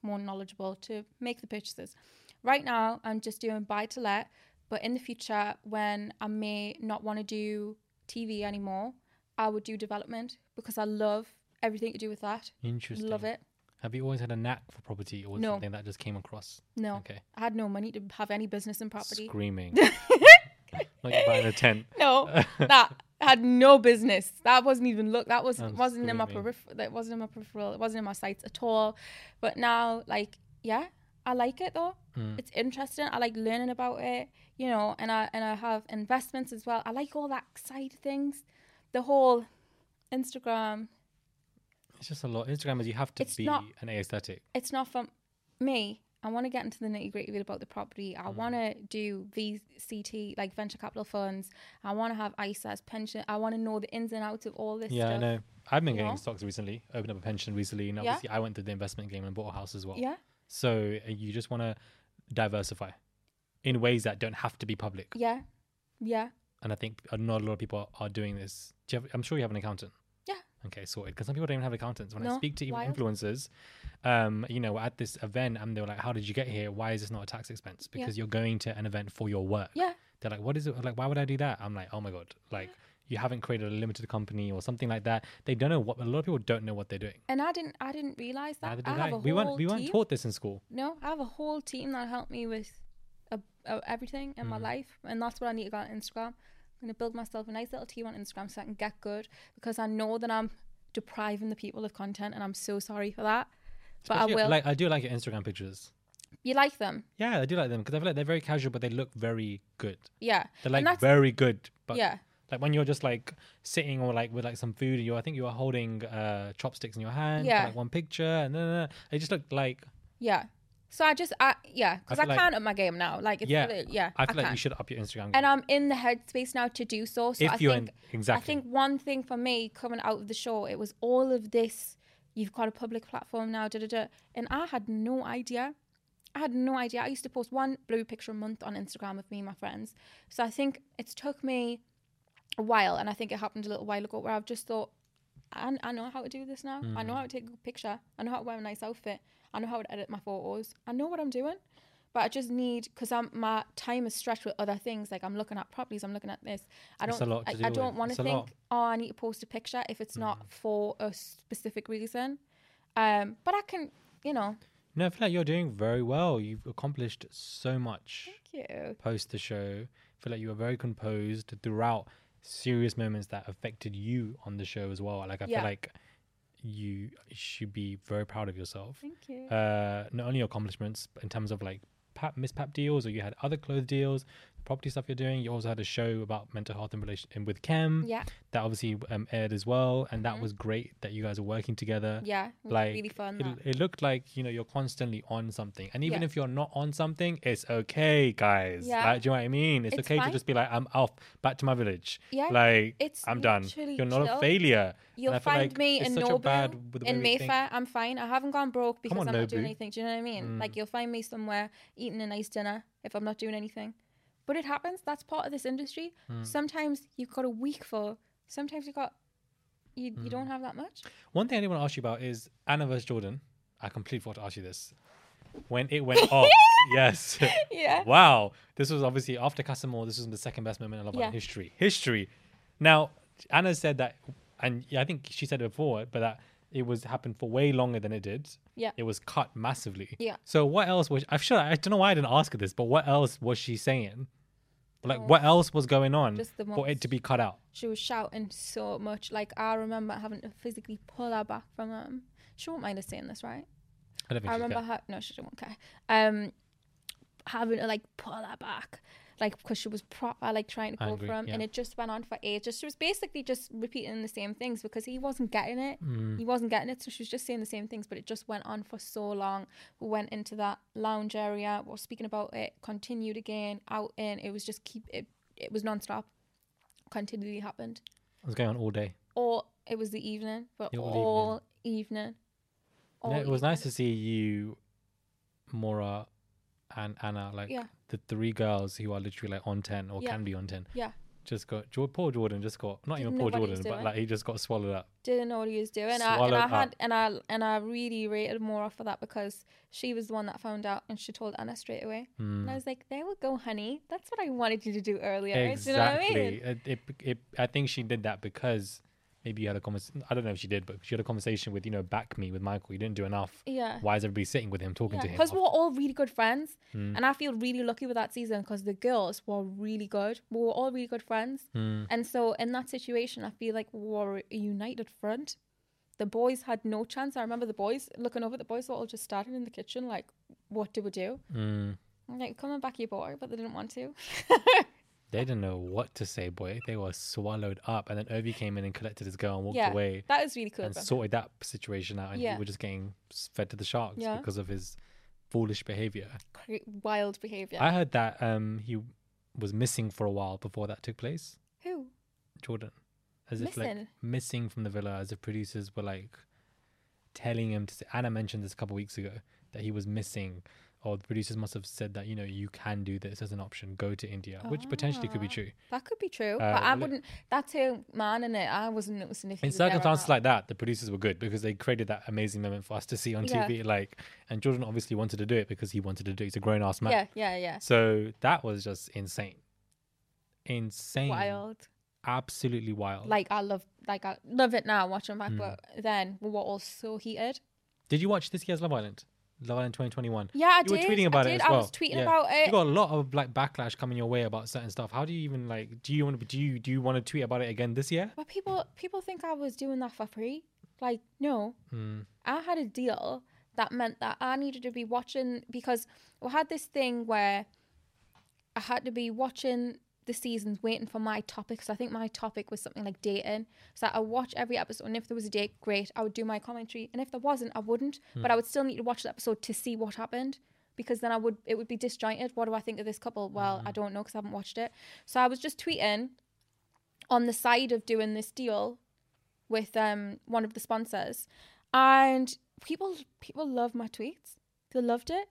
Speaker 1: more knowledgeable to make the purchases. Right now, I'm just doing buy to let, but in the future, when I may not want to do TV anymore, I would do development because I love everything to do with that.
Speaker 2: Interesting.
Speaker 1: Love it.
Speaker 2: Have you always had a knack for property, or was
Speaker 1: No.
Speaker 2: something that just came across?
Speaker 1: No,
Speaker 2: Okay.
Speaker 1: I had no money to have any business in property.
Speaker 2: Screaming. Not you buying a tent.
Speaker 1: No, that had no business. That wasn't even look. That was
Speaker 2: I'm
Speaker 1: wasn't in my
Speaker 2: screaming.
Speaker 1: peripheral. That wasn't in my peripheral. It wasn't in my sights at all. But now, like, yeah, I like it though.
Speaker 11: Mm.
Speaker 1: It's interesting. I like learning about it. You know, and I and I have investments as well. I like all that side of things. The whole Instagram
Speaker 2: It's just a lot. Instagram is you have to
Speaker 1: It's
Speaker 2: be
Speaker 1: not-
Speaker 2: an aesthetic.
Speaker 1: it's not from me. I want to get into the nitty gritty bit about the property.
Speaker 2: Mm.
Speaker 1: I want to do VCT, like venture capital funds. I want to have ISAs, pension. I want to know the ins and outs of all this
Speaker 2: Yeah,
Speaker 1: stuff.
Speaker 2: I know. I've been
Speaker 1: you
Speaker 2: getting
Speaker 1: know?
Speaker 2: stocks recently. Opened up a pension recently, and
Speaker 1: Yeah.
Speaker 2: obviously I went to the investment game and bought a house as well.
Speaker 1: Yeah.
Speaker 2: So uh, you just want to diversify in ways that don't have to be public,
Speaker 1: Yeah. Yeah.
Speaker 2: and I think uh, not a lot of people are doing this. Do you have, I'm sure you have an accountant.
Speaker 1: Yeah.
Speaker 2: Okay, sorted. Because some people don't even have accountants. When I
Speaker 1: No,
Speaker 2: speak to even
Speaker 1: wild.
Speaker 2: influencers, um, you know, at this event, and they were like, "How did you get here? Why is this not a tax expense?
Speaker 1: Yeah.
Speaker 2: Because you're going to an event for your work."
Speaker 1: Yeah.
Speaker 2: They're like, "What is it? Like, why would I do that?" I'm like, "Oh my god! Like, you haven't created a limited company or something like that. They don't know what a lot of people don't know what they're doing."
Speaker 1: And I didn't. I didn't realize that.
Speaker 2: Neither
Speaker 1: I
Speaker 2: did
Speaker 1: have
Speaker 2: I.
Speaker 1: a whole
Speaker 2: We weren't we weren't
Speaker 1: team.
Speaker 2: taught this in school.
Speaker 1: No, I have a whole team that helped me with a, a, everything in my
Speaker 2: Mm.
Speaker 1: life, and that's what I need to go on Instagram. I'm gonna build myself a nice little team on Instagram so I can get good because I know that I'm depriving the people of content, and I'm so sorry for that. But
Speaker 2: Especially,
Speaker 1: I will.
Speaker 2: Like, I do like your Instagram pictures.
Speaker 1: you like them,
Speaker 2: Yeah, I do like them because I feel like they're very casual, but they look very good.
Speaker 1: yeah? and
Speaker 2: They're like
Speaker 1: that's-
Speaker 2: very good, but
Speaker 1: yeah,
Speaker 2: Like when you're just like sitting or like with like some food and you, I think you were holding uh chopsticks in your hand. for,
Speaker 1: Yeah.
Speaker 2: like one picture and then it just looked like
Speaker 1: yeah. So I just, I yeah, because I,
Speaker 2: feel like-
Speaker 1: can't up my game now. Like it's
Speaker 2: yeah,
Speaker 1: really- yeah.
Speaker 2: I feel like
Speaker 1: can.
Speaker 2: you should up your Instagram.
Speaker 1: and I'm in the headspace now to do so. So
Speaker 2: If
Speaker 1: I
Speaker 2: you're in-
Speaker 1: think
Speaker 2: exactly.
Speaker 1: I think one thing for me coming out of the show, it was all of this. You've got a public platform now, da da da, and I had no idea. I had no idea. I used to post one blue picture a month on Instagram of me and my friends. So I think it's took me a while, and I think it happened a little while ago where I've just thought, I, I know how to do this now. I know
Speaker 2: Mm.
Speaker 1: how to take a good picture. I know how to wear a nice outfit. I know how to edit my photos. I know what I'm doing. But I just need because I'm my time is stretched with other things. Like I'm looking at properties, I'm looking at this. I don't.
Speaker 2: It's a lot to
Speaker 1: I,
Speaker 2: do
Speaker 1: I don't
Speaker 2: with.
Speaker 1: want
Speaker 2: It's
Speaker 1: to
Speaker 2: a
Speaker 1: think.
Speaker 2: lot. Mm.
Speaker 1: Oh, I need to post a picture if it's not for a specific reason. Um, but I can, you know.
Speaker 2: No, I feel like you're doing very well. You've accomplished so much
Speaker 1: Thank you.
Speaker 2: post the show. I feel like you were very composed throughout serious moments that affected you on the show as well. Like I
Speaker 1: Yeah.
Speaker 2: feel like you should be very proud of yourself.
Speaker 1: Thank you.
Speaker 2: Uh, not only your accomplishments but in terms of like pap, Miss Pap deals, or you had other clothes deals, property stuff you're doing. You also had a show about mental health and relation and with Kem.
Speaker 1: Yeah. Mm-hmm.
Speaker 2: that obviously um, aired as well, and that was great that you guys are working together.
Speaker 1: Yeah, it was
Speaker 2: like
Speaker 1: Mm, really fun,
Speaker 2: It,
Speaker 1: that.
Speaker 2: it looked like you know you're constantly on something, and even
Speaker 1: Yeah.
Speaker 2: if you're not on something, it's okay, guys.
Speaker 1: Yeah.
Speaker 2: Like, do you know what I mean? It's,
Speaker 1: It's
Speaker 2: okay to
Speaker 1: fine.
Speaker 2: just be like, I'm off, back to my village.
Speaker 1: Yeah,
Speaker 2: like
Speaker 1: it's
Speaker 2: I'm done.
Speaker 1: literally
Speaker 2: You're not a
Speaker 1: chill.
Speaker 2: failure. And I
Speaker 1: You'll
Speaker 2: feel
Speaker 1: find
Speaker 2: like
Speaker 1: me
Speaker 2: it's
Speaker 1: in
Speaker 2: such a
Speaker 1: Nobu,
Speaker 2: bad- with the
Speaker 1: in
Speaker 2: way we think.
Speaker 1: Mayfair. I'm fine. I haven't gone broke because
Speaker 2: on, Mm.
Speaker 1: I'm not doing
Speaker 2: Nobu.
Speaker 1: anything. Do you know what I mean? Like you'll find me somewhere eating a nice dinner if I'm not doing anything. But it happens. That's part of this industry.
Speaker 2: Mm.
Speaker 1: Sometimes you've got a week for. Sometimes you got. You, you
Speaker 2: Mm.
Speaker 1: don't have that much.
Speaker 2: One thing I did want to ask you about is Anna versus Jordan. I completely forgot to ask you this. When it went off, yes.
Speaker 1: Yeah.
Speaker 2: Wow. This was obviously after Casamore. This was the second best moment in Love
Speaker 1: Yeah.
Speaker 2: Island history. History. Now, Anna said that, and I think she said it before, but that it was happened for way longer than it did.
Speaker 1: Yeah.
Speaker 2: It was cut massively.
Speaker 1: Yeah.
Speaker 2: So what else was I'm sure I don't know why I didn't ask her this, but what else was she saying? Like what else was going on
Speaker 1: Oh. Just the
Speaker 2: for it to be cut out?
Speaker 1: She was shouting so much. Like I remember having to physically pull her back from him. She won't mind us saying this, right?
Speaker 2: I don't think
Speaker 1: I
Speaker 2: she
Speaker 1: remember
Speaker 2: cared.
Speaker 1: her. No, she didn't care. Um, having to like pull her back, like because she was proper like trying to go
Speaker 2: Angry,
Speaker 1: for him, and
Speaker 2: yeah.
Speaker 1: it just went on for ages. She was basically just repeating the same things because he wasn't getting it.
Speaker 2: Mm.
Speaker 1: He wasn't getting it, so she was just saying the same things. But it just went on for so long. We went into that lounge area. We were speaking about it. Continued again out in. It was just keep it. It was nonstop. Continually happened.
Speaker 2: It was going on all day.
Speaker 1: Or it was the evening, but
Speaker 2: Yeah, all evening.
Speaker 1: all evening. All
Speaker 2: No, it was
Speaker 1: evening.
Speaker 2: nice to see you, Mora, and Anna, like
Speaker 1: Yeah.
Speaker 2: the three girls who are literally like on ten or
Speaker 1: Yeah.
Speaker 2: can be on ten.
Speaker 1: Yeah.
Speaker 2: Just got Jor- poor Jordan. Just got not
Speaker 1: Didn't
Speaker 2: even
Speaker 1: know
Speaker 2: poor
Speaker 1: what he was
Speaker 2: Jordan, but
Speaker 1: doing.
Speaker 2: like he just got swallowed up.
Speaker 1: didn't know what he was doing. I, and
Speaker 2: Swallowed
Speaker 1: I
Speaker 2: up.
Speaker 1: had and I and I really rated Mora for that because she was the one that found out and she told Anna straight away.
Speaker 2: Hmm.
Speaker 1: And I was like, "There we go, honey. That's what I wanted you to do earlier. Do you know what I
Speaker 2: Exactly.
Speaker 1: mean?
Speaker 2: it, it, it, I think she did that because maybe you had a conversation. I don't know if she did, but she had a conversation with you know back me with Michael. You didn't do enough.
Speaker 1: Yeah.
Speaker 2: Why is everybody sitting with him talking to him?
Speaker 1: Because
Speaker 2: after-
Speaker 1: we're all really good friends,
Speaker 2: Mm.
Speaker 1: and I feel really lucky with that season because the girls were really good. We were all really good friends,
Speaker 2: Mm.
Speaker 1: and so in that situation, I feel like we were a united front. The boys had no chance. I remember the boys looking over. The boys were all just standing in the kitchen, like, "What do we do?"
Speaker 2: Mm.
Speaker 1: I'm like, "Come and back your boy," but they didn't want to.
Speaker 2: They didn't know what to say, boy. They were swallowed up. And then Ovi came in and collected his girl and walked
Speaker 1: Yeah,
Speaker 2: away.
Speaker 1: that is really cool
Speaker 2: And
Speaker 1: of him.
Speaker 2: sorted that situation out. And
Speaker 1: Yeah.
Speaker 2: we were just getting s- fed to the sharks
Speaker 1: Yeah.
Speaker 2: because of his foolish behavior.
Speaker 1: Cra- Wild behavior.
Speaker 2: I heard that um, he was missing for a while before that took place.
Speaker 1: Who?
Speaker 2: Jordan. As if like
Speaker 1: Missing?
Speaker 2: missing from the villa, as if producers were like telling him to say Anna mentioned this a couple weeks ago that he was missing or the producers must have said that, you know, you can do this as an option, go to India. Which potentially could be
Speaker 1: Ah,
Speaker 2: true.
Speaker 1: That could be true,
Speaker 2: Uh,
Speaker 1: but I
Speaker 2: li-
Speaker 1: wouldn't. That's a man in it. I wasn't noticing if he
Speaker 2: In
Speaker 1: was there or
Speaker 2: circumstances
Speaker 1: not.
Speaker 2: like that, the producers were good because they created that amazing moment for us to see on
Speaker 1: Yeah.
Speaker 2: TV. Like and Jordan obviously wanted to do it because he wanted to do it. He's a grown ass man.
Speaker 1: Yeah, yeah, yeah.
Speaker 2: So that was just insane. Insane.
Speaker 1: wild.
Speaker 2: Absolutely wild.
Speaker 1: Like I love, like I love it now watching back.
Speaker 2: Hmm.
Speaker 1: But then we were all so heated.
Speaker 2: Did you watch this year's Love Island? Love Island 2021.
Speaker 1: Yeah, I
Speaker 2: you
Speaker 1: did,
Speaker 2: were tweeting
Speaker 1: I
Speaker 2: about it
Speaker 1: did,
Speaker 2: as
Speaker 1: I
Speaker 2: well.
Speaker 1: was tweeting about it.
Speaker 2: You got a lot of like backlash coming your way about certain stuff. How do you even like? Do you want to? Do you do you want to tweet about it again this year?
Speaker 1: But people, people think I was doing that for free. Like no,
Speaker 2: Hmm.
Speaker 1: I had a deal that meant that I needed to be watching because we had this thing where I had to be watching the seasons waiting for my topic. So I think my topic was something like dating. So I watch every episode, and if there was a date, great, I would do my commentary, and if there wasn't, I wouldn't. But
Speaker 8: Hmm.
Speaker 1: I would still need to watch the episode to see what happened because then I would it would be disjointed. What do I think of this couple? Well, I don't know because I haven't watched it. So I was just tweeting on the side of doing this deal with um one of the sponsors, and people people love my tweets. They loved it,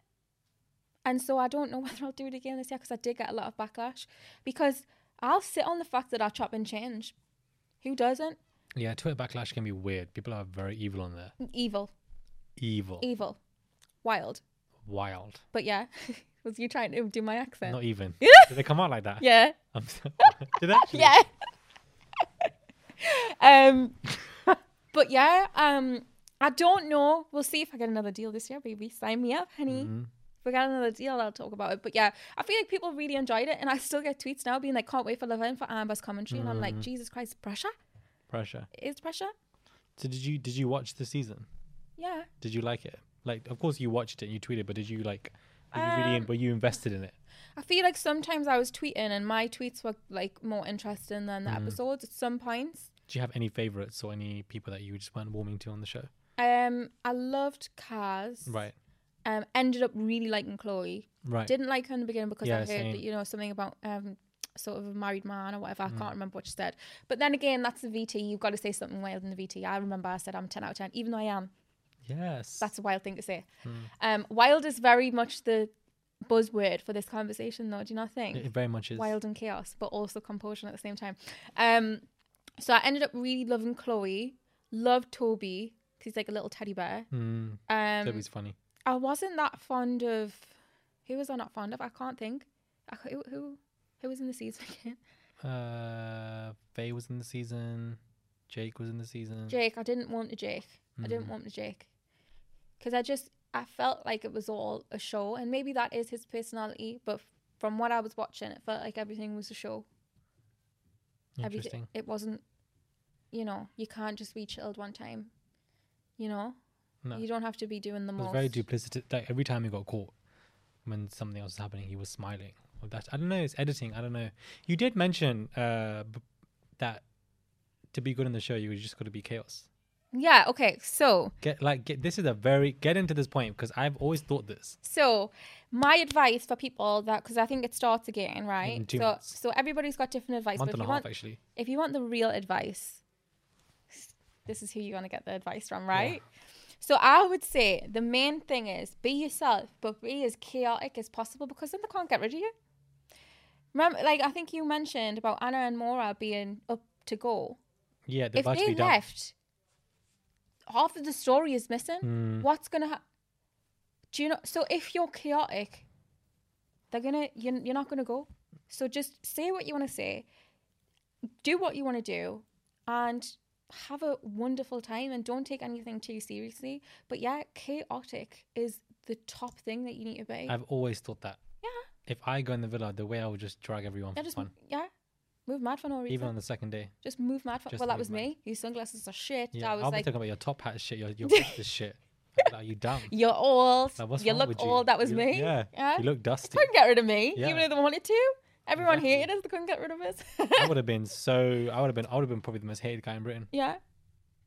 Speaker 1: and so I don't know whether I'll do it again this year because I did get a lot of backlash. Because I'll sit on the fact that I chop and change. Who doesn't?
Speaker 2: Yeah, Twitter backlash can be weird. People are very evil on there.
Speaker 1: Evil,
Speaker 2: Evil,
Speaker 1: evil, wild.
Speaker 2: wild.
Speaker 1: But yeah, was you trying to do my accent?
Speaker 2: Not even. Did they come out like that?
Speaker 1: Yeah.
Speaker 2: I'm so- Did they? actually?
Speaker 1: yeah. um, but yeah, um, I don't know. We'll see if I get another deal this year, baby. Sign me up, honey. If we get another deal, I'll talk about it. But yeah, I feel like people really enjoyed it, and I still get tweets now being like, "Can't wait for Love Island for Amber's commentary," and I'm like,
Speaker 2: Mhm.
Speaker 1: "Jesus Christ, pressure
Speaker 2: Pressure.
Speaker 1: It is pressure."
Speaker 2: So did you did you watch the season?
Speaker 1: Yeah.
Speaker 2: Did you like it? Like, of course you watched it. and You tweeted, but did you like? Were you really
Speaker 1: Um.
Speaker 2: in, were you invested in it?
Speaker 1: I feel like sometimes I was tweeting, and my tweets were like more interesting than the
Speaker 2: Mhm.
Speaker 1: episodes at some points.
Speaker 2: Do you have any favorites or any people that you just weren't warming to on the show?
Speaker 1: Um, I loved Cars.
Speaker 2: Right.
Speaker 1: um, ended up really liking Chloe.
Speaker 2: Right.
Speaker 1: Didn't like her in the beginning because I
Speaker 2: Yeah,
Speaker 1: heard
Speaker 2: same.
Speaker 1: that, you know something about um, sort of a married man or whatever. I
Speaker 2: Mm.
Speaker 1: can't remember what she said. But then again, that's the VT. You've got to say something wild in the VT. I remember I said I'm 10 out of 10, even though I am.
Speaker 2: Yes.
Speaker 1: That's a wild thing to say.
Speaker 2: Mm.
Speaker 1: Um, wild is very much the buzzword for this conversation, though. Do you not think?
Speaker 2: It very much is.
Speaker 1: Wild and chaos, but also composure at the same time. Um, so I ended up really loving Chloe. Loved Toby. 'cause He's like a little teddy bear.
Speaker 2: Mm.
Speaker 1: Um,
Speaker 2: Toby's funny.
Speaker 1: I wasn't that fond of. Who was I not fond of? I can't think. I, ca- who, who who was in the season again?
Speaker 2: Uh, Faye was in the season. Jake was in the season.
Speaker 1: Jake. I didn't want to Jake. I didn't
Speaker 2: Mhm.
Speaker 1: want to Jake. Because I just I felt like it was all a show, and maybe that is his personality. But f- from what I was watching, it felt like everything was a show.
Speaker 2: Interesting.
Speaker 1: Everything. It wasn't. You know, you can't just be chilled one time. You know,
Speaker 2: No.
Speaker 1: you don't have to be doing the
Speaker 2: It was
Speaker 1: most.
Speaker 2: very duplicitous. Like every time he got caught, when something else was happening, he was smiling. Or that I don't know. It's editing. I don't know. You did mention uh b- that to be good in the show, you just got to be chaos.
Speaker 1: yeah. Okay. So.
Speaker 2: Get like get. This is a very get into this point because I've always thought this.
Speaker 1: So, my advice for people that because I think it starts again, right?
Speaker 2: In two
Speaker 1: so,
Speaker 2: months.
Speaker 1: so everybody's got different advice.
Speaker 2: Month
Speaker 1: but if
Speaker 2: and a
Speaker 1: you
Speaker 2: half,
Speaker 1: want,
Speaker 2: actually.
Speaker 1: if you want the real advice, this is who you're gonna get the advice from, right? So, I would say the main thing is be yourself, but be as chaotic as possible because then they can't get rid of you. Remember, like I think you mentioned about Anna and Mora being up to go.
Speaker 2: Yeah, they're
Speaker 1: if
Speaker 2: about to
Speaker 1: they
Speaker 2: be done.
Speaker 1: left, half of the story is missing.
Speaker 2: Mm.
Speaker 1: What's gonna happen? Do you know? So if you're chaotic, they're gonna you're, you're not gonna go. So just say what you want to say, do what you want to do, and have a wonderful time. And don't take anything too seriously. But yeah, chaotic is the top thing that you need to be.
Speaker 2: I've always thought that.
Speaker 1: Yeah.
Speaker 2: If I go in the villa, the way I would just drag everyone
Speaker 1: yeah,
Speaker 2: for
Speaker 1: just
Speaker 2: fun,
Speaker 1: yeah, move mad for no reason.
Speaker 2: even on the second day.
Speaker 1: just move mad for
Speaker 2: Just
Speaker 1: well, that
Speaker 2: move
Speaker 1: was
Speaker 2: mad.
Speaker 1: me. Your sunglasses are shit.
Speaker 2: Yeah,
Speaker 1: I
Speaker 2: I'll
Speaker 1: was
Speaker 2: be
Speaker 1: like,
Speaker 2: talking about your top hat shit, your your business shit. Like, Are you dumb?
Speaker 1: You're old.
Speaker 2: Like, what's
Speaker 1: you
Speaker 2: wrong
Speaker 1: look
Speaker 2: with you?
Speaker 1: old. That was
Speaker 2: You-
Speaker 1: me.
Speaker 2: yeah, you look dusty.
Speaker 1: Couldn't get rid of me,
Speaker 2: Yeah.
Speaker 1: even if they wanted to. Everyone hated us. They couldn't get rid of us.
Speaker 2: I would have been so. I would have been. I would have been probably the most hated guy in Britain.
Speaker 1: yeah.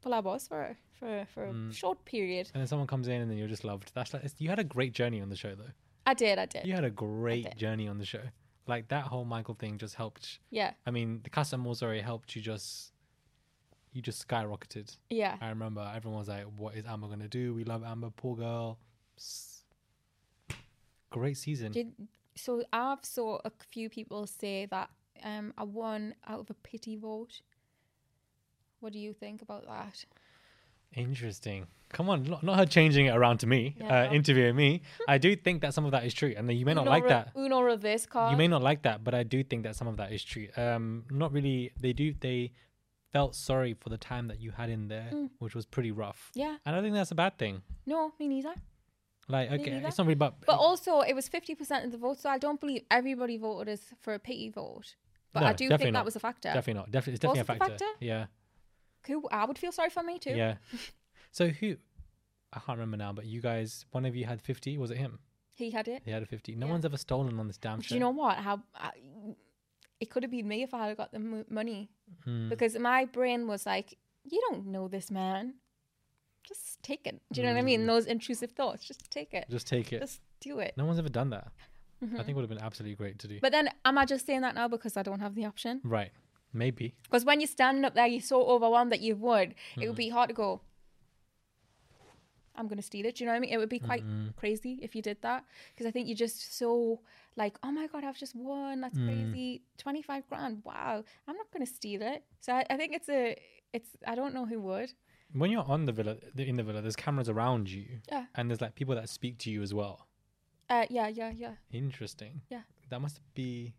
Speaker 1: Well, I was for a, for a- for a
Speaker 2: Mm.
Speaker 1: short period.
Speaker 2: And then someone comes in, and then you're just loved. That's like it's, you had a great journey on the show, though.
Speaker 1: I did. I did.
Speaker 2: You had a great journey on the show. Like that whole Michael thing just helped.
Speaker 1: Yeah.
Speaker 2: I mean, the Casa Morzori helped you just. You just skyrocketed.
Speaker 1: Yeah.
Speaker 2: I remember everyone was like, "What is Amber gonna do? We love Amber, poor girl." S- Great season.
Speaker 1: Did so? I've saw a few people say that um, I won out of a pity vote. What do you think about that?
Speaker 2: Interesting. Come on, not, not her changing it around to me,
Speaker 1: Yeah.
Speaker 2: uh, interviewing me. I do think that some of that is true, and that you may not
Speaker 1: Uno
Speaker 2: like
Speaker 1: re-
Speaker 2: that.
Speaker 1: Uno reverse card.
Speaker 2: You may not like that, but I do think that some of that is true. Um, not really. They do. They felt sorry for the time that you had in there,
Speaker 1: Mm.
Speaker 2: which was pretty rough.
Speaker 1: Yeah.
Speaker 2: and I think that's a bad thing.
Speaker 1: No, me neither.
Speaker 2: Like,
Speaker 1: Me
Speaker 2: okay,
Speaker 1: neither.
Speaker 2: it's not really about.
Speaker 1: But also, it was fifty percent of the vote, so I don't believe everybody voted us for a pity vote. But I
Speaker 2: No,
Speaker 1: do
Speaker 2: definitely
Speaker 1: think
Speaker 2: not.
Speaker 1: that was a factor.
Speaker 2: Definitely not. Definitely, it's definitely
Speaker 1: Was
Speaker 2: a
Speaker 1: it
Speaker 2: factor. Yeah,
Speaker 1: Who I would feel sorry for me too.
Speaker 2: yeah. So who? I can't remember now, but you guys, one of you had fifty. Was it him?
Speaker 1: He had it.
Speaker 2: He had a fifty. No one's ever stolen on this damn show.
Speaker 1: Do you know what? How I, it could have been me if I had got the mo- money,
Speaker 2: Hmm.
Speaker 1: because my brain was like, "You don't know this man, just take it." Do you know what I mean?
Speaker 2: Mm.
Speaker 1: Those intrusive thoughts, just take it.
Speaker 2: Just take it.
Speaker 1: Just do it.
Speaker 2: No one's ever done that. I
Speaker 1: Mhm.
Speaker 2: think it would have been absolutely great to do.
Speaker 1: But then, am I just saying that now because I don't have the option?
Speaker 2: right, maybe.
Speaker 1: Because when you're standing up there, you're so overwhelmed that you would. It
Speaker 2: Hmm.
Speaker 1: would be hard to go. I'm gonna steal it. Do you know what I mean? It would be quite
Speaker 2: Mm-mm.
Speaker 1: crazy if you did that because I think you're just so like, oh my god, I've just won. That's
Speaker 2: Mm.
Speaker 1: crazy. Twenty five grand. Wow. I'm not gonna steal it. So I, I think it's a, it's. I don't know who would.
Speaker 2: when you're on the villa the- in the villa there's cameras around you
Speaker 1: Yeah.
Speaker 2: and there's like people that speak to you as well
Speaker 1: Uh, yeah, yeah, yeah,
Speaker 2: interesting
Speaker 1: yeah.
Speaker 2: that must be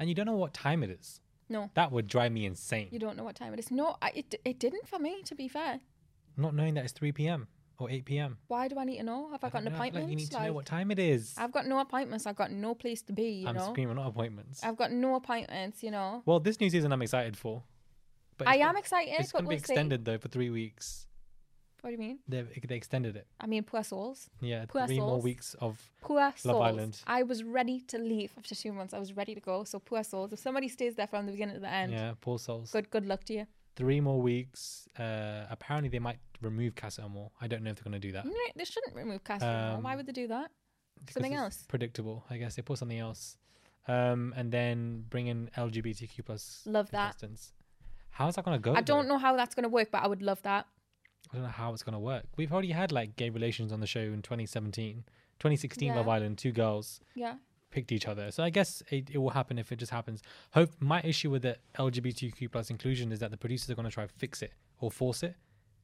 Speaker 2: and you don't know what time it is
Speaker 1: No,
Speaker 2: that would drive me insane
Speaker 1: you don't know what time it is. No, I, it it didn't for me. To be fair,
Speaker 2: not knowing that it's 3 p.m or 8 p.m
Speaker 1: why do I need to know? Have I, got an
Speaker 2: No, like
Speaker 1: appointment?
Speaker 2: you need to know
Speaker 1: Like,
Speaker 2: what time it is
Speaker 1: I've got no appointments. I've got no place to be. You
Speaker 2: i'm
Speaker 1: know.
Speaker 2: screaming not appointments
Speaker 1: I've got no appointments, you know.
Speaker 2: well this new season i'm excited for but
Speaker 1: I
Speaker 2: it's-
Speaker 1: am excited,
Speaker 2: it's
Speaker 1: but
Speaker 2: gonna be
Speaker 1: we'll see.
Speaker 2: extended though for three weeks
Speaker 1: What do you mean?
Speaker 2: they they extended it
Speaker 1: I mean, poor souls.
Speaker 2: yeah
Speaker 1: Poor
Speaker 2: three more
Speaker 1: souls.
Speaker 2: weeks of
Speaker 1: Poor
Speaker 2: love
Speaker 1: souls.
Speaker 2: island
Speaker 1: I was ready to leave after two months. I was ready to go. So poor souls. If somebody stays there from the beginning to the end,
Speaker 2: yeah poor souls
Speaker 1: good good luck to you.
Speaker 2: three more weeks. Uh, apparently, they might remove Casa Amor. I don't know if they're going to do that.
Speaker 1: No, they shouldn't remove Castro.
Speaker 2: Um,
Speaker 1: Why would they do that?
Speaker 2: Because
Speaker 1: Mm, Something
Speaker 2: it's
Speaker 1: else.
Speaker 2: Predictable, I guess. They put something else, um, and then bring in LGBTQ plus
Speaker 1: Love that.
Speaker 2: contestants. How's that going to go?
Speaker 1: I
Speaker 2: though?
Speaker 1: don't know how that's going to work, but I would love that.
Speaker 2: I don't know how it's going to work. We've already had like gay relations on the show in 2017, 2016
Speaker 1: Yeah.
Speaker 2: Love Island. Two girls
Speaker 1: Yeah.
Speaker 2: picked each other. So I guess it, it will happen if it just happens. Hope my issue with the LGBTQ plus inclusion is that the producers are going to try to fix it or force it,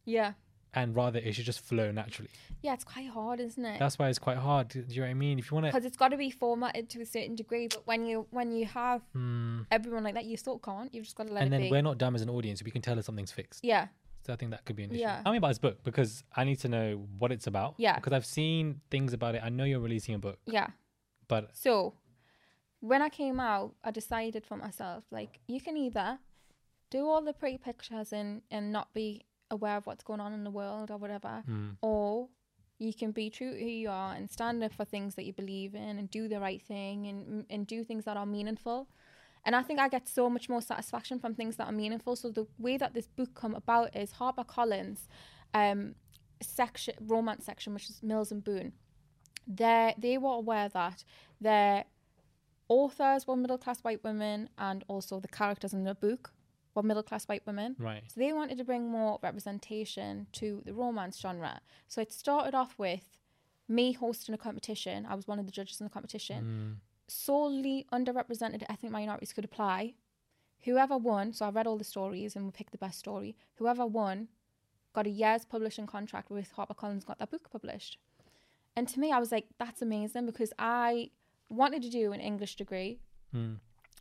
Speaker 1: Yeah.
Speaker 2: and rather it should just flow naturally.
Speaker 1: Yeah, it's quite hard, isn't it?
Speaker 2: That's why it's quite hard. Do you know what I mean? If you want
Speaker 1: Eh. because
Speaker 2: to,
Speaker 1: it's got to be formatted to a certain degree, but when you when you have everyone like that, you still can't. You've just got to let
Speaker 2: Hmm. and
Speaker 1: it
Speaker 2: then
Speaker 1: be.
Speaker 2: we're not dumb as an audience. We can tell if something's fixed.
Speaker 1: yeah,
Speaker 2: So I think that could be an issue.
Speaker 1: Yeah.
Speaker 2: Tell me about this book because I need to know what it's about.
Speaker 1: Yeah.
Speaker 2: Because I've seen things about it. I know you're releasing a book,
Speaker 1: yeah.
Speaker 2: but
Speaker 1: So, when I came out, I decided for myself, like, you can either do all the pretty pictures and, and not be aware of what's going on in the world or whatever,
Speaker 11: Mm.
Speaker 1: or you can be true to who you are and stand up for things that you believe in and do the right thing and, and do things that are meaningful. And I think I get so much more satisfaction from things that are meaningful. So the way that this book come about is Harper Collins, um, section romance section, which is Mills and Boone they they were aware that their authors were middle class white women and also the characters in the book were middle class white women.
Speaker 11: Right.
Speaker 1: So they wanted to bring more representation to the romance genre. So it started off with me hosting a competition. I was one of the judges in the competition. Solely underrepresented ethnic minorities could apply. Whoever won, so I read all the stories and we picked the best story. Whoever won got a year's publishing contract with HarperCollins, got that book published. And to me, I was like, that's amazing because I wanted to do an English degree.
Speaker 2: Mm.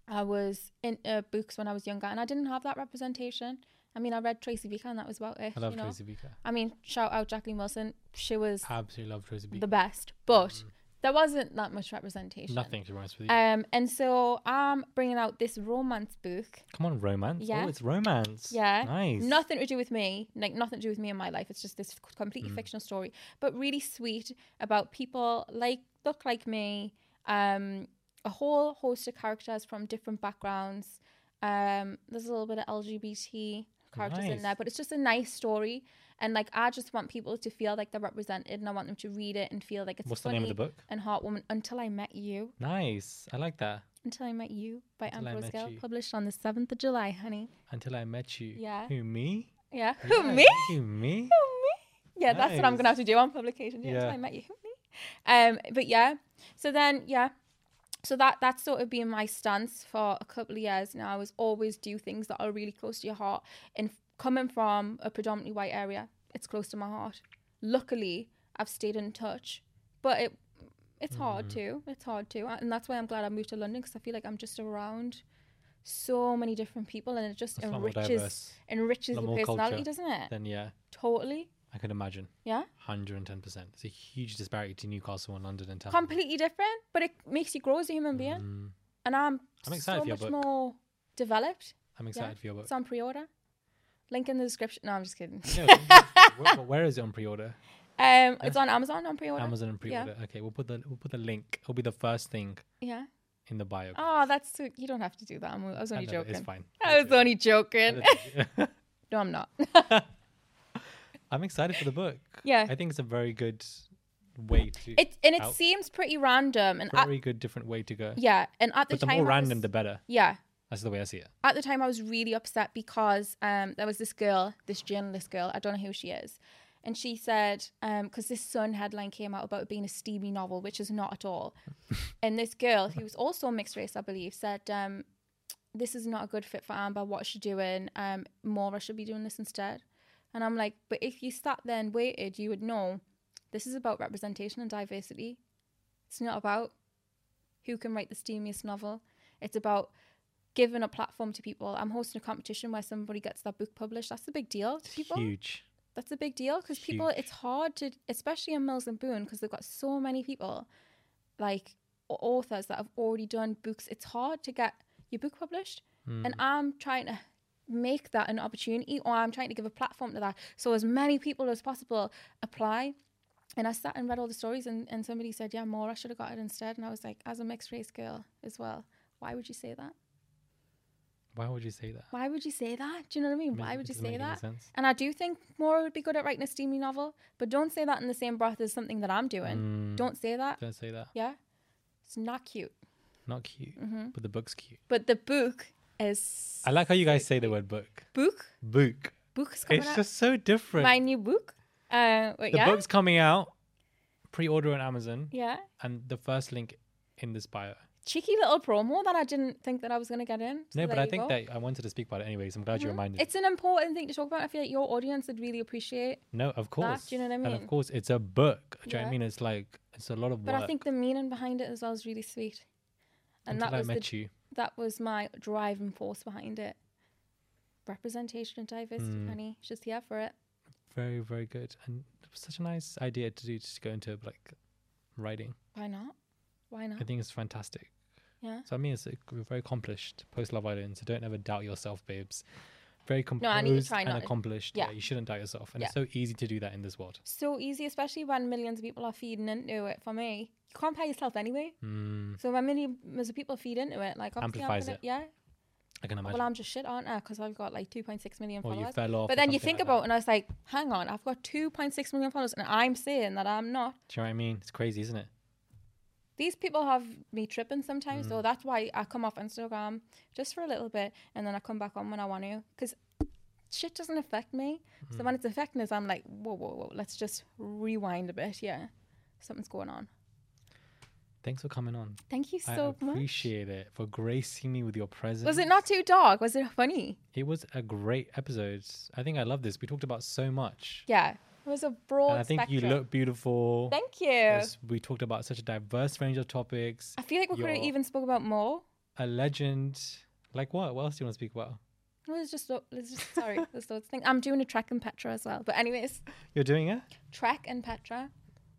Speaker 1: I was into books when I was younger and I didn't have that representation. I mean, I read Tracy Beaker and that was about it.
Speaker 2: I love
Speaker 1: you know?
Speaker 2: Tracy Beaker.
Speaker 1: I mean, shout out Jacqueline Wilson. She was
Speaker 2: I absolutely love Tracy B.
Speaker 1: the best, but there wasn't that much representation.
Speaker 2: Hmm. Nothing, to be honest with you.
Speaker 1: Um, and so I'm bringing out this romance book.
Speaker 2: Come on, romance.
Speaker 1: yeah.
Speaker 2: Oh, it's romance.
Speaker 1: Yeah.
Speaker 2: Nice.
Speaker 1: Nothing to do with me. Like nothing to do with me in my life. It's just this c- completely
Speaker 2: Mm.
Speaker 1: fictional story, but really sweet about people like look like me, um, a whole host of characters from different backgrounds. Um, there's a little bit of LGBT characters in
Speaker 14: Nice.
Speaker 1: there, but it's just a nice story. And like, I just want people to feel like they're represented, and I want them to read it and feel like it's
Speaker 2: What's the
Speaker 1: funny
Speaker 2: name of the book?
Speaker 1: and heartwarming. Until I met you,
Speaker 2: Nice. I like that.
Speaker 1: until I met you by
Speaker 2: Until I
Speaker 1: Ambrose
Speaker 2: Met
Speaker 1: Gill,
Speaker 2: You.
Speaker 1: published on the seventh of July, honey.
Speaker 2: Until I met you.
Speaker 1: Yeah.
Speaker 2: Who me?
Speaker 1: Yeah,
Speaker 2: Yeah,
Speaker 1: who me?
Speaker 2: Who me?
Speaker 1: Yeah, that's what I'm gonna have to do on publication. Yeah,
Speaker 2: Yeah.
Speaker 1: until I met you. Um, but yeah, so then yeah, so that that's sort of been my stance for a couple of years now. Is always do things that are really close to your heart. And coming from a predominantly white area, it's close to my heart. Luckily, I've stayed in touch, but it it's
Speaker 2: Mm.
Speaker 1: hard too. It's hard too, and that's why I'm glad I moved to London because I feel like I'm just around so many different people, and it just
Speaker 2: It's a lot more
Speaker 1: enriches
Speaker 2: diverse.
Speaker 1: enriches
Speaker 2: Lot
Speaker 1: the
Speaker 2: more
Speaker 1: personality,
Speaker 2: culture
Speaker 1: doesn't it?
Speaker 2: Then yeah,
Speaker 1: Totally.
Speaker 2: I can imagine.
Speaker 1: Yeah?
Speaker 2: 110%. It's a huge disparity to Newcastle and London and town.
Speaker 1: completely different, but it makes you grow as a human being. And I'm,
Speaker 2: Mm. I'm excited
Speaker 1: so
Speaker 2: for your
Speaker 1: much
Speaker 2: book.
Speaker 1: more developed.
Speaker 2: I'm excited for your book.
Speaker 1: It's on pre-order. Link in the description. No, I'm just kidding.
Speaker 2: No, where, but where is it on pre-order?
Speaker 1: um, it's on Amazon on pre-order.
Speaker 2: Amazon and
Speaker 1: Yeah.
Speaker 2: pre-order. Okay, we'll put the we'll put the link. It'll be the first thing
Speaker 1: Yeah.
Speaker 2: in the bio.
Speaker 1: Oh, that's so, you don't have to do that. I'm, I was
Speaker 2: I
Speaker 1: only
Speaker 2: know,
Speaker 1: joking.
Speaker 2: it's fine.
Speaker 1: I was only joking. no, I'm not.
Speaker 2: I'm excited for the book.
Speaker 1: Yeah.
Speaker 2: I think it's a very good way to.
Speaker 1: It and it
Speaker 2: out-
Speaker 1: seems pretty random. And at,
Speaker 2: very good different way to go.
Speaker 1: yeah, and at the
Speaker 2: but the
Speaker 1: time,
Speaker 2: more
Speaker 1: I was-
Speaker 2: random, the better.
Speaker 1: Yeah,
Speaker 2: That's the way I see it.
Speaker 1: at the time I was really upset because um, there was this girl, this journalist girl, I don't know who she is, and she said because this Sun headline came out about it being a steamy novel, which is not at all. and this girl, who was also mixed race, I believe, said um, this is not a good fit for Amber. What is she doing? Um, Maura should be doing this instead. And I'm like, but if you sat there and waited, you would know this is about representation and diversity. It's not about who can write the steamiest novel. It's about giving a platform to people. I'm hosting a competition where somebody gets their book published. That's a big deal to people.
Speaker 2: Huge.
Speaker 1: That's a big deal because people, it's hard to, especially in Mills and Boone, because they've got so many people, like a- authors that have already done books. It's hard to get your book published. And
Speaker 14: Mm.
Speaker 1: I'm trying to make that an opportunity or I'm trying to give a platform to that. So as many people as possible apply. And I sat and read all the stories, and, and somebody said, Yeah, more, I should have got it instead. And I was like, As a mixed race girl as well, why would you say that?
Speaker 2: Why would you say that?
Speaker 1: Why would you say that? Do you know what I mean?
Speaker 2: Doesn't
Speaker 1: Why
Speaker 2: make-
Speaker 1: would you
Speaker 2: doesn't
Speaker 1: say
Speaker 2: make any
Speaker 1: that?
Speaker 2: sense.
Speaker 1: And I do think Maura would be good at writing a steamy novel, but don't say that in the same breath as something that I'm doing.
Speaker 2: Mm.
Speaker 1: Don't say that.
Speaker 2: Don't say that.
Speaker 1: Yeah. It's not cute.
Speaker 2: Not cute,
Speaker 1: Mhm.
Speaker 2: but the book's cute.
Speaker 1: But the book is.
Speaker 2: I like how you guys say the word book.
Speaker 1: Book?
Speaker 2: Book.
Speaker 1: Book is coming
Speaker 2: It's
Speaker 1: out.
Speaker 2: just so different.
Speaker 1: My new book. Uh, wait,
Speaker 2: the
Speaker 1: yeah.
Speaker 2: book's coming out. Pre-order on Amazon.
Speaker 1: Yeah.
Speaker 2: And the first link in this bio.
Speaker 1: Cheeky little promo that I didn't think that I was going to get in. So
Speaker 2: no, but
Speaker 1: there
Speaker 2: I
Speaker 1: you
Speaker 2: think
Speaker 1: go.
Speaker 2: that I wanted to speak about it anyways. I'm glad you
Speaker 1: Mhm.
Speaker 2: reminded.
Speaker 1: It's an important thing to talk about. I feel like your audience would really appreciate.
Speaker 2: No, of course.
Speaker 1: do you know what I
Speaker 2: And
Speaker 1: mean?
Speaker 2: of course, it's a book. Do you know what
Speaker 1: Yeah.
Speaker 2: I mean? It's like it's a lot of
Speaker 1: But
Speaker 2: work.
Speaker 1: I think the meaning behind it as well is really sweet. And that
Speaker 2: Until I
Speaker 1: was the-
Speaker 2: met you.
Speaker 1: that was my driving force behind it. Representation and diversity,
Speaker 2: Mm.
Speaker 1: honey. She's here for it.
Speaker 2: very, very good, and it was such a nice idea to do to go into like writing.
Speaker 1: Why not? Why not?
Speaker 2: I think it's fantastic.
Speaker 1: Yeah.
Speaker 2: So I mean, it's a, we're very accomplished post Love Island. So don't ever doubt yourself, babes. Very composed
Speaker 1: No, I need to try
Speaker 2: and
Speaker 1: not-
Speaker 2: accomplished.
Speaker 1: yeah.
Speaker 2: Yeah. you shouldn't doubt yourself, and it's
Speaker 1: Yeah.
Speaker 2: so easy to do that in this world.
Speaker 1: So easy, especially when millions of people are feeding into it. For me, you can't pay yourself anyway.
Speaker 2: Mm,
Speaker 1: So when millions of people feed into it, like obviously I'm
Speaker 2: Amplifies
Speaker 1: gonna-
Speaker 2: it.
Speaker 1: Yeah.
Speaker 2: I can imagine.
Speaker 1: Well, I'm just shit, aren't I? Because I've got like 2.6 million
Speaker 2: Or you
Speaker 1: followers.
Speaker 2: fell off or
Speaker 1: but then you
Speaker 2: something
Speaker 1: think
Speaker 2: like
Speaker 1: about, it and I was like, hang on, I've got 2.6 million followers, and I'm saying that I'm not.
Speaker 2: do you know what I mean? It's crazy, isn't it?
Speaker 1: These people have me tripping sometimes, so
Speaker 2: Mm.
Speaker 1: that's why I come off Instagram just for a little bit, and then I come back on when I want to, because shit doesn't affect me.
Speaker 2: Mm.
Speaker 1: So when it's affecting us, I'm like, whoa, whoa, whoa, let's just rewind a bit. Yeah, something's going on.
Speaker 2: Thanks for coming on.
Speaker 1: Thank you so
Speaker 2: I
Speaker 1: much.
Speaker 2: appreciate it for gracing me with your presence.
Speaker 1: Was it not too dark? Was it funny?
Speaker 2: It was a great episode. I think I love this. We talked about so much.
Speaker 1: Yeah, it was a broad.
Speaker 2: And I think you
Speaker 1: spectrum.
Speaker 2: look beautiful.
Speaker 1: Thank you.
Speaker 2: Yes, We talked about such a diverse range of topics.
Speaker 1: I feel like we could have
Speaker 2: You're
Speaker 1: even spoke about more.
Speaker 2: a legend. Like what? What else do you want to speak about?
Speaker 1: Let's just lo- let's just sorry, let's loads of things. I'm doing a Trek and Petra as well. But anyways,
Speaker 2: You're doing it
Speaker 1: Trek and Petra,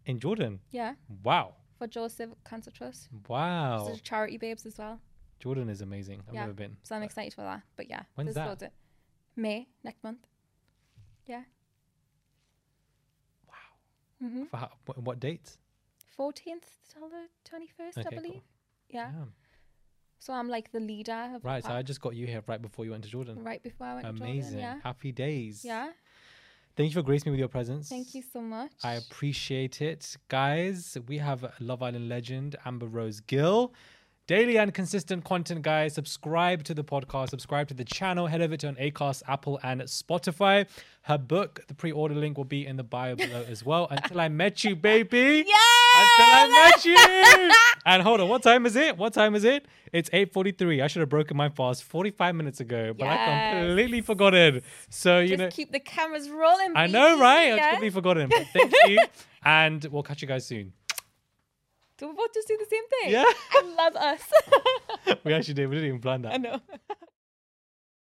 Speaker 2: in Jordan.
Speaker 1: yeah,
Speaker 2: Wow.
Speaker 1: for Joseph Cancer Trust.
Speaker 2: Wow.
Speaker 1: There's charity babes as well.
Speaker 2: Jordan is amazing. Oh. I've
Speaker 1: yeah.
Speaker 2: never been. Uh,
Speaker 1: So I'm excited for that. But yeah, there's
Speaker 2: When's that?
Speaker 1: loads of- May next month. Yeah.
Speaker 2: For how, what, what date?
Speaker 1: 14th till the 21st, I
Speaker 2: Okay,
Speaker 1: believe.
Speaker 2: cool.
Speaker 1: Yeah. So I'm like the leader. Of
Speaker 2: Right,
Speaker 1: the
Speaker 2: so I
Speaker 1: pack
Speaker 2: just got you here right before you went to Jordan.
Speaker 1: right before I went. to Jordan,
Speaker 2: Amazing.
Speaker 1: yeah.
Speaker 2: Happy days.
Speaker 1: Yeah.
Speaker 2: Thank you for gracing me with your presence.
Speaker 1: Thank you so much.
Speaker 2: I appreciate it. Guys, we have a Love Island legend, Amber Rose Gill. Daily and consistent content, guys. Subscribe to the podcast, subscribe to the channel, head over to on Acast, Apple, and Spotify. Her book, the pre order link will be in the bio below as well. Until I met you, baby. Yeah! Until I met you. and hold on, what time is it? What time is it? It's 8.43. I should have broken my fast 45 minutes ago, but
Speaker 1: Yes.
Speaker 2: I completely forgot it. So, you
Speaker 1: just
Speaker 2: know.
Speaker 1: keep the cameras rolling.
Speaker 2: I know, right?
Speaker 1: baby,
Speaker 2: I've
Speaker 1: Yeah.
Speaker 2: completely forgotten. But thank you. and we'll catch you guys soon.
Speaker 1: Do we both just do the same thing?
Speaker 2: Yeah.
Speaker 1: I love us.
Speaker 2: We actually did. We didn't even plan that.
Speaker 1: I know.